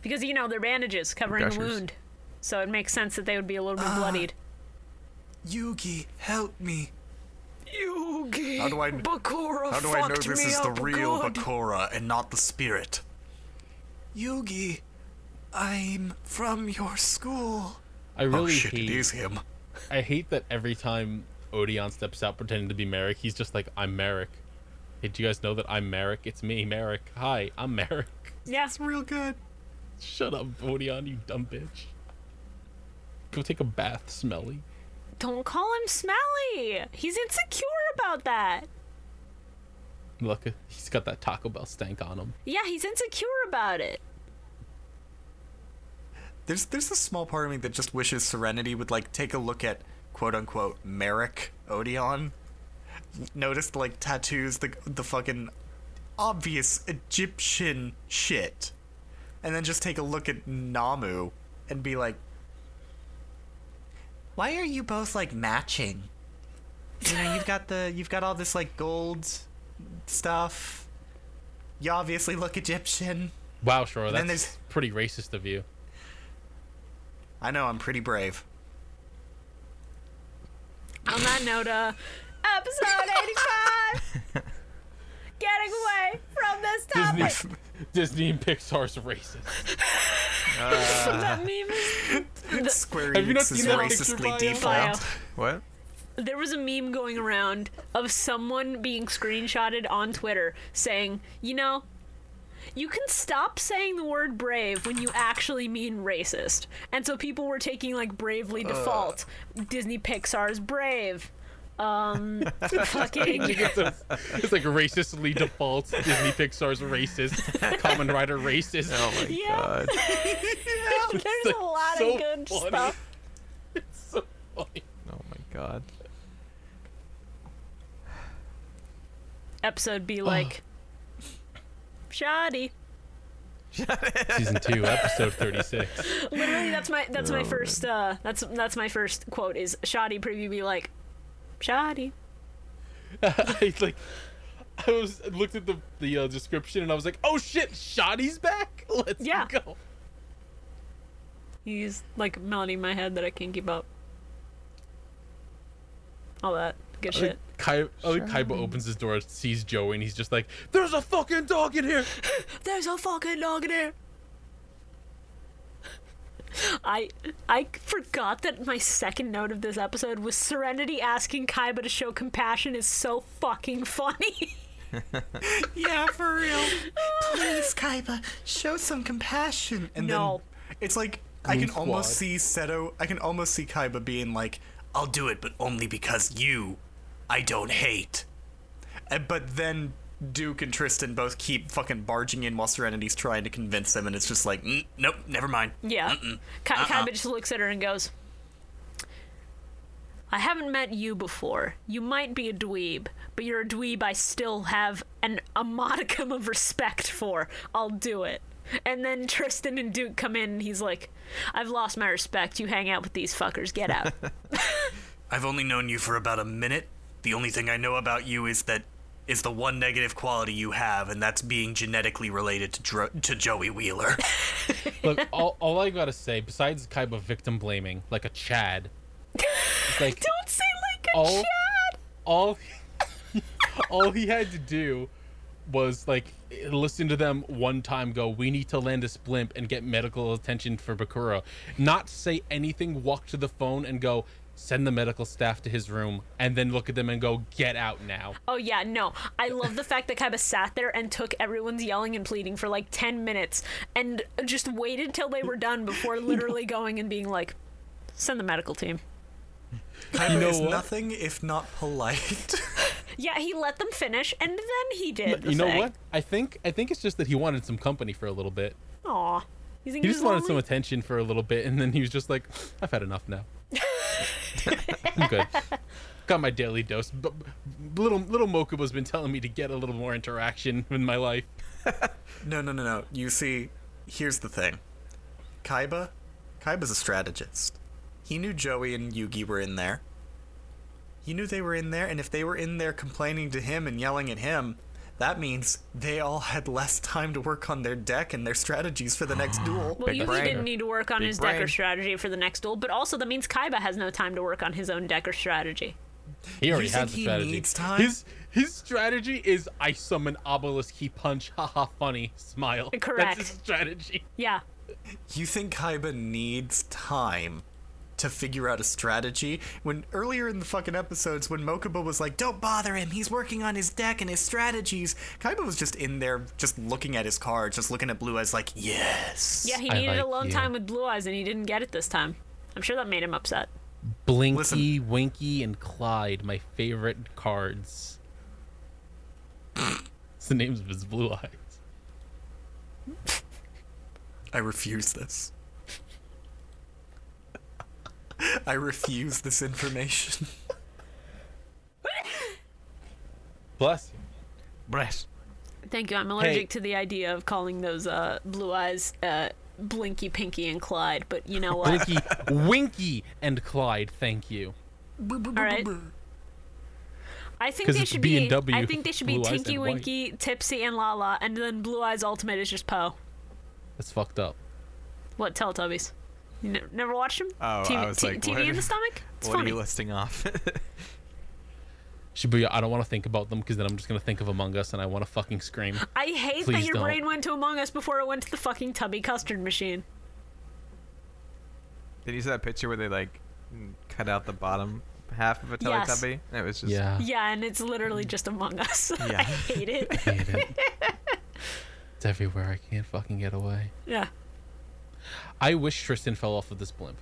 B: because you know they're bandages covering the
E: Gushers.
B: wound, so it makes sense that they would be a little bit bloodied.
G: Yugi, help me.
B: Yugi,
C: How do I-
B: Bakura
C: How do I know this is the real Bakura and not the spirit?
G: Yugi, I'm from your school.
D: I really
C: oh shit,
D: hate
C: it is him.
D: I hate that every time Odeon steps out pretending to be Merrick, he's just like, I'm Merrick. Hey, do you guys know that I'm Merrick? It's me, Merrick. Hi, I'm Merrick.
B: Yeah,
G: Real good.
D: Shut up, Odeon, you dumb bitch. Go take a bath, Smelly.
B: don't call him Smelly. He's insecure about that.
D: Look, he's got that Taco Bell stank on him.
B: Yeah, he's insecure about it.
C: There's there's a small part of me that just wishes Serenity would like take a look at quote unquote Merrick Odeon. Notice like tattoos the the fucking obvious Egyptian shit, and then just take a look at Namu and be like, why are you both like matching? You know you've got the you've got all this like gold stuff. You obviously look Egyptian.
D: Wow, Shoro,
C: then
D: that's
C: there's-
D: pretty racist of you.
C: I know I'm pretty brave.
B: On that note, uh, episode 85! Getting away from this topic!
D: Disney, Disney and Pixar's racist. Uh.
B: That meme is-
C: Square
D: Have you not
C: Enix is
D: seen that picture
C: racistly
D: bio?
B: Bio.
C: default.
E: What?
B: There was a meme going around of someone being screenshotted on Twitter saying, you know, you can stop saying the word brave when you actually mean racist. And so people were taking like bravely
D: Uh.
B: default. Disney Pixar's brave. Um, fucking.
D: It's like racistly default Disney Pixar's racist, Common Rider racist.
E: Oh my
B: Yeah.
E: god.
B: There's a lot
D: so
B: of good
D: funny.
B: stuff.
D: It's so funny.
E: Oh my god.
B: episode be like, shoddy.
D: Season two, episode thirty-six.
B: Literally, that's my that's my first uh that's that's my first quote is shoddy preview be like, shoddy.
D: I like, I was I looked at the the uh, description and I was like, oh shit, Shoddy's back. Let's
B: Yeah.
D: go.
B: He's like melody in my head that I can't keep up. All that good
D: I
B: shit.
D: think Kai, I think Kaiba opens his door, sees Joey, and he's just like, "There's a fucking dog in here."
B: There's a fucking dog in here. I I forgot that my second note of this episode was Serenity asking Kaiba to show compassion is so fucking funny.
G: Yeah, for real. Please, Kaiba, show some compassion. And
B: No.
G: then it's like I can
D: Squad.
C: almost see Seto. I can almost see Kaiba being like, "I'll do it, but only because you, I don't hate." And, but then Duke and Tristan both keep fucking barging in while Serenity's trying to convince them, and it's just like, "Mm, "Nope, never mind."
B: Yeah. Ki
C: Uh-uh.
B: Kaiba just looks at her and goes, I haven't met you before. You might be a dweeb, but you're a dweeb I still have an, a modicum of respect for. I'll do it. And then Tristan and Duke come in and he's like, I've lost my respect. You hang out with these fuckers. Get out.
C: I've only known you for about a minute. The only thing I know about you is that is the one negative quality you have, and that's being genetically related to Dro- to Joey Wheeler.
D: Look, all, all I gotta say, besides Kaiba victim blaming like a Chad, it's like
B: Don't say like a
D: Oh.
B: Chad.
D: all all he had to do was like listen to them one time go we need to land this blimp and get medical attention for bakura not say anything walk to the phone and go send the medical staff to his room, and then look at them and go, get out now.
B: Oh yeah, no. I love the fact that Kaiba sat there and took everyone's yelling and pleading for like 10 minutes and just waited till they were done before literally going and being like send the medical team.
G: Kaiba
D: know
G: is
D: what?
G: nothing if not polite.
B: Yeah, he let them finish and then he did.
D: You know what? I think I think it's just that he wanted some company for a little bit.
B: Aw. You think
D: He just
B: he's
D: wanted some
B: lonely?
D: attention for a little bit, and then he was just like, "I've had enough now. I'm good. Got my daily dose. But little little Mokuba's been telling me to get a little more interaction in my life.
G: No, no, no, no. You see, here's the thing. Kaiba, Kaiba's a strategist. He knew Joey and Yugi were in there. He knew they were in there, and if they were in there complaining to him and yelling at him, that means they all had less time to work on their deck and their strategies for the next duel.
B: Well,
E: Big
B: Yugi
E: brain.
B: didn't need to work on
E: Big
B: his decker
E: brain.
B: strategy for the next duel, but also that means Kaiba has no time to work on his own decker strategy.
D: He already
G: think
D: has the
G: he
D: strategy.
G: needs time?
D: His his strategy is I summon obelisk, he punch, haha, funny, smile.
B: Correct.
D: That's his strategy.
B: Yeah.
G: You think Kaiba needs time to figure out a strategy when earlier in the fucking episodes when Mokuba was like, "Don't bother him. He's working on his deck and his strategies." Kaiba was just in there just looking at his cards, just looking at Blue Eyes like, "Yes."
B: Yeah, he
D: I
B: needed
D: like
B: alone
D: you.
B: time with Blue Eyes and he didn't get it this time. I'm sure that made him upset.
D: Blinky,
G: Listen.
D: Winky, and Clyde, my favorite cards. it's the names of his blue eyes.
G: I refuse this. I refuse this information.
D: Bless you.
E: Breast.
B: Thank you. I'm allergic to the idea of calling those uh, blue eyes uh, Blinky, Pinky, and Clyde, but you know what?
D: Blinky, Winky, and Clyde, thank you.
B: All right. I think
D: 'Cause
B: they
D: it's
B: should be.
D: B&W,
B: I think they should be
D: Blue Eyes
B: Tinky
D: and White.
B: Winky, Tipsy, and Lala, and then Blue Eyes Ultimate is just Poe.
D: That's fucked up.
B: What Teletubbies? You ne- never watched them?
E: Oh,
B: TV,
E: I was
B: T-
E: like,
B: TV
E: what-
B: in the stomach. It's
E: what are
B: funny.
E: you listing off?
D: Shibuya, I don't want to think about them because then I'm just gonna think of Among Us and I want to fucking scream.
B: I hate that
D: Please
B: your
D: don't.
B: brain went to Among Us before it went to the fucking tubby custard machine.
E: Did you see that picture where they like cut out the bottom half of a
B: Yes.
E: Teletubby? It was just
B: Yeah, and it's literally just Among Us. I
E: Uh. Yeah.
B: hate it.
D: I hate it. it's everywhere. I can't fucking get away.
B: Yeah.
D: I wish Tristan fell off of this blimp.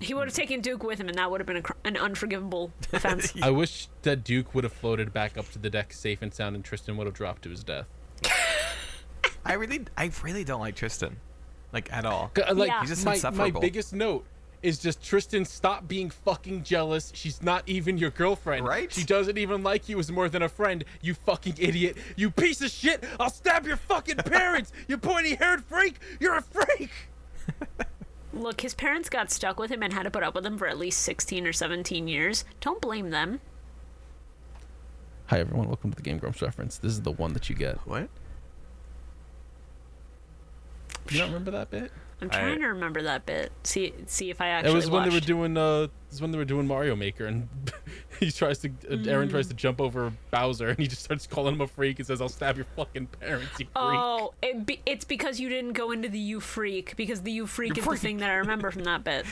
B: He would have taken Duke with him, and that would have been a cr- an unforgivable offense.
D: I wish that Duke would have floated back up to the deck safe and sound, and Tristan would have dropped to his death.
E: I really, I really don't like Tristan, like at all.
D: G- uh, Like
B: Yeah. He's
E: just
D: my, my
E: insufferable.
D: biggest note is just Tristan, stop being fucking jealous. She's not even your girlfriend.
E: Right?
D: She doesn't even like you as more than a friend. You fucking idiot. You piece of shit. I'll stab your fucking parents. you pointy haired freak. You're a freak.
B: Look, his parents got stuck with him and had to put up with him for at least 16 or 17 years. Don't blame them.
D: Hi everyone. Welcome to the Game Grumps reference. This is the one that you get.
E: What?
D: You don't remember that bit?
B: I'm trying
E: I-
B: to remember that bit. See see if I
D: It
B: actually
D: was when they were
B: watched.
D: doing uh, it was when they were doing Mario Maker, and he tries to uh, Aaron
B: Mm.
D: tries to jump over Bowser, and he just starts calling him a freak and says, "I'll stab your fucking parents, you freak."
B: Oh, it be, it's because you didn't go into the you freak because the you freak is the thing that I remember from that bit.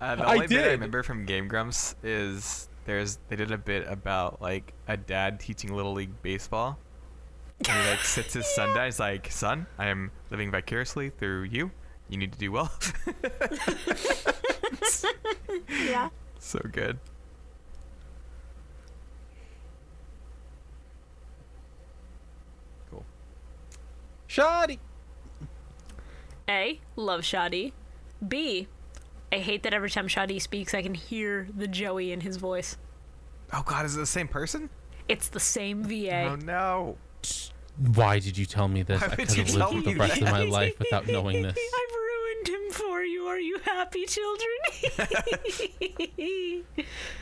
E: Uh, the
D: I
E: only bit I
D: did.
E: remember from Game Grumps is there's they did a bit about like a dad teaching little league baseball. And he like sits his son down. He's like, "Son, I am living vicariously through you. You need to do well."
B: Yeah.
E: so good. Cool.
D: Shoddy.
B: A. Love Shadi. B. I hate that every time Shadi speaks, I can hear the Joey in his voice.
E: Oh God, is it the same person?
B: It's the same VA.
E: Oh no.
D: Why did you tell me this?
E: Why
D: I
E: would
D: could have
E: you tell
D: lived the
E: me
D: rest of
E: that?
D: my life without knowing this.
B: I've ruined him for you. Are you happy, children?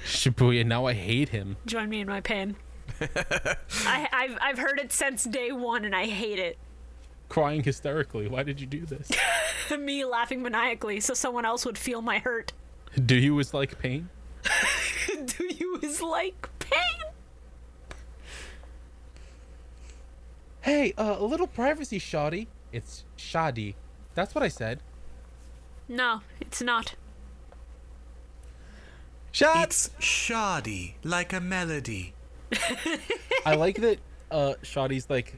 D: Shibuya, now I hate him.
B: Join me in my pain. I, I've I've heard it since day one, and I hate it.
D: Crying hysterically. Why did you do this?
B: Me laughing maniacally, so someone else would feel my hurt.
D: do you is like pain?
B: Do you is like pain?
D: Hey, uh, a little privacy, Shoddy. It's Shoddy. That's what I said.
B: No, it's not.
J: Shots.
C: It's shoddy like a melody.
D: I like that uh Shoddy's like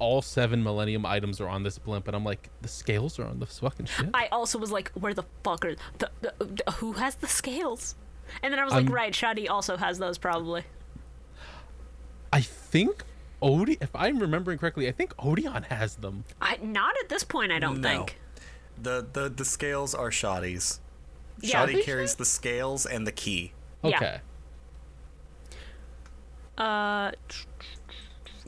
D: all seven Millennium items are on this blimp, and I'm like, the scales are on this fucking ship.
B: I also was like, where the fuck are the, the, the- who has the scales? And then I was
C: Um,
B: like,
D: I'm-
B: right, Shoddy also has those probably.
D: I think Odi, if I'm remembering correctly, I think Odeon has them.
B: I not at this point. I don't
C: No.
B: think.
C: The the the scales are shoddies.
B: Yeah.
C: Shoddy carries the scales and the key.
B: Yeah.
D: Okay.
B: Uh,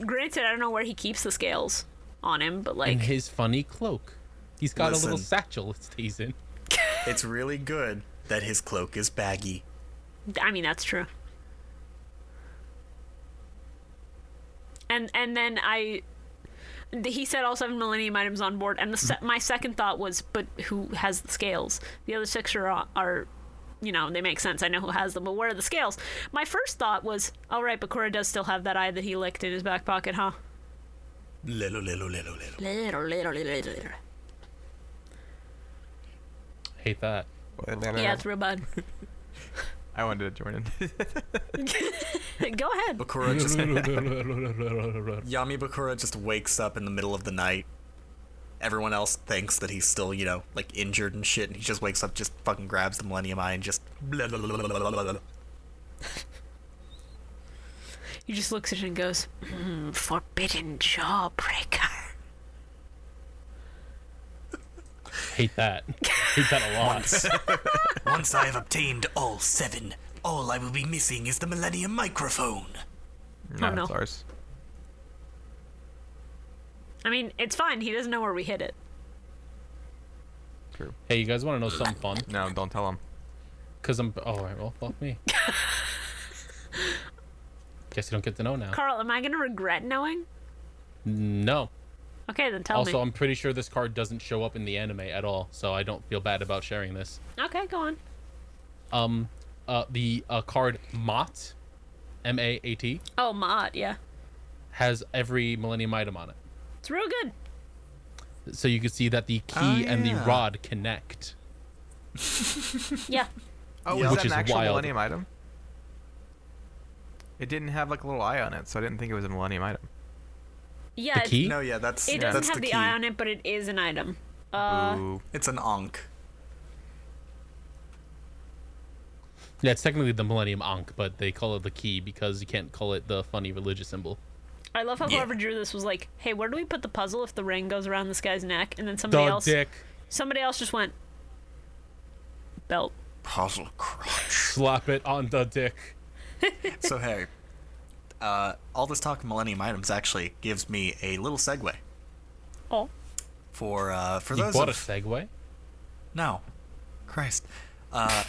B: granted, I don't know where he keeps the scales on him, but
D: And
B: like,
D: his funny cloak. He's got a little
C: Listen.
D: satchel it stays in.
C: It's really good that his cloak is baggy.
B: I mean, that's true. And and then I, he said all seven Millennium items on board, and the se- my second thought was, but who has the scales? The other six are are, you know, they make sense. I know who has them, but where are the scales? My first thought was, all right, but Cora does still have that eye that he licked in his back pocket, huh?
C: Little little little little.
B: Little, little, little, little.
D: Hate that.
B: Yeah, it's real bad.
E: I wanted to join in.
B: Go ahead.
C: Bakura just Yami Bakura just wakes up in the middle of the night. Everyone else thinks that he's still, you know, like injured and shit, and he just wakes up, just fucking grabs the Millennium Eye and just. blah, blah, blah, blah, blah, blah, blah, blah.
B: He just looks at it and goes, "Hmm, "Forbidden jawbreaker."
D: Hate that. Hate that a lot.
C: Once I have obtained all seven, all I will be missing is the Millennium Microphone.
D: Oh,
E: no,
B: no.
E: it's ours.
B: I mean, it's fine. He doesn't know where we hit it.
E: True.
D: Hey, you guys want to know something fun?
E: No, don't tell him.
D: Because I'm. oh, All right, well, fuck me. Guess you don't get to know now.
B: Carl, am I gonna regret knowing?
D: No.
B: Okay, then tell
D: Also,
B: me.
D: I'm pretty sure this card doesn't show up in the anime at all, so I don't feel bad about sharing this.
B: Okay, go on.
D: Um, uh, the uh, card Mott, M A A T,
B: Oh, Mott, yeah,
D: has every Millennium item on it.
B: it's real good.
D: So you can see that the key
C: Oh,
D: and the
C: yeah.
D: rod connect.
B: Yeah,
E: Oh,
C: Yeah.
E: is
D: Which
E: that
D: is
E: an actual
D: wild.
E: Millennium item? It didn't have like a little eye on it, so I didn't think it was a Millennium item.
B: yeah.
D: The
B: it's-
D: key?
C: No, yeah, that's
B: It
C: that's
B: doesn't have
C: the
B: the,
C: key.
B: eye on it, but it is an item. Uh,
E: Ooh.
C: It's an onk.
D: Yeah, it's technically the Millennium Ankh, but they call it the key because you can't call it the funny religious symbol.
B: I love how whoever drew this was like, "Hey, where do we put the puzzle if the ring goes around this guy's neck?" And then somebody
D: The
B: else,
D: dick
B: somebody else just went, "Belt."
C: Puzzle crunch.
D: slap it on the dick.
C: so hey, uh, all this talk of Millennium items actually gives me a little segue
B: Oh,
C: for uh, for
D: You
C: those
D: bought a
C: of,
D: Segway?
C: No, Christ. Uh,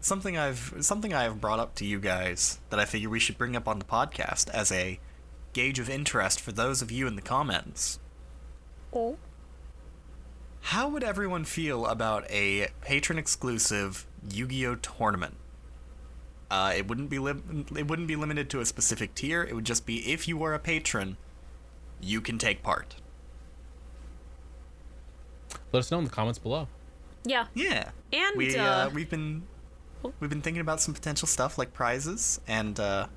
C: something I've something I have brought up to you guys that I figure we should bring up on the podcast as a gauge of interest for those of you in the comments.
B: oh.
C: How would everyone feel about a patron exclusive Yu-Gi-Oh tournament? Uh, it wouldn't be lim- it wouldn't be limited to a specific tier. It would just be if you are a patron, you can take part.
D: Let us know in the comments below.
B: Yeah,
C: Yeah.
B: And,
C: we
B: uh, Oh.
C: we've been we've been thinking about some potential stuff like prizes, and uh,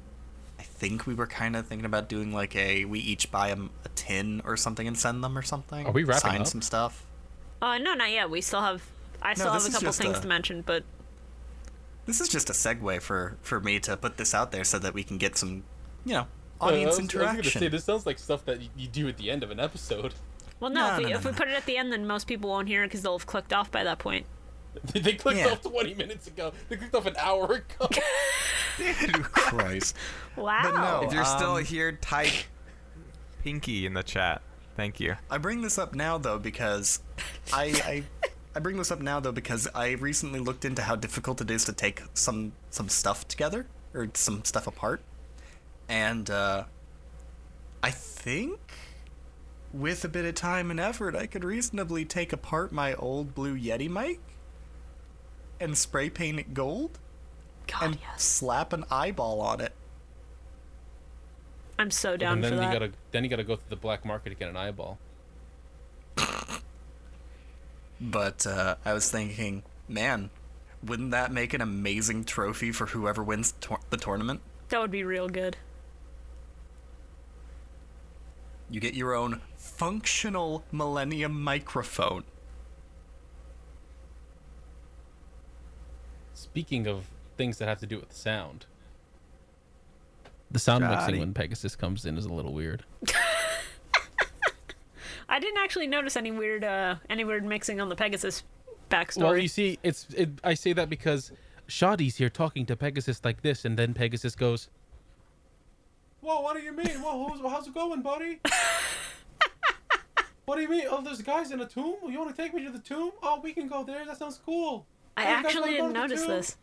C: I think we were kind of thinking about doing like a we each buy 'em a tin or something and send them or something.
D: Are we wrapping
C: Sign
D: up?
C: some stuff.
B: Uh, no, not yet. We still have. I still have
C: this
B: a
C: is
B: couple
C: just
B: things
C: a-
B: to mention, but
C: This is just a segue for for me to put this out there so that we can get some, you know, audience interaction.
D: this sounds like stuff that you do at the end of an episode.
B: well, no.
C: No,
B: if we,
C: no, no,
B: if
C: no,
B: we
C: no.
B: put it at the end, then most people won't hear it because they'll have clicked off by that point.
D: they clicked
C: Yeah. off
D: 20 minutes ago. They clicked off an hour ago.
C: Christ.
B: Wow.
C: no.
E: If you're still
C: Um,
E: here, type Pinky in the chat. Thank you.
C: I bring this up now though because I, I I bring this up now though because I recently looked into how difficult it is to take some some stuff together or some stuff apart, and uh, I think with a bit of time and effort, I could reasonably take apart my old blue Yeti mic and spray paint it gold
B: God,
C: and
B: yes.
C: slap an eyeball on it.
B: I'm so down
D: and then
B: for
D: you
B: that.
D: gotta then you gotta go through the black market to get an eyeball.
C: But uh, I was thinking, man, Wouldn't that make an amazing trophy for whoever wins tor- the tournament?
B: That would be real good.
C: You get your own functional Millennium microphone.
D: Speaking of things that have to do with sound, the sound mixing
C: Johnny.
D: when Pegasus comes in is a little weird.
B: I didn't actually notice any weird uh any weird mixing on the Pegasus backstory.
D: Well, you see, it's it, I say that because Shoddy's here talking to Pegasus like this, and then Pegasus goes, "Well, what do you mean? Well, who's, how's it going, buddy? what do you mean? Oh, there's guys in a tomb. You want to take me to the tomb? Oh, we can go there. That sounds cool."
B: I
D: Oh, you guys
B: actually
D: wanna go
B: didn't
D: to the
B: notice
D: tomb?
B: this.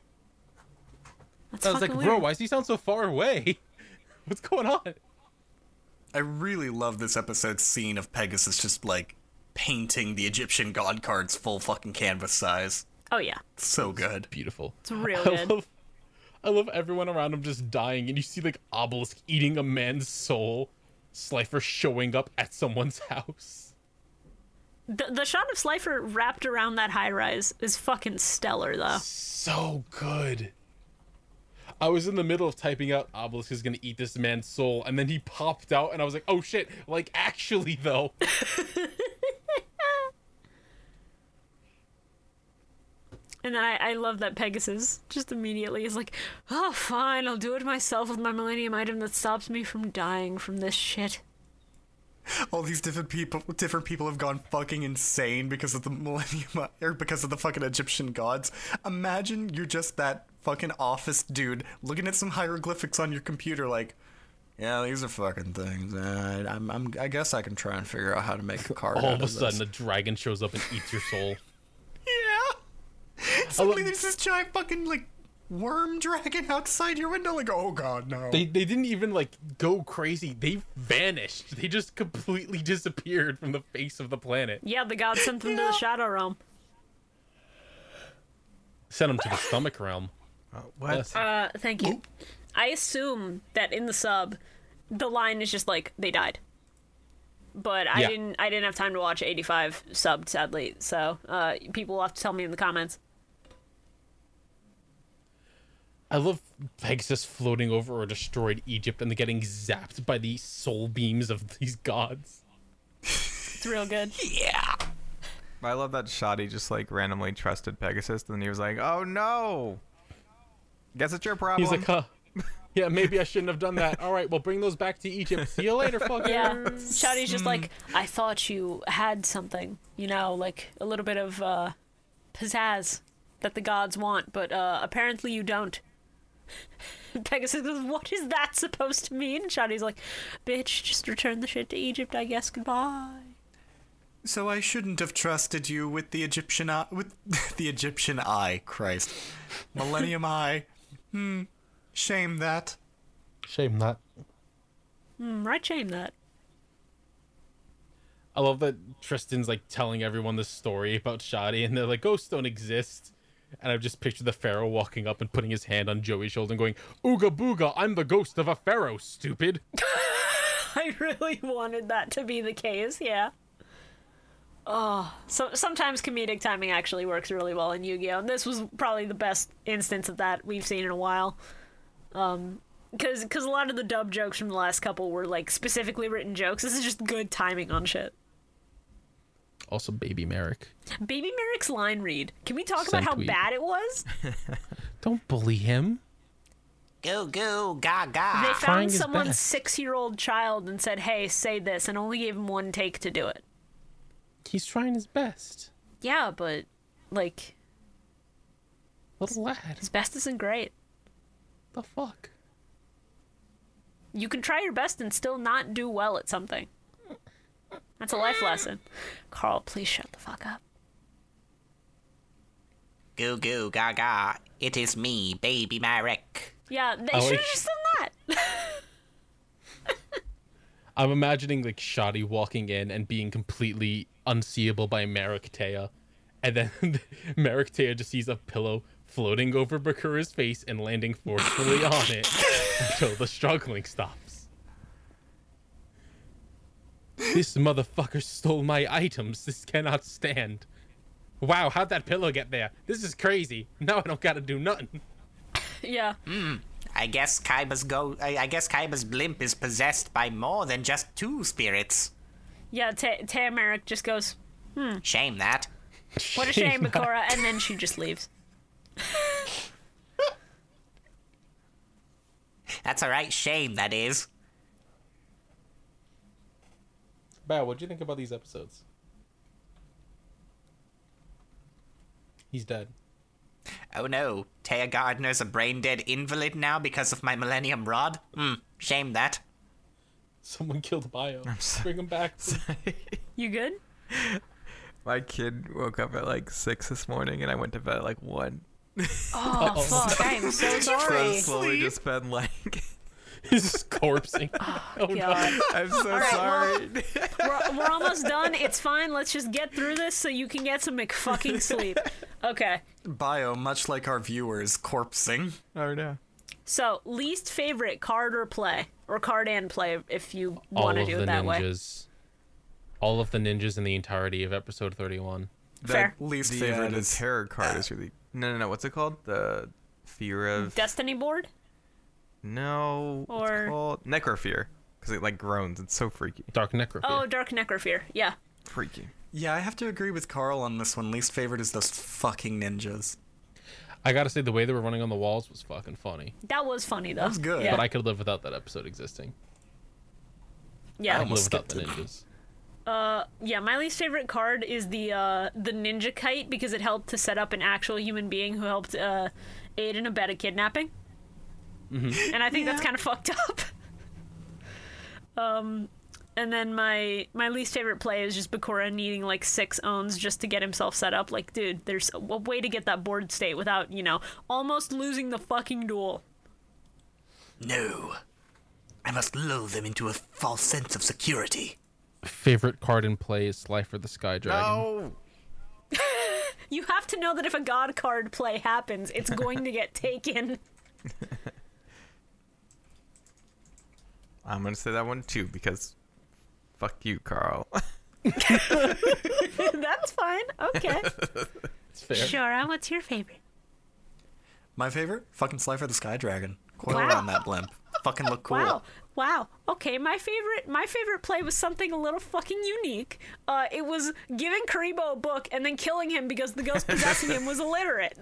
B: That's
D: I was like,
B: fucking
D: "Bro,
B: weird.
D: why does he sound so far away? What's going on?"
C: I really love this episode scene of Pegasus just like painting the Egyptian god cards full fucking canvas size.
B: Oh yeah,
C: So good.
D: Beautiful.
B: it's real
D: I
B: good.
D: love, I love everyone around him just dying, and you see like obelisk eating a man's soul. Slifer showing up at someone's house.
B: The, the shot of Slifer wrapped around that high rise is fucking stellar though.
D: So good. I was in the middle of typing out obelisk is gonna eat this man's soul, and then he popped out, and I was like, oh shit! Like actually though,
B: And then I, I love that Pegasus just immediately is like, oh, fine, I'll do it myself with my Millennium item that stops me from dying from this shit.
C: All these different people, different people have gone fucking insane because of the millennium or because of the fucking Egyptian gods. Imagine you're just that fucking office dude looking at some hieroglyphics on your computer, like, yeah, these are fucking things. Uh, I'm, I'm, I guess I can try and figure out how to make a card.
D: all
C: out
D: of a
C: this."
D: sudden a dragon shows up and eats your soul.
C: yeah. Suddenly there's this giant fucking like worm dragon outside your window. Like, oh god, no.
D: They they didn't even like go crazy. They vanished. They just completely disappeared from the face of the planet.
B: Yeah, the god sent them to the Shadow Realm.
D: Sent them to the stomach realm.
E: What?
D: Yes.
B: Uh, thank you. I assume that in the sub, the line is just like they died. But I
D: Yeah.
B: didn't. I didn't have time to watch 85 subbed, sadly. So uh, people will have to tell me in the comments.
D: I love Pegasus floating over a destroyed Egypt and then getting zapped by the soul beams of these gods.
B: It's real good.
E: But I love that Shoddy just like randomly trusted Pegasus, and he was like, "Oh no, guess it's your problem."
D: He's like, huh. Yeah, maybe I shouldn't have done that. All right, well, bring those back to Egypt. See you later, fucker.
B: Yeah. Shouty's just like, I thought you had something. You know, like a little bit of uh, pizzazz that the gods want, but uh, apparently you don't. Pegasus goes, What is that supposed to mean? Shouty's like, Bitch, just return the shit to Egypt, I guess. Goodbye.
C: So I shouldn't have trusted you with the Egyptian eye. With the Egyptian eye, Christ. Millennium eye. Hmm. Shame that.
D: Shame not.
B: Mm, Right shame that.
D: I love that Tristan's like telling everyone this story about Shadi, and they're like, ghosts don't exist. And I've just pictured the pharaoh walking up and putting his hand on Joey's shoulder and going, Ooga booga, I'm the ghost of a pharaoh, stupid.
B: I really wanted that to be the case, yeah. Oh, so sometimes comedic timing actually works really well in Yu-Gi-Oh, and this was probably the best instance of that we've seen in a while. Um, because because a lot of the dub jokes from the last couple were like specifically written jokes. This is just good timing on shit.
D: Also, baby Merrick.
B: Baby Merrick's line read. Can we talk about how
D: Centweed.
B: bad it was?
D: Don't bully him.
G: Go, go, gaga.
B: They
D: Trying
B: found
D: his
B: someone's
D: best.
B: six-year-old child and said, "Hey, say this," and only gave him one take to do it.
D: He's trying his best.
B: Yeah, but like
D: Little lad.
B: his best isn't great.
D: The fuck?
B: you can try your best and still not do well at something. That's a life lesson. Carl, please shut the fuck up.
G: Go, go, gaga. It is me, Baby Merrick.
B: Yeah, they
D: I
B: should have
D: wish-
B: just done that.
D: I'm imagining like Shoddy walking in and being completely unseeable by Marictea, and then Marictea just sees a pillow floating over Bakura's face and landing forcefully on it until the struggling stops. This motherfucker stole my items. This cannot stand. wow, how'd that pillow get there? This is crazy. Now I don't gotta do nothing.
B: Yeah.
G: I guess Kaiba's go. I, I guess Kaiba's blimp is possessed by more than just two spirits.
B: Yeah, Ta- Tamaric just goes,
G: Shame that.
B: What a shame, Bakora, and then she just leaves.
G: That's all right. Shame that is.
D: Bao, what do you think about these episodes? He's dead.
G: Oh no, Taya Gardner's a brain dead invalid now because of my Millennium Rod. Hmm. Shame that.
D: Someone killed Bio. Bring him back.
B: You good?
E: My kid woke up at like six this morning, and I went to bed at like one.
B: Oh, fuck. I am so
E: So
B: sorry.
E: I've slowly just been like,
D: He's just corpsing. Oh, no.
B: God.
E: I'm so
B: well-
E: sorry.
B: We're, we're almost done. It's fine. Let's just get through this so you can get some McFucking sleep. Okay.
G: Bio, much like our viewers, corpsing.
E: oh no.
B: So, least favorite card or play, or card and play, if you
D: All
B: want to
D: of
B: do
D: the
B: it that way.
D: ninjas. All of the ninjas in the entirety of episode 31.
B: Fair.
G: Least
E: The, uh,
G: favorite
E: the
G: is
E: terror card is really. No, no, no. What's it called? The fear of.
B: Destiny board?
E: no. what's it
B: Or-
E: called necrofear. Because it like groans. It's so freaky.
D: Dark Necro.
B: Oh, Dark Necrofear. Yeah.
E: Freaky.
G: Yeah, I have to agree with Carl on this one. Least favorite is those fucking ninjas.
B: Oh.
D: I gotta say, the way they were running on the walls was fucking funny.
B: That was funny, though. That was
G: good.
B: Yeah.
D: But I could live without that episode existing.
B: yeah.
D: I could live
G: almost
D: without the
G: skipped it.
D: ninjas.
B: Yeah, my least favorite card is the uh, the ninja kite because it helped to set up an actual human being who helped uh, aid and abet a kidnapping.
D: Mm-hmm.
B: And I think that's kind of fucked up. um, and then my my least favorite play is just Bakura needing like six owns just to get himself set up. Like, dude, there's a a way to get that board state without you know almost losing the fucking duel.
G: No. I must lull them into a false sense of security.
D: Favorite card in play is Slifer the Sky Dragon.
B: You have to know that if a god card play happens, it's going to get taken.
E: I'm gonna say that one too because, fuck you, Carl.
B: that's fine. Okay.
D: It's fair.
B: Shara, what's your favorite?
G: My favorite? Fucking Slifer the Sky Dragon. Coiled
B: Wow.
G: on that blimp. Fucking look cool.
B: Wow. Wow. Okay, my favorite my favorite play was something a little fucking unique. Uh, it was giving Karibo a book and then killing him because the ghost possessing him was illiterate.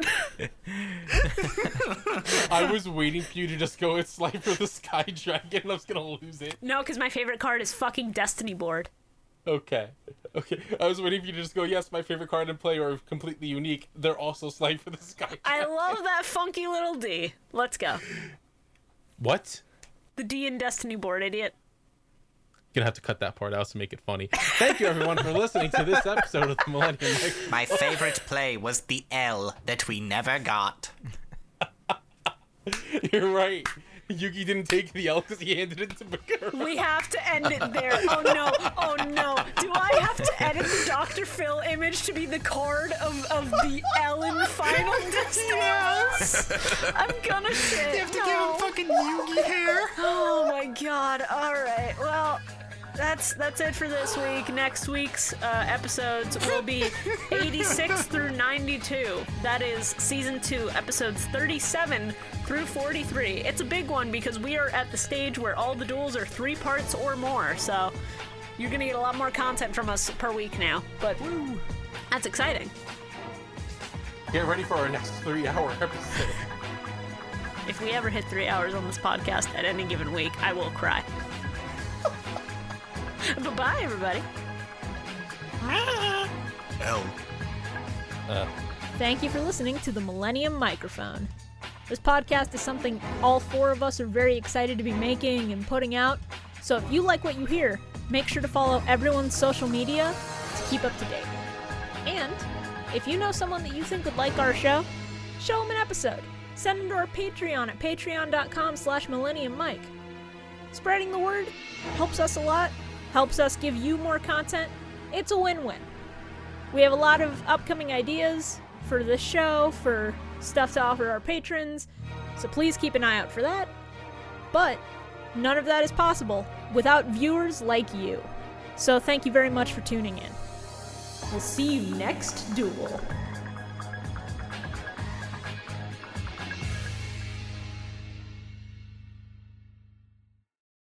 D: I was waiting for you to just go with Slifer the Sky Dragon. I was gonna lose it.
B: no, because my favorite card is fucking Destiny Board.
D: Okay. Okay. I was waiting for you to just go, yes, my favorite card in play are completely unique. They're also Slifer the Sky
B: I love that funky little D. Let's go.
D: What?
B: The D in Destiny Board, idiot.
D: Gonna have to cut that part out to make it funny. Thank you everyone for listening to this episode of the Millennium. Mix.
G: My favorite play was the L that we never got.
D: You're right. Yuki didn't take the L because he handed it to Bakura.
B: We have to end it there. Oh no. Oh no. Do I have to edit the Dr. Phil image to be the card of, of the Ellen final Destiny? I'm gonna shit. You have to no.
G: Fucking Yugi hair.
B: Oh my god. All right. Well, that's that's it for this week. Next week's uh, episodes will be 86 through 92. That is season 2, episodes 37 through 43. It's a big one because we are at the stage where all the duels are 3 parts or more. So, you're going to get a lot more content from us per week now. But that's exciting.
D: Get ready for our next three hour episode.
B: If we ever hit three hours on this podcast at any given week, I will cry. bye bye, everybody.
G: L.
D: Uh,
A: Thank you for listening to the Millennium Microphone. This podcast is something all four of us are very excited to be making and putting out. So if you like what you hear, make sure to follow everyone's social media to keep up to date. And if you know someone that you think would like our show, show them an episode. Send them to our Patreon at patreon.com slash millennium mike. Spreading the word helps us a lot, helps us give you more content. It's a win-win. We have a lot of upcoming ideas for this show, for stuff to offer our patrons, so please keep an eye out for that. But none of that is possible without viewers like you. So thank you very much for tuning in.
B: We'll see you next duel.